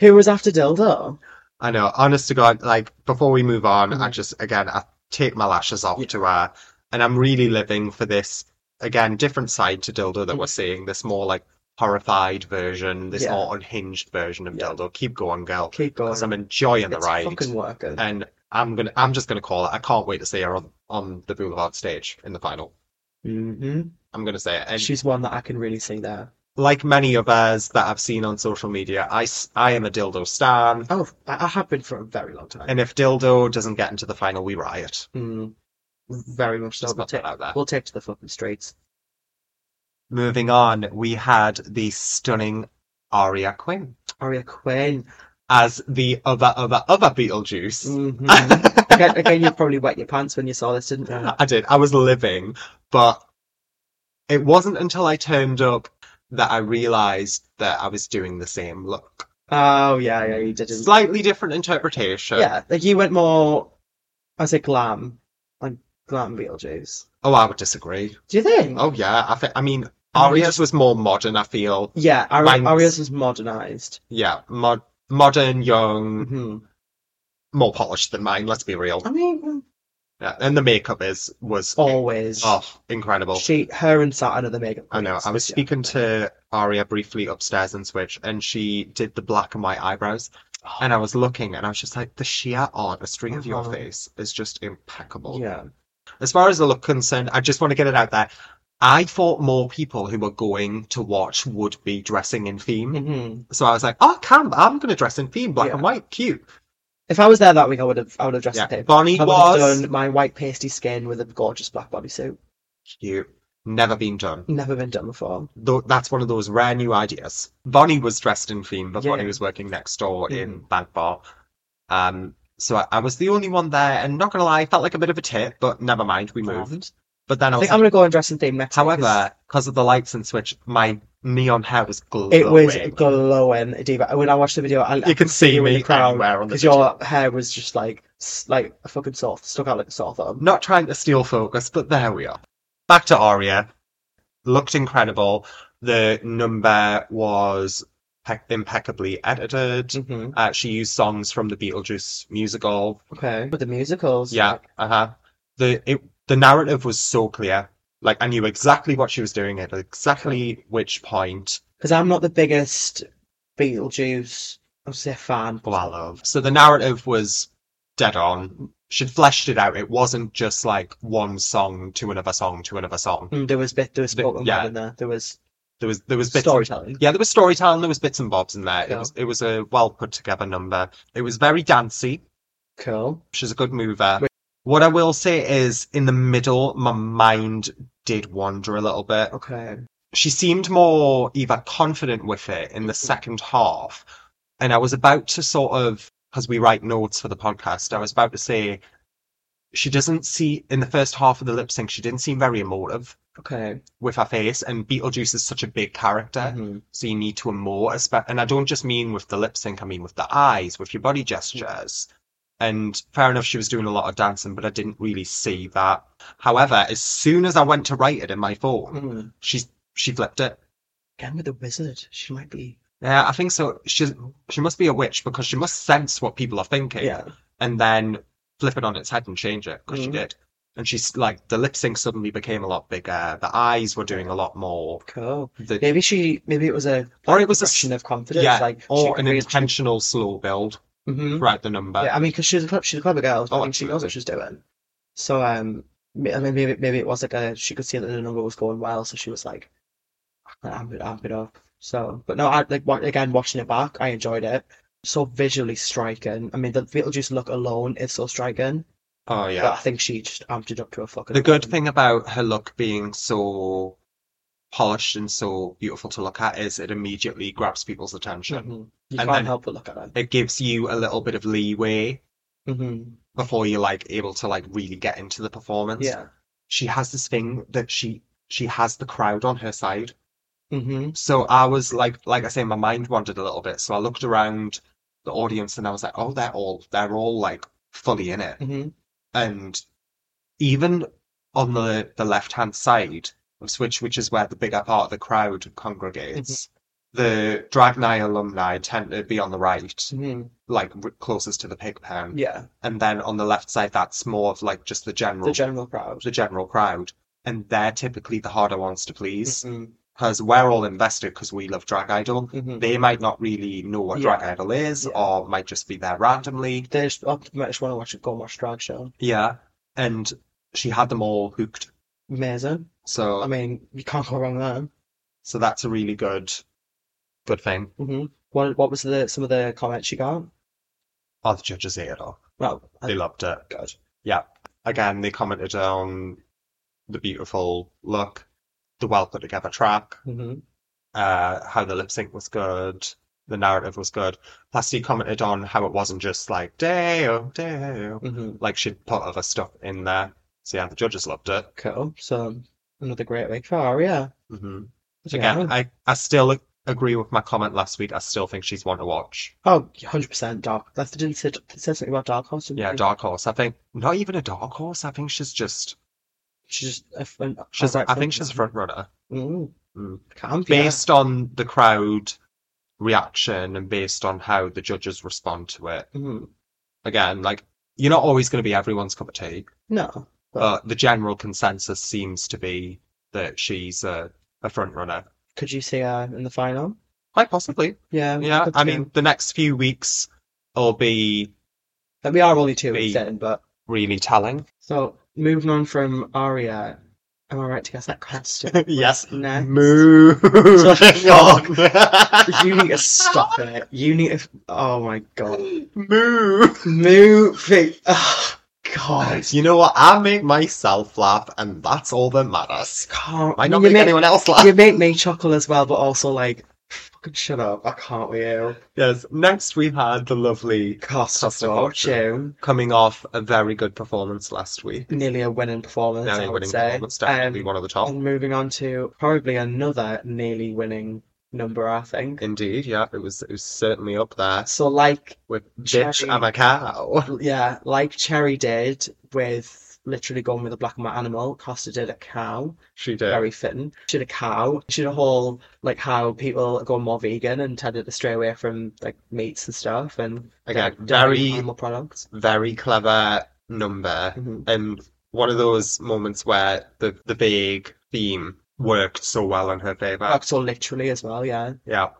[SPEAKER 2] Who was after Dildo?
[SPEAKER 1] I know. Honest to God, like before we move on, I
[SPEAKER 2] Mhm.
[SPEAKER 1] just again I take my lashes off
[SPEAKER 2] Yeah.
[SPEAKER 1] to her, and I'm really living for this again different side to Dildo that we're seeing. This more like horrified version, this
[SPEAKER 2] Mm-hmm. Yeah.
[SPEAKER 1] more unhinged version of
[SPEAKER 2] Yeah.
[SPEAKER 1] Dildo. Keep going, girl,
[SPEAKER 2] Keep going.
[SPEAKER 1] because I'm enjoying the
[SPEAKER 2] it's
[SPEAKER 1] ride,
[SPEAKER 2] fucking working.
[SPEAKER 1] and I'm gonna I'm just gonna call it. I can't wait to see her on on the Boulevard stage in the final.
[SPEAKER 2] hmm
[SPEAKER 1] I'm going to say it. And
[SPEAKER 2] She's one that I can really see there.
[SPEAKER 1] like many of us that I've seen on social media, I, s- I am a dildo stan.
[SPEAKER 2] Oh, I, I have been for a very long time.
[SPEAKER 1] And if dildo doesn't get into the final, we riot.
[SPEAKER 2] Mm, very much so.
[SPEAKER 1] Just
[SPEAKER 2] We'll
[SPEAKER 1] put that
[SPEAKER 2] take,
[SPEAKER 1] out there.
[SPEAKER 2] we'll take to the fucking streets.
[SPEAKER 1] Moving on, we had the stunning Aria Quinn
[SPEAKER 2] Aria Quinn.
[SPEAKER 1] as the other, other, other Beetlejuice.
[SPEAKER 2] Mhm. again, again, you probably wet your pants when you saw this, didn't you?
[SPEAKER 1] I did. I was living, but it wasn't until I turned up that I realized that I was doing the same look.
[SPEAKER 2] Oh, yeah, yeah, you did. not
[SPEAKER 1] Slightly different interpretation.
[SPEAKER 2] Yeah, like you went more, I say glam, like glam Beetlejuice.
[SPEAKER 1] Oh, I would disagree.
[SPEAKER 2] Do you think?
[SPEAKER 1] Oh, yeah. I, thi- I mean,
[SPEAKER 2] I mean,
[SPEAKER 1] Aria's was more modern, I feel.
[SPEAKER 2] Yeah, Ari-
[SPEAKER 1] Mine's-
[SPEAKER 2] Aria's was modernized.
[SPEAKER 1] Yeah, mod- modern, young,
[SPEAKER 2] hmm
[SPEAKER 1] more polished than mine, let's be real.
[SPEAKER 2] I mean,
[SPEAKER 1] Yeah. And the makeup is was
[SPEAKER 2] always.
[SPEAKER 1] oh, incredible.
[SPEAKER 2] She, her, and Saturn are the makeup.
[SPEAKER 1] I know.
[SPEAKER 2] queens,
[SPEAKER 1] I was
[SPEAKER 2] yeah.
[SPEAKER 1] speaking to Aria briefly upstairs in Switch, and she did the black and white eyebrows. And I was looking, and I was just like, the sheer artistry of your
[SPEAKER 2] Oh. Uh-huh.
[SPEAKER 1] face is just impeccable.
[SPEAKER 2] Yeah,
[SPEAKER 1] As far as the look concerned, I just want to get it out there. I thought more people who were going to watch would be dressing in theme.
[SPEAKER 2] hmm
[SPEAKER 1] So I was like, oh, Cam, I'm going to dress in theme, black
[SPEAKER 2] Yeah.
[SPEAKER 1] and white, cute.
[SPEAKER 2] If I was there that week, I would have, I would have dressed
[SPEAKER 1] Yeah,
[SPEAKER 2] up. I
[SPEAKER 1] Bonnie
[SPEAKER 2] would
[SPEAKER 1] was
[SPEAKER 2] have done my white pasty skin with a gorgeous black bodysuit.
[SPEAKER 1] cute. Never been done.
[SPEAKER 2] Never been done before.
[SPEAKER 1] Though that's one of those rare new ideas. Bonnie was dressed in theme, but
[SPEAKER 2] Yeah. Mm-hmm.
[SPEAKER 1] Bonnie was working next door in Bank Bar. Um, so I, I was the only one there, and not gonna lie, I felt like a bit of a tit, but never mind, we moved. But then I
[SPEAKER 2] I
[SPEAKER 1] was
[SPEAKER 2] think I'm
[SPEAKER 1] like,
[SPEAKER 2] gonna go and dress in theme next. week 'cause
[SPEAKER 1] however, because of the lights and switch, my neon hair was glowing.
[SPEAKER 2] it was glowing, Diva. When I watched the video, I,
[SPEAKER 1] You can see
[SPEAKER 2] you in
[SPEAKER 1] me
[SPEAKER 2] the crowd,
[SPEAKER 1] anywhere on the
[SPEAKER 2] because
[SPEAKER 1] video.
[SPEAKER 2] your hair was just like, s- like a fucking sore, stuck out like a sore thumb.
[SPEAKER 1] Not trying to steal focus, but there we are. Back to Aria. Looked incredible. The number was pe- impeccably edited.
[SPEAKER 2] Mm-hmm.
[SPEAKER 1] Uh, she used songs from the Beetlejuice musical.
[SPEAKER 2] Okay, with the musicals.
[SPEAKER 1] Yeah,
[SPEAKER 2] like,
[SPEAKER 1] uh huh. The it the narrative was so clear. Like I knew exactly what she was doing at exactly which point.
[SPEAKER 2] Because I'm not the biggest Beetlejuice, I'll say fan.
[SPEAKER 1] Well, I love. So the narrative was dead on. She'd fleshed it out. It wasn't just like one song to another song to another song.
[SPEAKER 2] Mm, There was bit, there was
[SPEAKER 1] The-
[SPEAKER 2] spoken
[SPEAKER 1] yeah.
[SPEAKER 2] word in there. There was
[SPEAKER 1] There was there was bits and
[SPEAKER 2] storytelling.
[SPEAKER 1] Yeah, there was storytelling, there was bits and bobs in there. It
[SPEAKER 2] Yeah.
[SPEAKER 1] was it was a well put together number. It was very dancey.
[SPEAKER 2] Cool.
[SPEAKER 1] She's a good mover. What I will say is in the middle my mind did wander a little bit.
[SPEAKER 2] Okay.
[SPEAKER 1] She seemed more either confident with it in the
[SPEAKER 2] Mm-hmm.
[SPEAKER 1] second half. And I was about to sort of because we write notes for the podcast, I was about to say she doesn't see in the first half of the lip sync, she didn't seem very emotive
[SPEAKER 2] Okay.
[SPEAKER 1] with her face, and Beetlejuice is such a big character.
[SPEAKER 2] Mhm.
[SPEAKER 1] So you need to emote, espe- and I don't just mean with the lip sync, I mean with the eyes, with your
[SPEAKER 2] Mm.
[SPEAKER 1] body gestures. And fair enough, she was doing a lot of dancing, but I didn't really see that. However, as soon as I went to write it in my phone,
[SPEAKER 2] Mm.
[SPEAKER 1] she's she flipped it.
[SPEAKER 2] Again with the wizard, she might be.
[SPEAKER 1] Yeah, I think so. She's she must be a witch because she must sense what people are thinking
[SPEAKER 2] Yeah.
[SPEAKER 1] and then flip it on its head and change it because she
[SPEAKER 2] Mhm.
[SPEAKER 1] did. And she's like the lip sync suddenly became a lot bigger. The eyes were doing a lot more.
[SPEAKER 2] Cool.
[SPEAKER 1] The
[SPEAKER 2] Maybe she. Maybe it was a.
[SPEAKER 1] Or it was a s-
[SPEAKER 2] question of confidence.
[SPEAKER 1] yeah,
[SPEAKER 2] Like
[SPEAKER 1] or an intentional slow build
[SPEAKER 2] hmm
[SPEAKER 1] throughout the number.
[SPEAKER 2] Yeah, I mean, because she's a club, she's a clever girl.
[SPEAKER 1] Mm-hmm. Oh,
[SPEAKER 2] I mean, she knows what she's doing. So, um, ma- I mean, maybe maybe it was like a she could see that the number was going well, so she was like, amp it, amp it up. So, but no, I like wa- again watching it back, I enjoyed it. So visually striking. I mean, the Beetlejuice look alone is so striking.
[SPEAKER 1] Oh
[SPEAKER 2] But I
[SPEAKER 1] yeah.
[SPEAKER 2] think she just amped it up to a fucking.
[SPEAKER 1] The good
[SPEAKER 2] eleven.
[SPEAKER 1] thing about her look being so polished and so beautiful to look at is it immediately grabs people's attention.
[SPEAKER 2] Mhm. You
[SPEAKER 1] Mm-hmm. And
[SPEAKER 2] can't
[SPEAKER 1] then-
[SPEAKER 2] help but look at it.
[SPEAKER 1] It gives you a little bit of leeway
[SPEAKER 2] hmm
[SPEAKER 1] before you're like able to like really get into the performance.
[SPEAKER 2] Yeah.
[SPEAKER 1] She has this thing that she she has the crowd on her side.
[SPEAKER 2] hmm
[SPEAKER 1] So I was like like I say, my mind wandered a little bit. So I looked around the audience and I was like, oh, they're all they're all like fully in it.
[SPEAKER 2] hmm
[SPEAKER 1] and even on the, the left hand side of Switch, which is where the bigger part of the crowd congregates,
[SPEAKER 2] Mm-hmm.
[SPEAKER 1] the Dragnai alumni tend to be on the right,
[SPEAKER 2] hmm
[SPEAKER 1] like r- closest to the pig pen,
[SPEAKER 2] Yeah.
[SPEAKER 1] and then on the left side, that's more of like just the
[SPEAKER 2] The
[SPEAKER 1] general
[SPEAKER 2] general crowd.
[SPEAKER 1] the general crowd, and they're typically the harder ones to please
[SPEAKER 2] hmm
[SPEAKER 1] because we're all invested because we love Drag Idol.
[SPEAKER 2] hmm
[SPEAKER 1] They might not really know what
[SPEAKER 2] Yeah.
[SPEAKER 1] Drag Idol is,
[SPEAKER 2] Yeah.
[SPEAKER 1] or might just be there randomly.
[SPEAKER 2] They oh, just, I might just want to watch a go and watch drag show.
[SPEAKER 1] Yeah, and she had them all hooked.
[SPEAKER 2] Amazing.
[SPEAKER 1] So
[SPEAKER 2] I mean, you can't go wrong there.
[SPEAKER 1] so that's a really good good thing.
[SPEAKER 2] hmm What What was the some of the comments you got?
[SPEAKER 1] Oh, the judges ate it all.
[SPEAKER 2] Well,
[SPEAKER 1] They
[SPEAKER 2] I,
[SPEAKER 1] loved it. Good. Yeah. Again, they commented on the beautiful look, the well put together track,
[SPEAKER 2] mhm.
[SPEAKER 1] uh, how the lip sync was good, the narrative was good. Plus, he commented on how it wasn't just like Deo, Deo.
[SPEAKER 2] Mhm.
[SPEAKER 1] oh." Like she'd put other stuff in there. So yeah, the judges loved it.
[SPEAKER 2] cool. So another great week for Aria.
[SPEAKER 1] hmm
[SPEAKER 2] Mm-hmm. Yeah.
[SPEAKER 1] Again, I I still agree with my comment last week. I still think she's one to watch.
[SPEAKER 2] Oh, 100% Dark. That's didn't say, it said something about Dark Horse. didn't
[SPEAKER 1] Yeah,
[SPEAKER 2] it?
[SPEAKER 1] dark horse. I think not even a dark horse. I think she's just
[SPEAKER 2] She's a, f- an
[SPEAKER 1] she's.
[SPEAKER 2] outright
[SPEAKER 1] I think
[SPEAKER 2] front-
[SPEAKER 1] she's a front runner.
[SPEAKER 2] Mm.
[SPEAKER 1] Mm.
[SPEAKER 2] Can't be.
[SPEAKER 1] based on the crowd reaction and based on how the judges respond to it.
[SPEAKER 2] Mm.
[SPEAKER 1] Again, like you're not always going to be everyone's cup of tea,
[SPEAKER 2] No.
[SPEAKER 1] but the general consensus seems to be that she's a, a front runner.
[SPEAKER 2] Could you see her in the final?
[SPEAKER 1] Quite possibly.
[SPEAKER 2] Yeah.
[SPEAKER 1] Yeah.
[SPEAKER 2] could
[SPEAKER 1] I
[SPEAKER 2] see.
[SPEAKER 1] mean, the next few weeks will be
[SPEAKER 2] Like, we are only two weeks
[SPEAKER 1] the-
[SPEAKER 2] in, but.
[SPEAKER 1] really telling.
[SPEAKER 2] So, moving on from Aria, am I right to guess that question?
[SPEAKER 1] yes.
[SPEAKER 2] Next.
[SPEAKER 1] Moo.
[SPEAKER 2] Fuck. You need to stop it. You need to. Oh my god.
[SPEAKER 1] Moo.
[SPEAKER 2] Move it. Oh, God.
[SPEAKER 1] You know what? I make myself laugh, and that's all that matters.
[SPEAKER 2] Can't.
[SPEAKER 1] Might not
[SPEAKER 2] you
[SPEAKER 1] make anyone else laugh.
[SPEAKER 2] You make me chuckle as well, but also like, fucking shut up. I can't with you.
[SPEAKER 1] Yes. Next, we had the lovely
[SPEAKER 2] Cost of
[SPEAKER 1] Cost of fortune.
[SPEAKER 2] fortune.
[SPEAKER 1] coming off a very good performance last week.
[SPEAKER 2] Nearly a winning performance,
[SPEAKER 1] Very
[SPEAKER 2] I would
[SPEAKER 1] winning
[SPEAKER 2] say.
[SPEAKER 1] performance, definitely
[SPEAKER 2] Um,
[SPEAKER 1] one of the top.
[SPEAKER 2] And moving on to probably another nearly winning number, I think.
[SPEAKER 1] Indeed, yeah, it was it was certainly up there
[SPEAKER 2] So like,
[SPEAKER 1] with bitch.
[SPEAKER 2] Cherry.
[SPEAKER 1] I'm a cow.
[SPEAKER 2] yeah, like Cherry did with literally going with a black and white animal. Costa did a cow.
[SPEAKER 1] She did.
[SPEAKER 2] very fitting. She had a cow. She had a whole like how people are going more vegan and tended to stray away from like meats and stuff and
[SPEAKER 1] Again,
[SPEAKER 2] dairy- dairy
[SPEAKER 1] very-
[SPEAKER 2] animal products.
[SPEAKER 1] Very clever number,
[SPEAKER 2] Mhm.
[SPEAKER 1] and one of those moments where the the vague theme worked so well in her favor.
[SPEAKER 2] Like, So literally as well, yeah.
[SPEAKER 1] Yeah,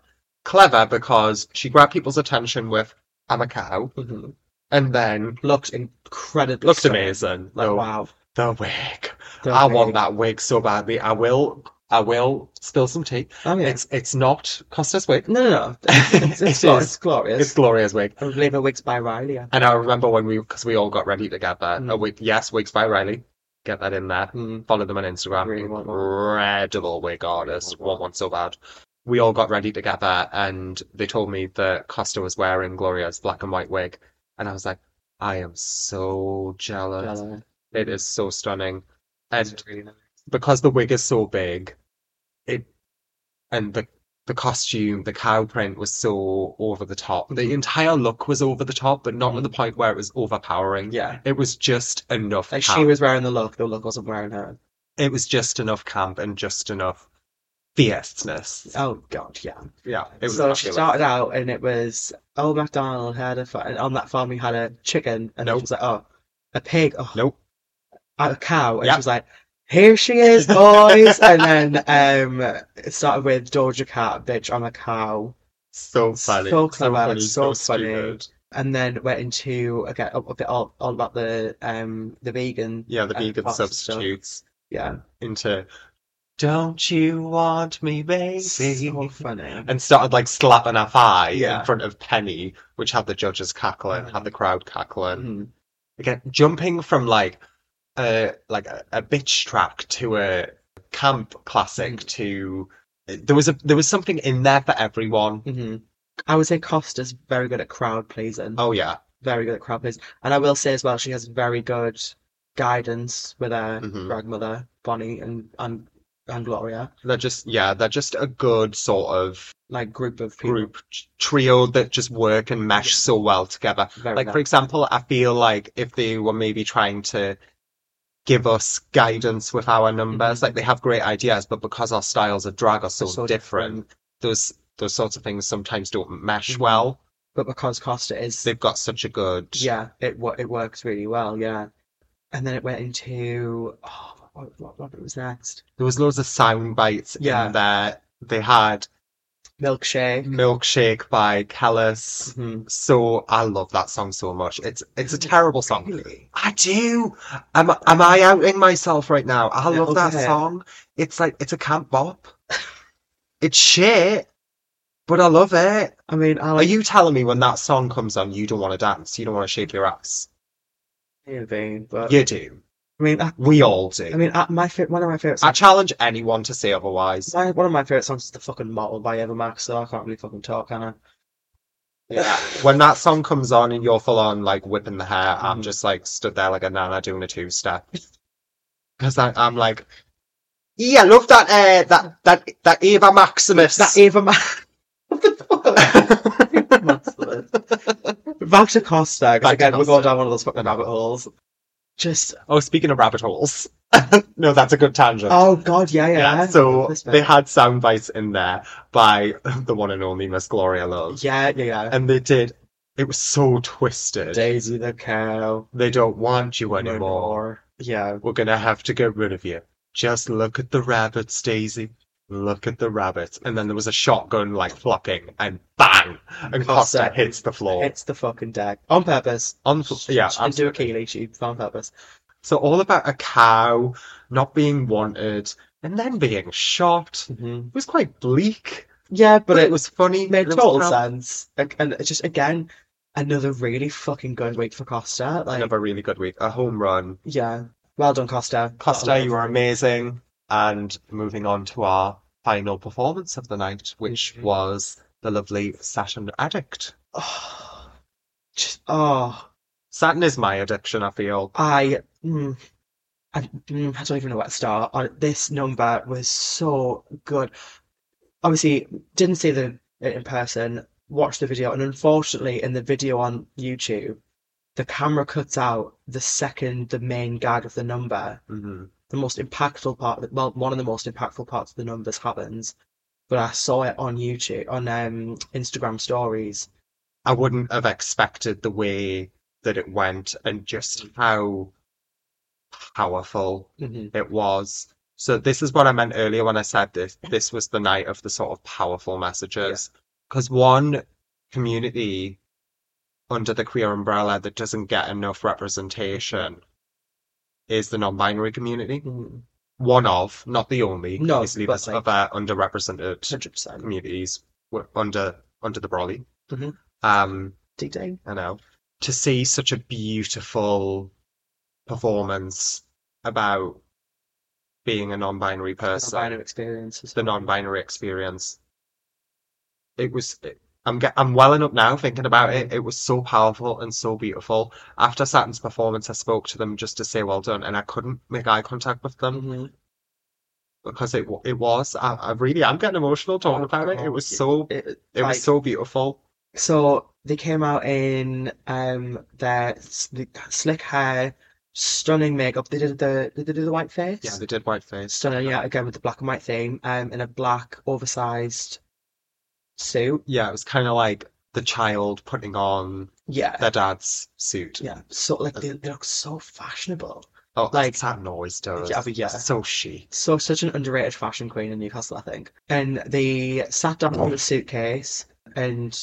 [SPEAKER 1] clever because she grabbed people's attention with "I'm a cow,"
[SPEAKER 2] Mhm.
[SPEAKER 1] and then
[SPEAKER 2] Looked incredibly
[SPEAKER 1] looked
[SPEAKER 2] stunning.
[SPEAKER 1] Mm-hmm. amazing.
[SPEAKER 2] Like
[SPEAKER 1] No,
[SPEAKER 2] wow.
[SPEAKER 1] the wig.
[SPEAKER 2] The
[SPEAKER 1] I want
[SPEAKER 2] wig.
[SPEAKER 1] that wig so badly. I will. I will spill some tea.
[SPEAKER 2] Oh yeah.
[SPEAKER 1] It's it's not Costa's wig.
[SPEAKER 2] No, no, no. It's, it's,
[SPEAKER 1] It's
[SPEAKER 2] it's,
[SPEAKER 1] not.
[SPEAKER 2] it's glorious.
[SPEAKER 1] It's Gloria's wig.
[SPEAKER 2] I believe it wigs by Riley. I
[SPEAKER 1] And I remember when we because we all got ready to get that.
[SPEAKER 2] Mm.
[SPEAKER 1] A wig, yes, wigs by Riley. Get that in there.
[SPEAKER 2] Mm.
[SPEAKER 1] Follow them on Instagram.
[SPEAKER 2] Really want Oh, one.
[SPEAKER 1] Incredible wig artist. Want one so bad. We all got ready to get that, and they told me that Costa was wearing Gloria's black and white wig, and I was like, I am so jealous.
[SPEAKER 2] think.
[SPEAKER 1] It is so stunning,
[SPEAKER 2] It's
[SPEAKER 1] and
[SPEAKER 2] really nice.
[SPEAKER 1] because the wig is so big, it and the the costume, the cow print was so over the top. The entire look was over the top, but not to the point where it was overpowering.
[SPEAKER 2] Mm. Yeah.
[SPEAKER 1] It was just enough
[SPEAKER 2] Like she
[SPEAKER 1] camp.
[SPEAKER 2] was wearing the look, the look wasn't wearing her.
[SPEAKER 1] It was just enough camp and just enough fierceness.
[SPEAKER 2] Oh god, yeah.
[SPEAKER 1] Yeah, it was
[SPEAKER 2] so she
[SPEAKER 1] fabulous.
[SPEAKER 2] started out, and it was old MacDonald had a fa- and on that farm he had a chicken, and
[SPEAKER 1] Nope.
[SPEAKER 2] she was like, oh, a pig, oh,
[SPEAKER 1] Nope.
[SPEAKER 2] a cow, and
[SPEAKER 1] Yep.
[SPEAKER 2] she was like, here she is, boys, and then um, it started with Doja Cat, bitch, I'm a cow,
[SPEAKER 1] So funny.
[SPEAKER 2] so clever,
[SPEAKER 1] funny,
[SPEAKER 2] so funny.
[SPEAKER 1] stupid.
[SPEAKER 2] and then went into again a, a bit all, all about the um the vegan,
[SPEAKER 1] Yeah, the
[SPEAKER 2] uh,
[SPEAKER 1] vegan
[SPEAKER 2] parts and stuff.
[SPEAKER 1] substitutes
[SPEAKER 2] yeah,
[SPEAKER 1] into Don't you want me, baby?
[SPEAKER 2] so funny.
[SPEAKER 1] and started like slapping her thigh in
[SPEAKER 2] Yeah.
[SPEAKER 1] front of Penny, which had the judges cackling,
[SPEAKER 2] Mhm.
[SPEAKER 1] had the crowd cackling.
[SPEAKER 2] Mhm.
[SPEAKER 1] Again, jumping from like a like a, a bitch track to a camp classic
[SPEAKER 2] Mm-hmm.
[SPEAKER 1] to there was a there was something in there for everyone.
[SPEAKER 2] Mhm. I would say Costa's very good at crowd pleasing.
[SPEAKER 1] Oh yeah,
[SPEAKER 2] very good at crab plays. And I will say as well, she has very good guidance with her
[SPEAKER 1] Mhm.
[SPEAKER 2] grandmother, Bonnie, and, and and Gloria,
[SPEAKER 1] they're just yeah they're just a good sort of
[SPEAKER 2] like group of people.
[SPEAKER 1] group t- trio that just work and mesh so well together.
[SPEAKER 2] Very
[SPEAKER 1] Like,
[SPEAKER 2] nice.
[SPEAKER 1] for example, I feel like if they were maybe trying to give us guidance with our numbers,
[SPEAKER 2] Mhm.
[SPEAKER 1] like they have great ideas, but because our styles of drag are so,
[SPEAKER 2] So
[SPEAKER 1] different, those those sorts of things sometimes don't mesh
[SPEAKER 2] Mm-hmm.
[SPEAKER 1] well.
[SPEAKER 2] But because Costa is,
[SPEAKER 1] They've got such a good
[SPEAKER 2] yeah, it wo- it works really well, yeah. And then it went into oh, what what, what was next?
[SPEAKER 1] There was loads of sound bites
[SPEAKER 2] Yeah. Mm-hmm.
[SPEAKER 1] in there. They had
[SPEAKER 2] Milkshake.
[SPEAKER 1] Milkshake by Callus. So I love that song so much. It's it's a terrible song.
[SPEAKER 2] Really?
[SPEAKER 1] I do. Am am I outing myself right now? I love that
[SPEAKER 2] Okay.
[SPEAKER 1] song. It's like it's a camp bop. it's shit, but I love it.
[SPEAKER 2] I mean, I
[SPEAKER 1] Are
[SPEAKER 2] like
[SPEAKER 1] you telling me when that song comes on, you don't want to dance, you don't want to shake your ass?
[SPEAKER 2] maybe, but
[SPEAKER 1] You do.
[SPEAKER 2] I mean, I,
[SPEAKER 1] We all do.
[SPEAKER 2] I mean, I, my fa- one of my favorite
[SPEAKER 1] I
[SPEAKER 2] songs.
[SPEAKER 1] challenge anyone to say otherwise.
[SPEAKER 2] my, one of my favorite songs is the fucking model by Evermax, so I can't really fucking talk, can I?
[SPEAKER 1] Yeah. when that song comes on and you're full on like whipping the hair, I'm
[SPEAKER 2] Mhm.
[SPEAKER 1] just like stood there like a nana doing a two step. Because I'm like, yeah, love that uh, that that that Eva Maximus.
[SPEAKER 2] That E- Ava Max. what the fuck? Back to Costa, 'cause
[SPEAKER 1] Back to
[SPEAKER 2] again, we're
[SPEAKER 1] Costa.
[SPEAKER 2] going down one of those fucking rabbit holes. Just
[SPEAKER 1] oh, speaking of rabbit holes, no, that's a good tangent.
[SPEAKER 2] oh god, yeah, yeah.
[SPEAKER 1] yeah,
[SPEAKER 2] yeah.
[SPEAKER 1] so
[SPEAKER 2] This
[SPEAKER 1] they
[SPEAKER 2] bit.
[SPEAKER 1] had sound bites in there by the one and only Miss Gloria Love,
[SPEAKER 2] yeah, yeah, yeah.
[SPEAKER 1] and they did. It was so twisted.
[SPEAKER 2] Daisy the cow
[SPEAKER 1] They don't want you anymore.
[SPEAKER 2] Yeah,
[SPEAKER 1] We're gonna have to get rid of you. Just look at the rabbits, Daisy. Look at the rabbits. And then there was a shotgun like flocking, and bang! And Costa,
[SPEAKER 2] Costa
[SPEAKER 1] hits the floor.
[SPEAKER 2] it's the fucking deck on purpose.
[SPEAKER 1] On, yeah,
[SPEAKER 2] she didn't do a
[SPEAKER 1] absolutely.
[SPEAKER 2] Keely. She on purpose.
[SPEAKER 1] So all about a cow not being wanted and then being shot. It was quite bleak,
[SPEAKER 2] Yeah,
[SPEAKER 1] Mm-hmm.
[SPEAKER 2] but,
[SPEAKER 1] but
[SPEAKER 2] it,
[SPEAKER 1] it was funny.
[SPEAKER 2] made
[SPEAKER 1] It was
[SPEAKER 2] total
[SPEAKER 1] proud-
[SPEAKER 2] sense. Like, and it's just again another really fucking good week for Costa. Like,
[SPEAKER 1] Another really good week. A home run.
[SPEAKER 2] yeah, well done, Costa.
[SPEAKER 1] Costa, you are amazing. And moving on to our final performance of the night, which
[SPEAKER 2] Mhm.
[SPEAKER 1] was the lovely Saturn Addict.
[SPEAKER 2] Oh, just oh,
[SPEAKER 1] Saturn is my addiction, I feel.
[SPEAKER 2] I, mm, I, mm, I don't even know where to start. Uh, This number was so good. Obviously, didn't see the it in person, watched the video, and unfortunately, in the video on YouTube, the camera cuts out the second, the main gag of the number.
[SPEAKER 1] hmm
[SPEAKER 2] The most impactful part, of the- well, one of the most impactful parts of the numbers happens. But I saw it on YouTube, on um, Instagram stories.
[SPEAKER 1] I wouldn't have expected the way that it went and just how powerful
[SPEAKER 2] hmm
[SPEAKER 1] it was. So this is what I meant earlier when I said this. This was the night of the sort of powerful messages. Because one community under the queer umbrella that doesn't get enough representation is the non-binary community.
[SPEAKER 2] Mm-hmm.
[SPEAKER 1] One of, not the only,
[SPEAKER 2] No,
[SPEAKER 1] obviously
[SPEAKER 2] but
[SPEAKER 1] there's
[SPEAKER 2] like-
[SPEAKER 1] other underrepresented
[SPEAKER 2] 100%.
[SPEAKER 1] communities were under under the brolly.
[SPEAKER 2] Mhm.
[SPEAKER 1] Um,
[SPEAKER 2] D-Day.
[SPEAKER 1] I know to see such a beautiful performance about being a non-binary person,
[SPEAKER 2] Binary experience. as
[SPEAKER 1] the
[SPEAKER 2] well.
[SPEAKER 1] non-binary experience. It was. It, I'm get, I'm welling up now thinking about it. It was so powerful and so beautiful. After Saturn's performance, I spoke to them just to say well done, and I couldn't make eye contact with them
[SPEAKER 2] Mhm.
[SPEAKER 1] because it wa- it was. I, I really am getting emotional talking about it. It was so
[SPEAKER 2] It-
[SPEAKER 1] it
[SPEAKER 2] like,
[SPEAKER 1] was so beautiful.
[SPEAKER 2] so they came out in um their s- the slick hair, stunning makeup. They did the did they do the white face?
[SPEAKER 1] Yeah, they did white face.
[SPEAKER 2] Stunning, yeah, again with the black and white theme, um, in a black oversized suit.
[SPEAKER 1] Yeah, it was kind of like the child putting on
[SPEAKER 2] Yeah,
[SPEAKER 1] their dad's suit.
[SPEAKER 2] yeah. So like they, they look so fashionable.
[SPEAKER 1] Oh,
[SPEAKER 2] Like-
[SPEAKER 1] like Saturn always does.
[SPEAKER 2] Yeah, but yeah.
[SPEAKER 1] so chic.
[SPEAKER 2] So such an underrated fashion queen in Newcastle, I think. And they sat down with a suitcase, and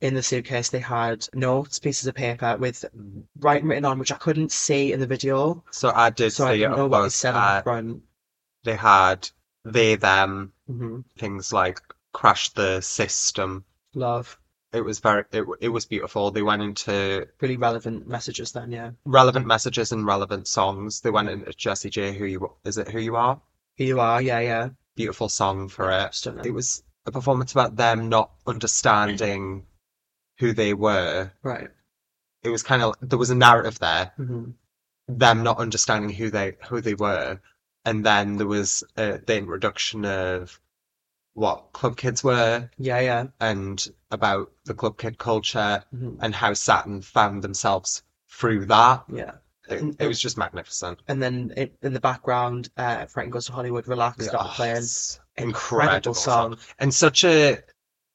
[SPEAKER 2] in the suitcase they had notes, pieces of paper with writing written on, which I couldn't see in the video,
[SPEAKER 1] So I did
[SPEAKER 2] so I
[SPEAKER 1] see it
[SPEAKER 2] didn't know what it
[SPEAKER 1] was,
[SPEAKER 2] said
[SPEAKER 1] uh,
[SPEAKER 2] on the front.
[SPEAKER 1] they had they them
[SPEAKER 2] hmm
[SPEAKER 1] things like crash the system.
[SPEAKER 2] Love,
[SPEAKER 1] It was very it it was beautiful. They went into
[SPEAKER 2] really relevant messages then, yeah.
[SPEAKER 1] relevant messages and relevant songs. They went into Jessie J. Who you is it? Who you are?
[SPEAKER 2] Who you are, yeah, yeah.
[SPEAKER 1] Beautiful song for it.
[SPEAKER 2] Stunning.
[SPEAKER 1] it was a performance about them not understanding who they were.
[SPEAKER 2] Right.
[SPEAKER 1] It was kind of there was a narrative there,
[SPEAKER 2] hmm
[SPEAKER 1] them not understanding who they who they were, and then there was uh, the introduction of what club kids were
[SPEAKER 2] Yeah, yeah.
[SPEAKER 1] and about the club kid culture
[SPEAKER 2] Mhm.
[SPEAKER 1] and how Saturn found themselves through that.
[SPEAKER 2] Yeah. Mm-hmm.
[SPEAKER 1] It, it was just magnificent.
[SPEAKER 2] And then in, in the background, uh, Frank Goes to Hollywood, Relax, started
[SPEAKER 1] Oh,
[SPEAKER 2] playing.
[SPEAKER 1] it's
[SPEAKER 2] Incredible song.
[SPEAKER 1] and such a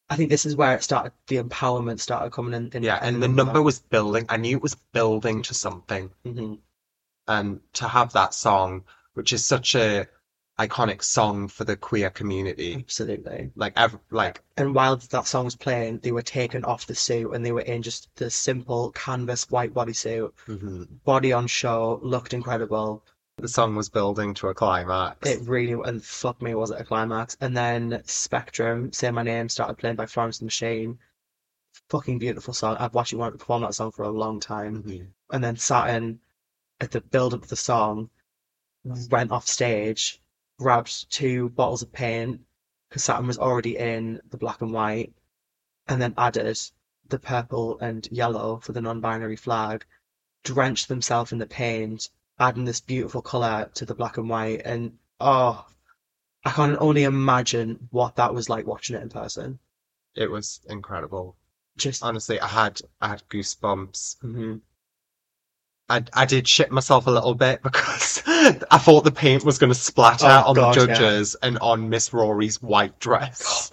[SPEAKER 2] I think this is where it started, the empowerment started coming in. in
[SPEAKER 1] yeah,
[SPEAKER 2] in
[SPEAKER 1] and the number was building. I knew it was building
[SPEAKER 2] Mm-hmm.
[SPEAKER 1] to something.
[SPEAKER 2] Mhm.
[SPEAKER 1] um, and to have that song, which is such a iconic song for the queer community.
[SPEAKER 2] Absolutely.
[SPEAKER 1] Like, ev- like
[SPEAKER 2] And while that song was playing, they were taken off the suit and they were in just the simple canvas white bodysuit,
[SPEAKER 1] mhm.
[SPEAKER 2] body on show, looked incredible.
[SPEAKER 1] the song was building to a climax.
[SPEAKER 2] It really and fuck me, was it a climax? And then Spectrum, Say My Name, started playing by Florence and the Machine. Fucking beautiful song. I've watched you perform that song for a long time.
[SPEAKER 1] Mhm.
[SPEAKER 2] And then Saturn, at the build up of the song, went off stage, grabbed two bottles of paint because Saturn was already in the black and white, and then added the purple and yellow for the non-binary flag, drenched themselves in the paint, adding this beautiful color to the black and white, and oh, I can only imagine what that was like watching it in person.
[SPEAKER 1] It was incredible.
[SPEAKER 2] Just
[SPEAKER 1] Honestly, I had I had goosebumps.
[SPEAKER 2] mhm.
[SPEAKER 1] I, I did shit myself a little bit because I thought the paint was going to splatter
[SPEAKER 2] Oh,
[SPEAKER 1] on
[SPEAKER 2] God,
[SPEAKER 1] the
[SPEAKER 2] yeah.
[SPEAKER 1] judges and on Miss Rory's white dress.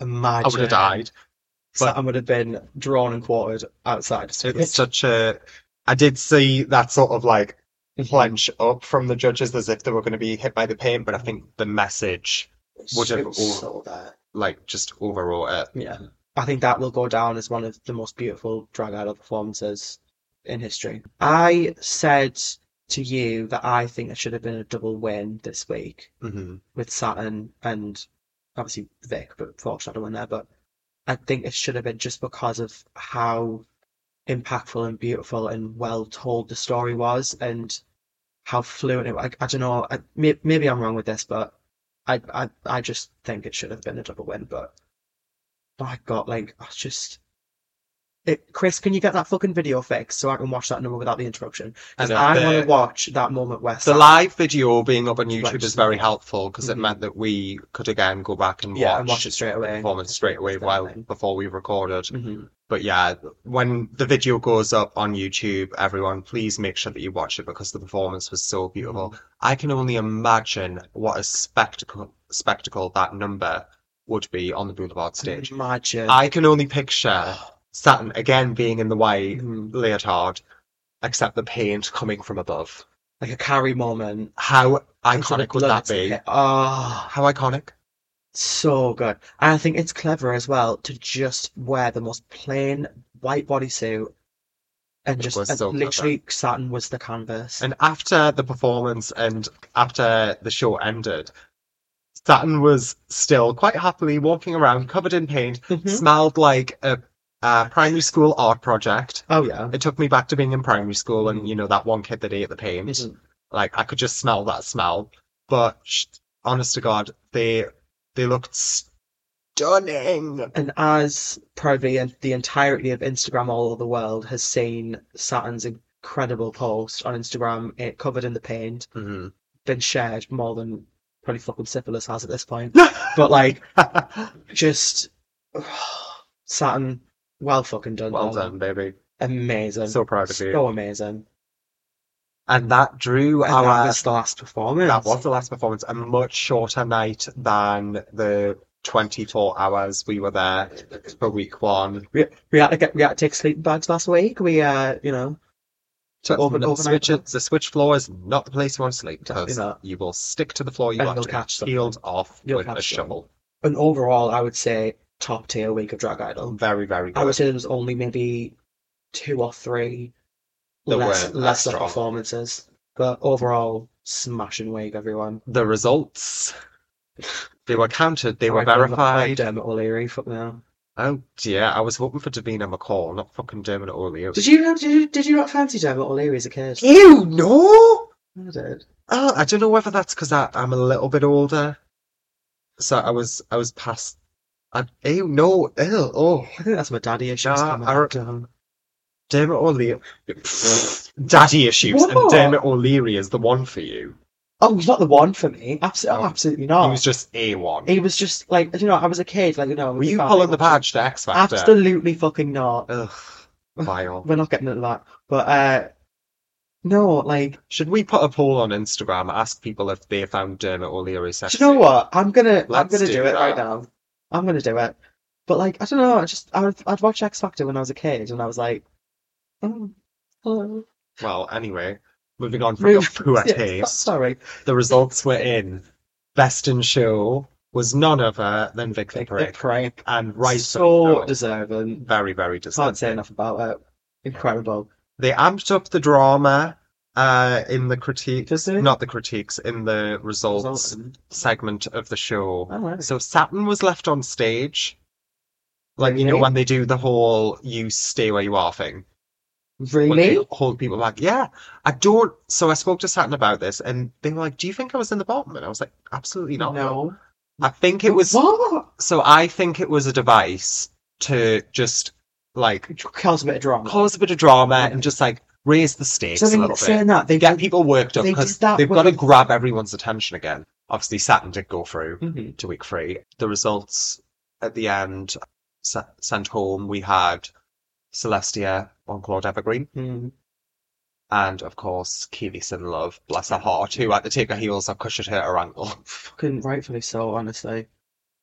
[SPEAKER 2] imagine,
[SPEAKER 1] I would have died. but-
[SPEAKER 2] Saturn would have been drawn and quartered outside.
[SPEAKER 1] It was such a. I did see that sort of like
[SPEAKER 2] Mm-hmm.
[SPEAKER 1] clench up from the judges as if they were going to be hit by the paint, but I think the message, would have
[SPEAKER 2] It was
[SPEAKER 1] all-
[SPEAKER 2] so bad.
[SPEAKER 1] like, just overwrought it.
[SPEAKER 2] Yeah. I think that will go down as one of the most beautiful drag idol performances in history. I said to you that I think there should have been a double win this week
[SPEAKER 1] hmm
[SPEAKER 2] with Saturn and obviously Vic, but Foreshadow in there. But I think it should have been just because of how impactful and beautiful and well told the story was, and how fluent it. I, I don't know. I, may, maybe I'm wrong with this, but I, I I just think it should have been a double win. But my God, like I just. It, Chris, can you get that fucking video fixed so I can watch that number without the interruption? Because
[SPEAKER 1] I know,
[SPEAKER 2] I,
[SPEAKER 1] the-
[SPEAKER 2] want to watch that moment where
[SPEAKER 1] The
[SPEAKER 2] Saturn-
[SPEAKER 1] live video being up on
[SPEAKER 2] Right,
[SPEAKER 1] YouTube is
[SPEAKER 2] just-
[SPEAKER 1] very helpful because it
[SPEAKER 2] Mhm.
[SPEAKER 1] meant that we could again go back and
[SPEAKER 2] yeah,
[SPEAKER 1] watch,
[SPEAKER 2] and watch it straight
[SPEAKER 1] the
[SPEAKER 2] away.
[SPEAKER 1] performance straight away while
[SPEAKER 2] Definitely.
[SPEAKER 1] before we recorded.
[SPEAKER 2] Mhm.
[SPEAKER 1] But yeah, when the video goes up on YouTube, everyone, please make sure that you watch it because the performance was so beautiful. I can only imagine what a spectacle spectacle that number would be on the Boulevard stage.
[SPEAKER 2] Imagine.
[SPEAKER 1] I can only picture Saturn again being in the white
[SPEAKER 2] Mhm.
[SPEAKER 1] leotard, except the paint coming from above.
[SPEAKER 2] like a carry moment.
[SPEAKER 1] How
[SPEAKER 2] Instead of
[SPEAKER 1] iconic would that
[SPEAKER 2] bloods,
[SPEAKER 1] be?
[SPEAKER 2] okay. Oh,
[SPEAKER 1] How iconic?
[SPEAKER 2] so good. And I think it's clever as well to just wear the most plain white bodysuit and
[SPEAKER 1] It
[SPEAKER 2] just
[SPEAKER 1] was
[SPEAKER 2] and
[SPEAKER 1] so clever.
[SPEAKER 2] literally satin was the canvas.
[SPEAKER 1] And after the performance and after the show ended, Saturn was still quite happily walking around covered in paint,
[SPEAKER 2] Mhm.
[SPEAKER 1] smelled like a, a primary school art project.
[SPEAKER 2] Oh yeah.
[SPEAKER 1] It took me back to being in primary school and, you know, that one kid that ate the paint.
[SPEAKER 2] Mhm.
[SPEAKER 1] Like, I could just smell that smell. But sh- honest to God, they they looked stunning.
[SPEAKER 2] And as probably en- the entirety of Instagram all over the world has seen Saturn's incredible post on Instagram, it covered in the paint,
[SPEAKER 1] Mhm.
[SPEAKER 2] been shared more than probably fucking syphilis has at this point. But like just Saturn, well fucking done.
[SPEAKER 1] well
[SPEAKER 2] darling.
[SPEAKER 1] done, baby.
[SPEAKER 2] Amazing.
[SPEAKER 1] So proud of you.
[SPEAKER 2] So amazing.
[SPEAKER 1] And that drew
[SPEAKER 2] And
[SPEAKER 1] our
[SPEAKER 2] that was the last performance.
[SPEAKER 1] That was the last performance. A much shorter night than the 24 hours we were there for week one.
[SPEAKER 2] We had to get we had to take sleeping bags last week. We uh you know
[SPEAKER 1] So
[SPEAKER 2] Over-
[SPEAKER 1] the,
[SPEAKER 2] overnight-
[SPEAKER 1] switch, the switch floor is not the place you want to sleep because
[SPEAKER 2] Definitely not.
[SPEAKER 1] you will stick to the floor. You
[SPEAKER 2] And
[SPEAKER 1] have
[SPEAKER 2] you'll
[SPEAKER 1] to
[SPEAKER 2] catch
[SPEAKER 1] be
[SPEAKER 2] something.
[SPEAKER 1] peeled off
[SPEAKER 2] You'll
[SPEAKER 1] with a
[SPEAKER 2] catch
[SPEAKER 1] shovel.
[SPEAKER 2] and overall I would say top tier week of Drag Idol.
[SPEAKER 1] Very, very
[SPEAKER 2] I would
[SPEAKER 1] good.
[SPEAKER 2] say there was only maybe two or three
[SPEAKER 1] That
[SPEAKER 2] less
[SPEAKER 1] weren't that
[SPEAKER 2] lesser
[SPEAKER 1] strong.
[SPEAKER 2] performances. But overall, smashing week, everyone.
[SPEAKER 1] The results, they were counted. They
[SPEAKER 2] I
[SPEAKER 1] were
[SPEAKER 2] reckon I'm not
[SPEAKER 1] verified.
[SPEAKER 2] Dermot O'Leary, fuck now.
[SPEAKER 1] Oh dear, I was hoping for Davina McCall, not fucking Dermot O'Leary.
[SPEAKER 2] Did you did you did you not fancy Dermot O'Leary as a kid?
[SPEAKER 1] Ew, no!
[SPEAKER 2] I did.
[SPEAKER 1] Oh, I don't know whether that's because I'm a little bit older. So I was I was past. I, ew, no, ew, oh.
[SPEAKER 2] I think that's my daddy issues
[SPEAKER 1] Nah,
[SPEAKER 2] coming
[SPEAKER 1] I
[SPEAKER 2] out.
[SPEAKER 1] Dermot O'Leary. Daddy issues, and
[SPEAKER 2] What?
[SPEAKER 1] Dermot O'Leary is the one for you.
[SPEAKER 2] Oh, he's not the one for me. Absolutely,
[SPEAKER 1] Oh.
[SPEAKER 2] absolutely
[SPEAKER 1] He
[SPEAKER 2] not.
[SPEAKER 1] was just A1.
[SPEAKER 2] He was just like you know, I was a kid, like you know. I was
[SPEAKER 1] Were
[SPEAKER 2] a
[SPEAKER 1] you
[SPEAKER 2] family
[SPEAKER 1] pulling the
[SPEAKER 2] watching-
[SPEAKER 1] badge to X Factor?
[SPEAKER 2] Absolutely fucking not.
[SPEAKER 1] Ugh, vile.
[SPEAKER 2] We're not getting into that. But uh, no, like
[SPEAKER 1] Should we put a poll on Instagram, ask people if they found Dermot O'Leary
[SPEAKER 2] do
[SPEAKER 1] sexy?
[SPEAKER 2] you know what? I'm gonna I'm
[SPEAKER 1] Let's
[SPEAKER 2] gonna
[SPEAKER 1] do
[SPEAKER 2] do, it right
[SPEAKER 1] that.
[SPEAKER 2] now. I'm gonna do it. But like I don't know, I just I'd, I'd watch X Factor when I was a kid, and I was like, oh, hello.
[SPEAKER 1] Well, anyway, moving on from your poor
[SPEAKER 2] Yeah,
[SPEAKER 1] taste,
[SPEAKER 2] Sorry.
[SPEAKER 1] the results were in. Best in Show was none other than Vic the
[SPEAKER 2] Like, the
[SPEAKER 1] Prick,
[SPEAKER 2] crank.
[SPEAKER 1] and right
[SPEAKER 2] so
[SPEAKER 1] so
[SPEAKER 2] deserving.
[SPEAKER 1] very very
[SPEAKER 2] Can't say
[SPEAKER 1] deserving.
[SPEAKER 2] enough about it. Incredible.
[SPEAKER 1] They amped up the drama uh, in the critiques,
[SPEAKER 2] Does it?
[SPEAKER 1] not the critiques, in the results
[SPEAKER 2] Resulting.
[SPEAKER 1] segment of the show.
[SPEAKER 2] Oh, right.
[SPEAKER 1] So Saturn was left on stage. Like, you know,
[SPEAKER 2] Really?
[SPEAKER 1] when they do the whole you stay where you are thing. When
[SPEAKER 2] Really?
[SPEAKER 1] they hold people back. Yeah. I don't. So I spoke to Saturn about this and they were like, Do you think I was in the bottom? And I was like, Absolutely not.
[SPEAKER 2] No.
[SPEAKER 1] I think it was.
[SPEAKER 2] What?
[SPEAKER 1] So I think it was a device to just like
[SPEAKER 2] Cause a bit of drama.
[SPEAKER 1] cause a bit of drama and just like raise the stakes
[SPEAKER 2] so
[SPEAKER 1] a
[SPEAKER 2] they
[SPEAKER 1] little bit.
[SPEAKER 2] saying that they
[SPEAKER 1] Get
[SPEAKER 2] get
[SPEAKER 1] people worked up
[SPEAKER 2] they
[SPEAKER 1] because
[SPEAKER 2] did that
[SPEAKER 1] they've got to
[SPEAKER 2] with-
[SPEAKER 1] grab everyone's attention again. Obviously, Saturn did go through
[SPEAKER 2] Mhm.
[SPEAKER 1] to week three. The results at the end s- sent home. We had Celestia on Claude Evergreen,
[SPEAKER 2] Hmm.
[SPEAKER 1] and of course Keelis in Love, bless her heart, who had to take her heels up because she'd hurt her ankle.
[SPEAKER 2] Fucking rightfully so, honestly.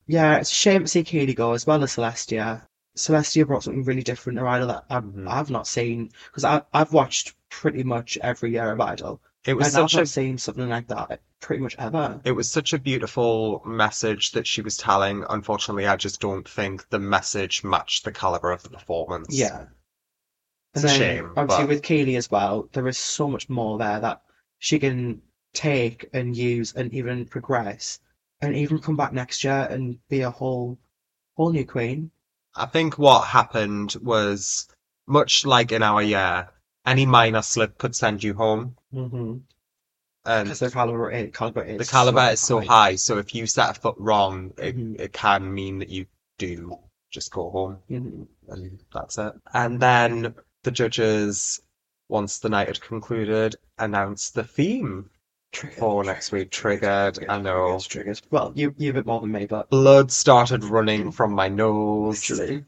[SPEAKER 2] Yeah, it's a shame to see Katie go as well as Celestia. Celestia brought something really different to Idol that I've,
[SPEAKER 1] Mhm.
[SPEAKER 2] I've not seen because I've watched pretty much every year of Idol,
[SPEAKER 1] It was
[SPEAKER 2] and I've
[SPEAKER 1] such a
[SPEAKER 2] not seen something like that pretty much ever.
[SPEAKER 1] it was such a beautiful message that she was telling. Unfortunately, I just don't think the message matched the caliber of the performance.
[SPEAKER 2] Yeah.
[SPEAKER 1] It's
[SPEAKER 2] And
[SPEAKER 1] a
[SPEAKER 2] then,
[SPEAKER 1] shame,
[SPEAKER 2] obviously,
[SPEAKER 1] but-
[SPEAKER 2] with Keely as well, there is so much more there that she can take and use and even progress and even come back next year and be a whole, whole new queen.
[SPEAKER 1] I think what happened was much like in our year, any minor slip could send you home.
[SPEAKER 2] Mm-hmm.
[SPEAKER 1] And
[SPEAKER 2] Because the caliber, is- caliber is
[SPEAKER 1] the caliber
[SPEAKER 2] so
[SPEAKER 1] is so high, so if you set a foot wrong, it,
[SPEAKER 2] Mhm.
[SPEAKER 1] it can mean that you do just go home,
[SPEAKER 2] Mhm.
[SPEAKER 1] and that's it. And then the judges, once the night had concluded, announced the theme for Oh, next week. Triggered, I know.
[SPEAKER 2] It's triggered. Well, you you a bit more than me, but
[SPEAKER 1] Blood started running from my nose.
[SPEAKER 2] literally,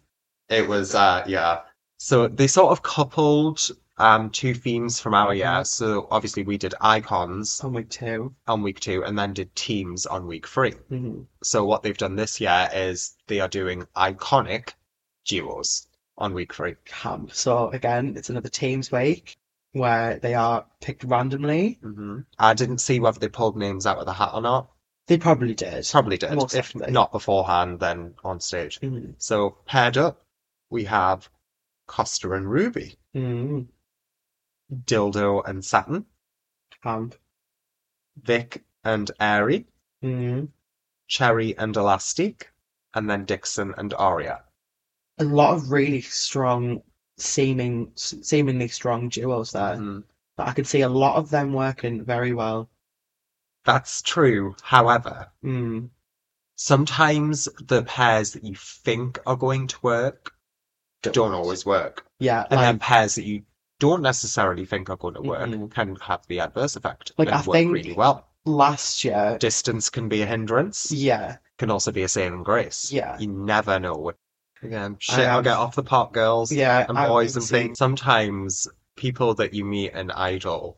[SPEAKER 1] It was, uh, yeah. So they sort of coupled um two themes from our year. So obviously we did icons
[SPEAKER 2] on week 2
[SPEAKER 1] on week two, and then did teams on week three.
[SPEAKER 2] Mhm.
[SPEAKER 1] So what they've done this year is they are doing iconic duos on week three.
[SPEAKER 2] Ham. So again, it's another teams week where they are picked randomly.
[SPEAKER 1] Mm-hmm. I didn't see whether they pulled names out of the hat or not.
[SPEAKER 2] They probably did.
[SPEAKER 1] Probably did.
[SPEAKER 2] Most
[SPEAKER 1] If
[SPEAKER 2] definitely.
[SPEAKER 1] not beforehand, then on stage.
[SPEAKER 2] Mhm.
[SPEAKER 1] So paired up, we have Costa and Ruby,
[SPEAKER 2] Mhm.
[SPEAKER 1] Dildo and Saturn,
[SPEAKER 2] Ham.
[SPEAKER 1] Vic and Airy,
[SPEAKER 2] Mhm.
[SPEAKER 1] Cherry and Elastic, and then Dixon and Aria.
[SPEAKER 2] A lot of really strong, seeming seemingly strong duos there.
[SPEAKER 1] Mhm.
[SPEAKER 2] But I could see a lot of them working very well.
[SPEAKER 1] That's true. However,
[SPEAKER 2] Mm.
[SPEAKER 1] sometimes the pairs that you think are going to work don't always work.
[SPEAKER 2] Yeah,
[SPEAKER 1] And then
[SPEAKER 2] like,
[SPEAKER 1] pairs that you don't necessarily think are going to work
[SPEAKER 2] Mhm.
[SPEAKER 1] can have the adverse effect
[SPEAKER 2] Like,
[SPEAKER 1] and
[SPEAKER 2] I
[SPEAKER 1] work
[SPEAKER 2] think-
[SPEAKER 1] really well.
[SPEAKER 2] last year,
[SPEAKER 1] Distance can be a hindrance,
[SPEAKER 2] yeah,
[SPEAKER 1] can also be a saving grace.
[SPEAKER 2] Yeah.
[SPEAKER 1] You never know. what- Again, shit,
[SPEAKER 2] I
[SPEAKER 1] I'll
[SPEAKER 2] have-
[SPEAKER 1] get off the pot, girls
[SPEAKER 2] yeah,
[SPEAKER 1] and
[SPEAKER 2] I
[SPEAKER 1] boys
[SPEAKER 2] can
[SPEAKER 1] and
[SPEAKER 2] see-
[SPEAKER 1] things. Sometimes people that you meet in Idol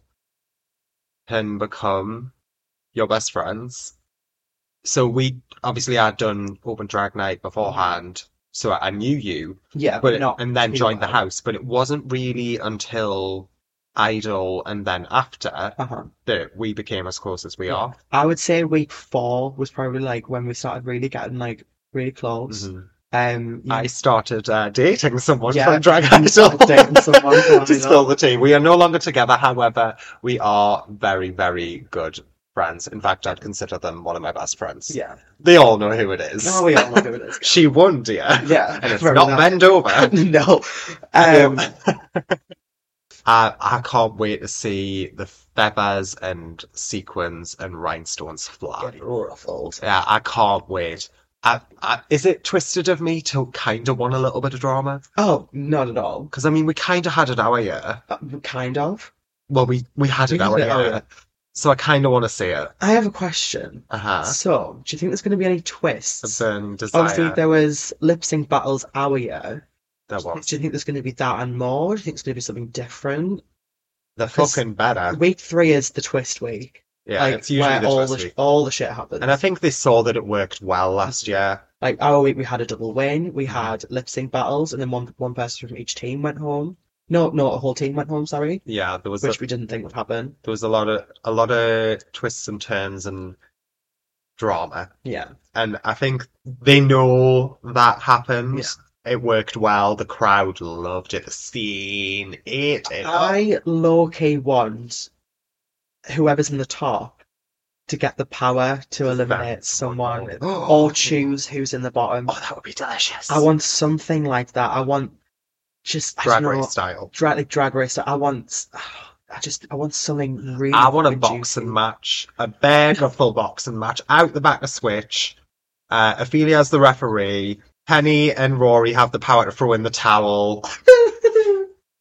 [SPEAKER 1] can become your best friends. So we obviously I'd done Open Drag Night beforehand, so I knew you,
[SPEAKER 2] yeah,
[SPEAKER 1] but
[SPEAKER 2] not
[SPEAKER 1] and then
[SPEAKER 2] really
[SPEAKER 1] joined the
[SPEAKER 2] well.
[SPEAKER 1] house. But it wasn't really until Idol and then after
[SPEAKER 2] Uh-huh.
[SPEAKER 1] that we became as close as we
[SPEAKER 2] Yeah.
[SPEAKER 1] are.
[SPEAKER 2] I would say week four was probably like when we started really getting like really close.
[SPEAKER 1] Mhm.
[SPEAKER 2] Um, you
[SPEAKER 1] I started uh, dating someone
[SPEAKER 2] Yeah,
[SPEAKER 1] from Drag
[SPEAKER 2] you
[SPEAKER 1] Idol.
[SPEAKER 2] started dating someone from
[SPEAKER 1] to
[SPEAKER 2] Idol.
[SPEAKER 1] spill the tea. We are no longer together. However, we are very, very good friends. In fact, I'd consider them one of my best friends.
[SPEAKER 2] yeah.
[SPEAKER 1] They all know who it is.
[SPEAKER 2] No, we all know who it is.
[SPEAKER 1] She won, dear.
[SPEAKER 2] Yeah,
[SPEAKER 1] And it's
[SPEAKER 2] very
[SPEAKER 1] not
[SPEAKER 2] nice.
[SPEAKER 1] bend over.
[SPEAKER 2] No. Um,
[SPEAKER 1] I, Uh, I can't wait to see the feathers and sequins and rhinestones fly. Yeah, I can't wait. I, I, is it twisted of me to kind of want a little bit of drama?
[SPEAKER 2] Oh, not at all.
[SPEAKER 1] Because I mean, we kind of had it our year.
[SPEAKER 2] Uh, Kind of.
[SPEAKER 1] Well, we we had it
[SPEAKER 2] We had
[SPEAKER 1] our
[SPEAKER 2] it oh, our
[SPEAKER 1] year.
[SPEAKER 2] year.
[SPEAKER 1] So I kind of want to see it.
[SPEAKER 2] I have a question.
[SPEAKER 1] Uh huh.
[SPEAKER 2] So, do you think there's going to be any
[SPEAKER 1] A
[SPEAKER 2] twists?
[SPEAKER 1] burning desire.
[SPEAKER 2] Obviously, there was lip sync battles our year.
[SPEAKER 1] there was.
[SPEAKER 2] Do you think there's going to be that and more? Do you think it's going to be something different?
[SPEAKER 1] The
[SPEAKER 2] Because-
[SPEAKER 1] fucking better.
[SPEAKER 2] Week three is the twist week,
[SPEAKER 1] Yeah,
[SPEAKER 2] like
[SPEAKER 1] it's usually
[SPEAKER 2] where
[SPEAKER 1] the
[SPEAKER 2] all
[SPEAKER 1] twist
[SPEAKER 2] the
[SPEAKER 1] week.
[SPEAKER 2] all the shit happens.
[SPEAKER 1] And I think they saw that it worked well last year.
[SPEAKER 2] Like our week, we had a double win. We
[SPEAKER 1] Mm-hmm.
[SPEAKER 2] had lip sync battles, and then one one person from each team went home. No, no, a whole team went home. Sorry,
[SPEAKER 1] Yeah, there was a,
[SPEAKER 2] which we didn't think would happen.
[SPEAKER 1] there was a lot of a lot of twists and turns and drama.
[SPEAKER 2] Yeah.
[SPEAKER 1] And I think they know that happens. It worked well. The crowd loved it. The scene ate it. up.
[SPEAKER 2] I low key want whoever's in the top to get the power to eliminate someone or choose who's in the bottom.
[SPEAKER 1] Oh, that would be delicious.
[SPEAKER 2] I want something like that. I want just I
[SPEAKER 1] drag
[SPEAKER 2] don't know,
[SPEAKER 1] race style.
[SPEAKER 2] drag like drag race. I want. I just I want something really.
[SPEAKER 1] I want a
[SPEAKER 2] fucking
[SPEAKER 1] boxing
[SPEAKER 2] juicy.
[SPEAKER 1] match, a bare full boxing match, out the back of Switch. Uh, Ophelia's the referee. Penny and Rory have the power to throw in the towel.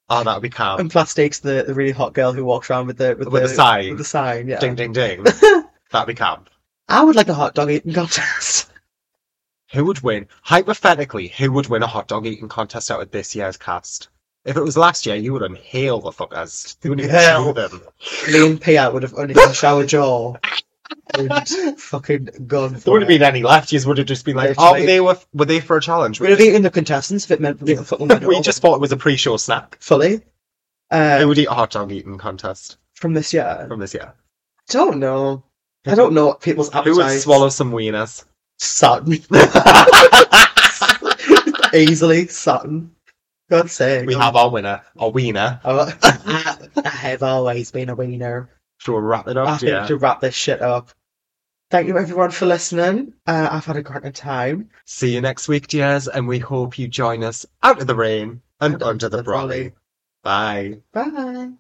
[SPEAKER 1] Oh, that would be calm.
[SPEAKER 2] and plastics the, the really hot girl who walks around with the with,
[SPEAKER 1] With
[SPEAKER 2] the,
[SPEAKER 1] the sign.
[SPEAKER 2] With the sign, yeah.
[SPEAKER 1] Ding, ding, ding. That'd be calm.
[SPEAKER 2] I would like a hot dog eating contest.
[SPEAKER 1] Who would win? Hypothetically, who would win a hot dog eating contest out of this year's cast? If it was last year, you would inhale the fuckers. You wouldn't even
[SPEAKER 2] Hell.
[SPEAKER 1] chew them.
[SPEAKER 2] Liam Pierre would have only got shower jaw and fucking gone
[SPEAKER 1] There
[SPEAKER 2] for
[SPEAKER 1] wouldn't
[SPEAKER 2] it.
[SPEAKER 1] been any left. You would have just been like,
[SPEAKER 2] Literally.
[SPEAKER 1] "Oh, they were were they for a challenge?"
[SPEAKER 2] We'd have
[SPEAKER 1] We,
[SPEAKER 2] eaten the contestants if it meant we fucking went
[SPEAKER 1] we
[SPEAKER 2] over.
[SPEAKER 1] just thought it was a pre-show snack.
[SPEAKER 2] fully.
[SPEAKER 1] Who
[SPEAKER 2] Uh,
[SPEAKER 1] would eat a hot dog eating contest
[SPEAKER 2] from this year, I
[SPEAKER 1] from this year?
[SPEAKER 2] don't know. I don't know what people's appetites.
[SPEAKER 1] Who would swallow some wieners?
[SPEAKER 2] Saturn easily? Saturn. God's sake.
[SPEAKER 1] we have our winner, our wiener.
[SPEAKER 2] Oh, I, I have always been a winner.
[SPEAKER 1] Should we wrap it
[SPEAKER 2] I
[SPEAKER 1] up?
[SPEAKER 2] think
[SPEAKER 1] Yeah.
[SPEAKER 2] to wrap this shit up. Thank you everyone for listening. Uh, I've had a great time.
[SPEAKER 1] See you next week, dears, and we hope you join us out of the rain and under, the brolly. Bye.
[SPEAKER 2] Bye.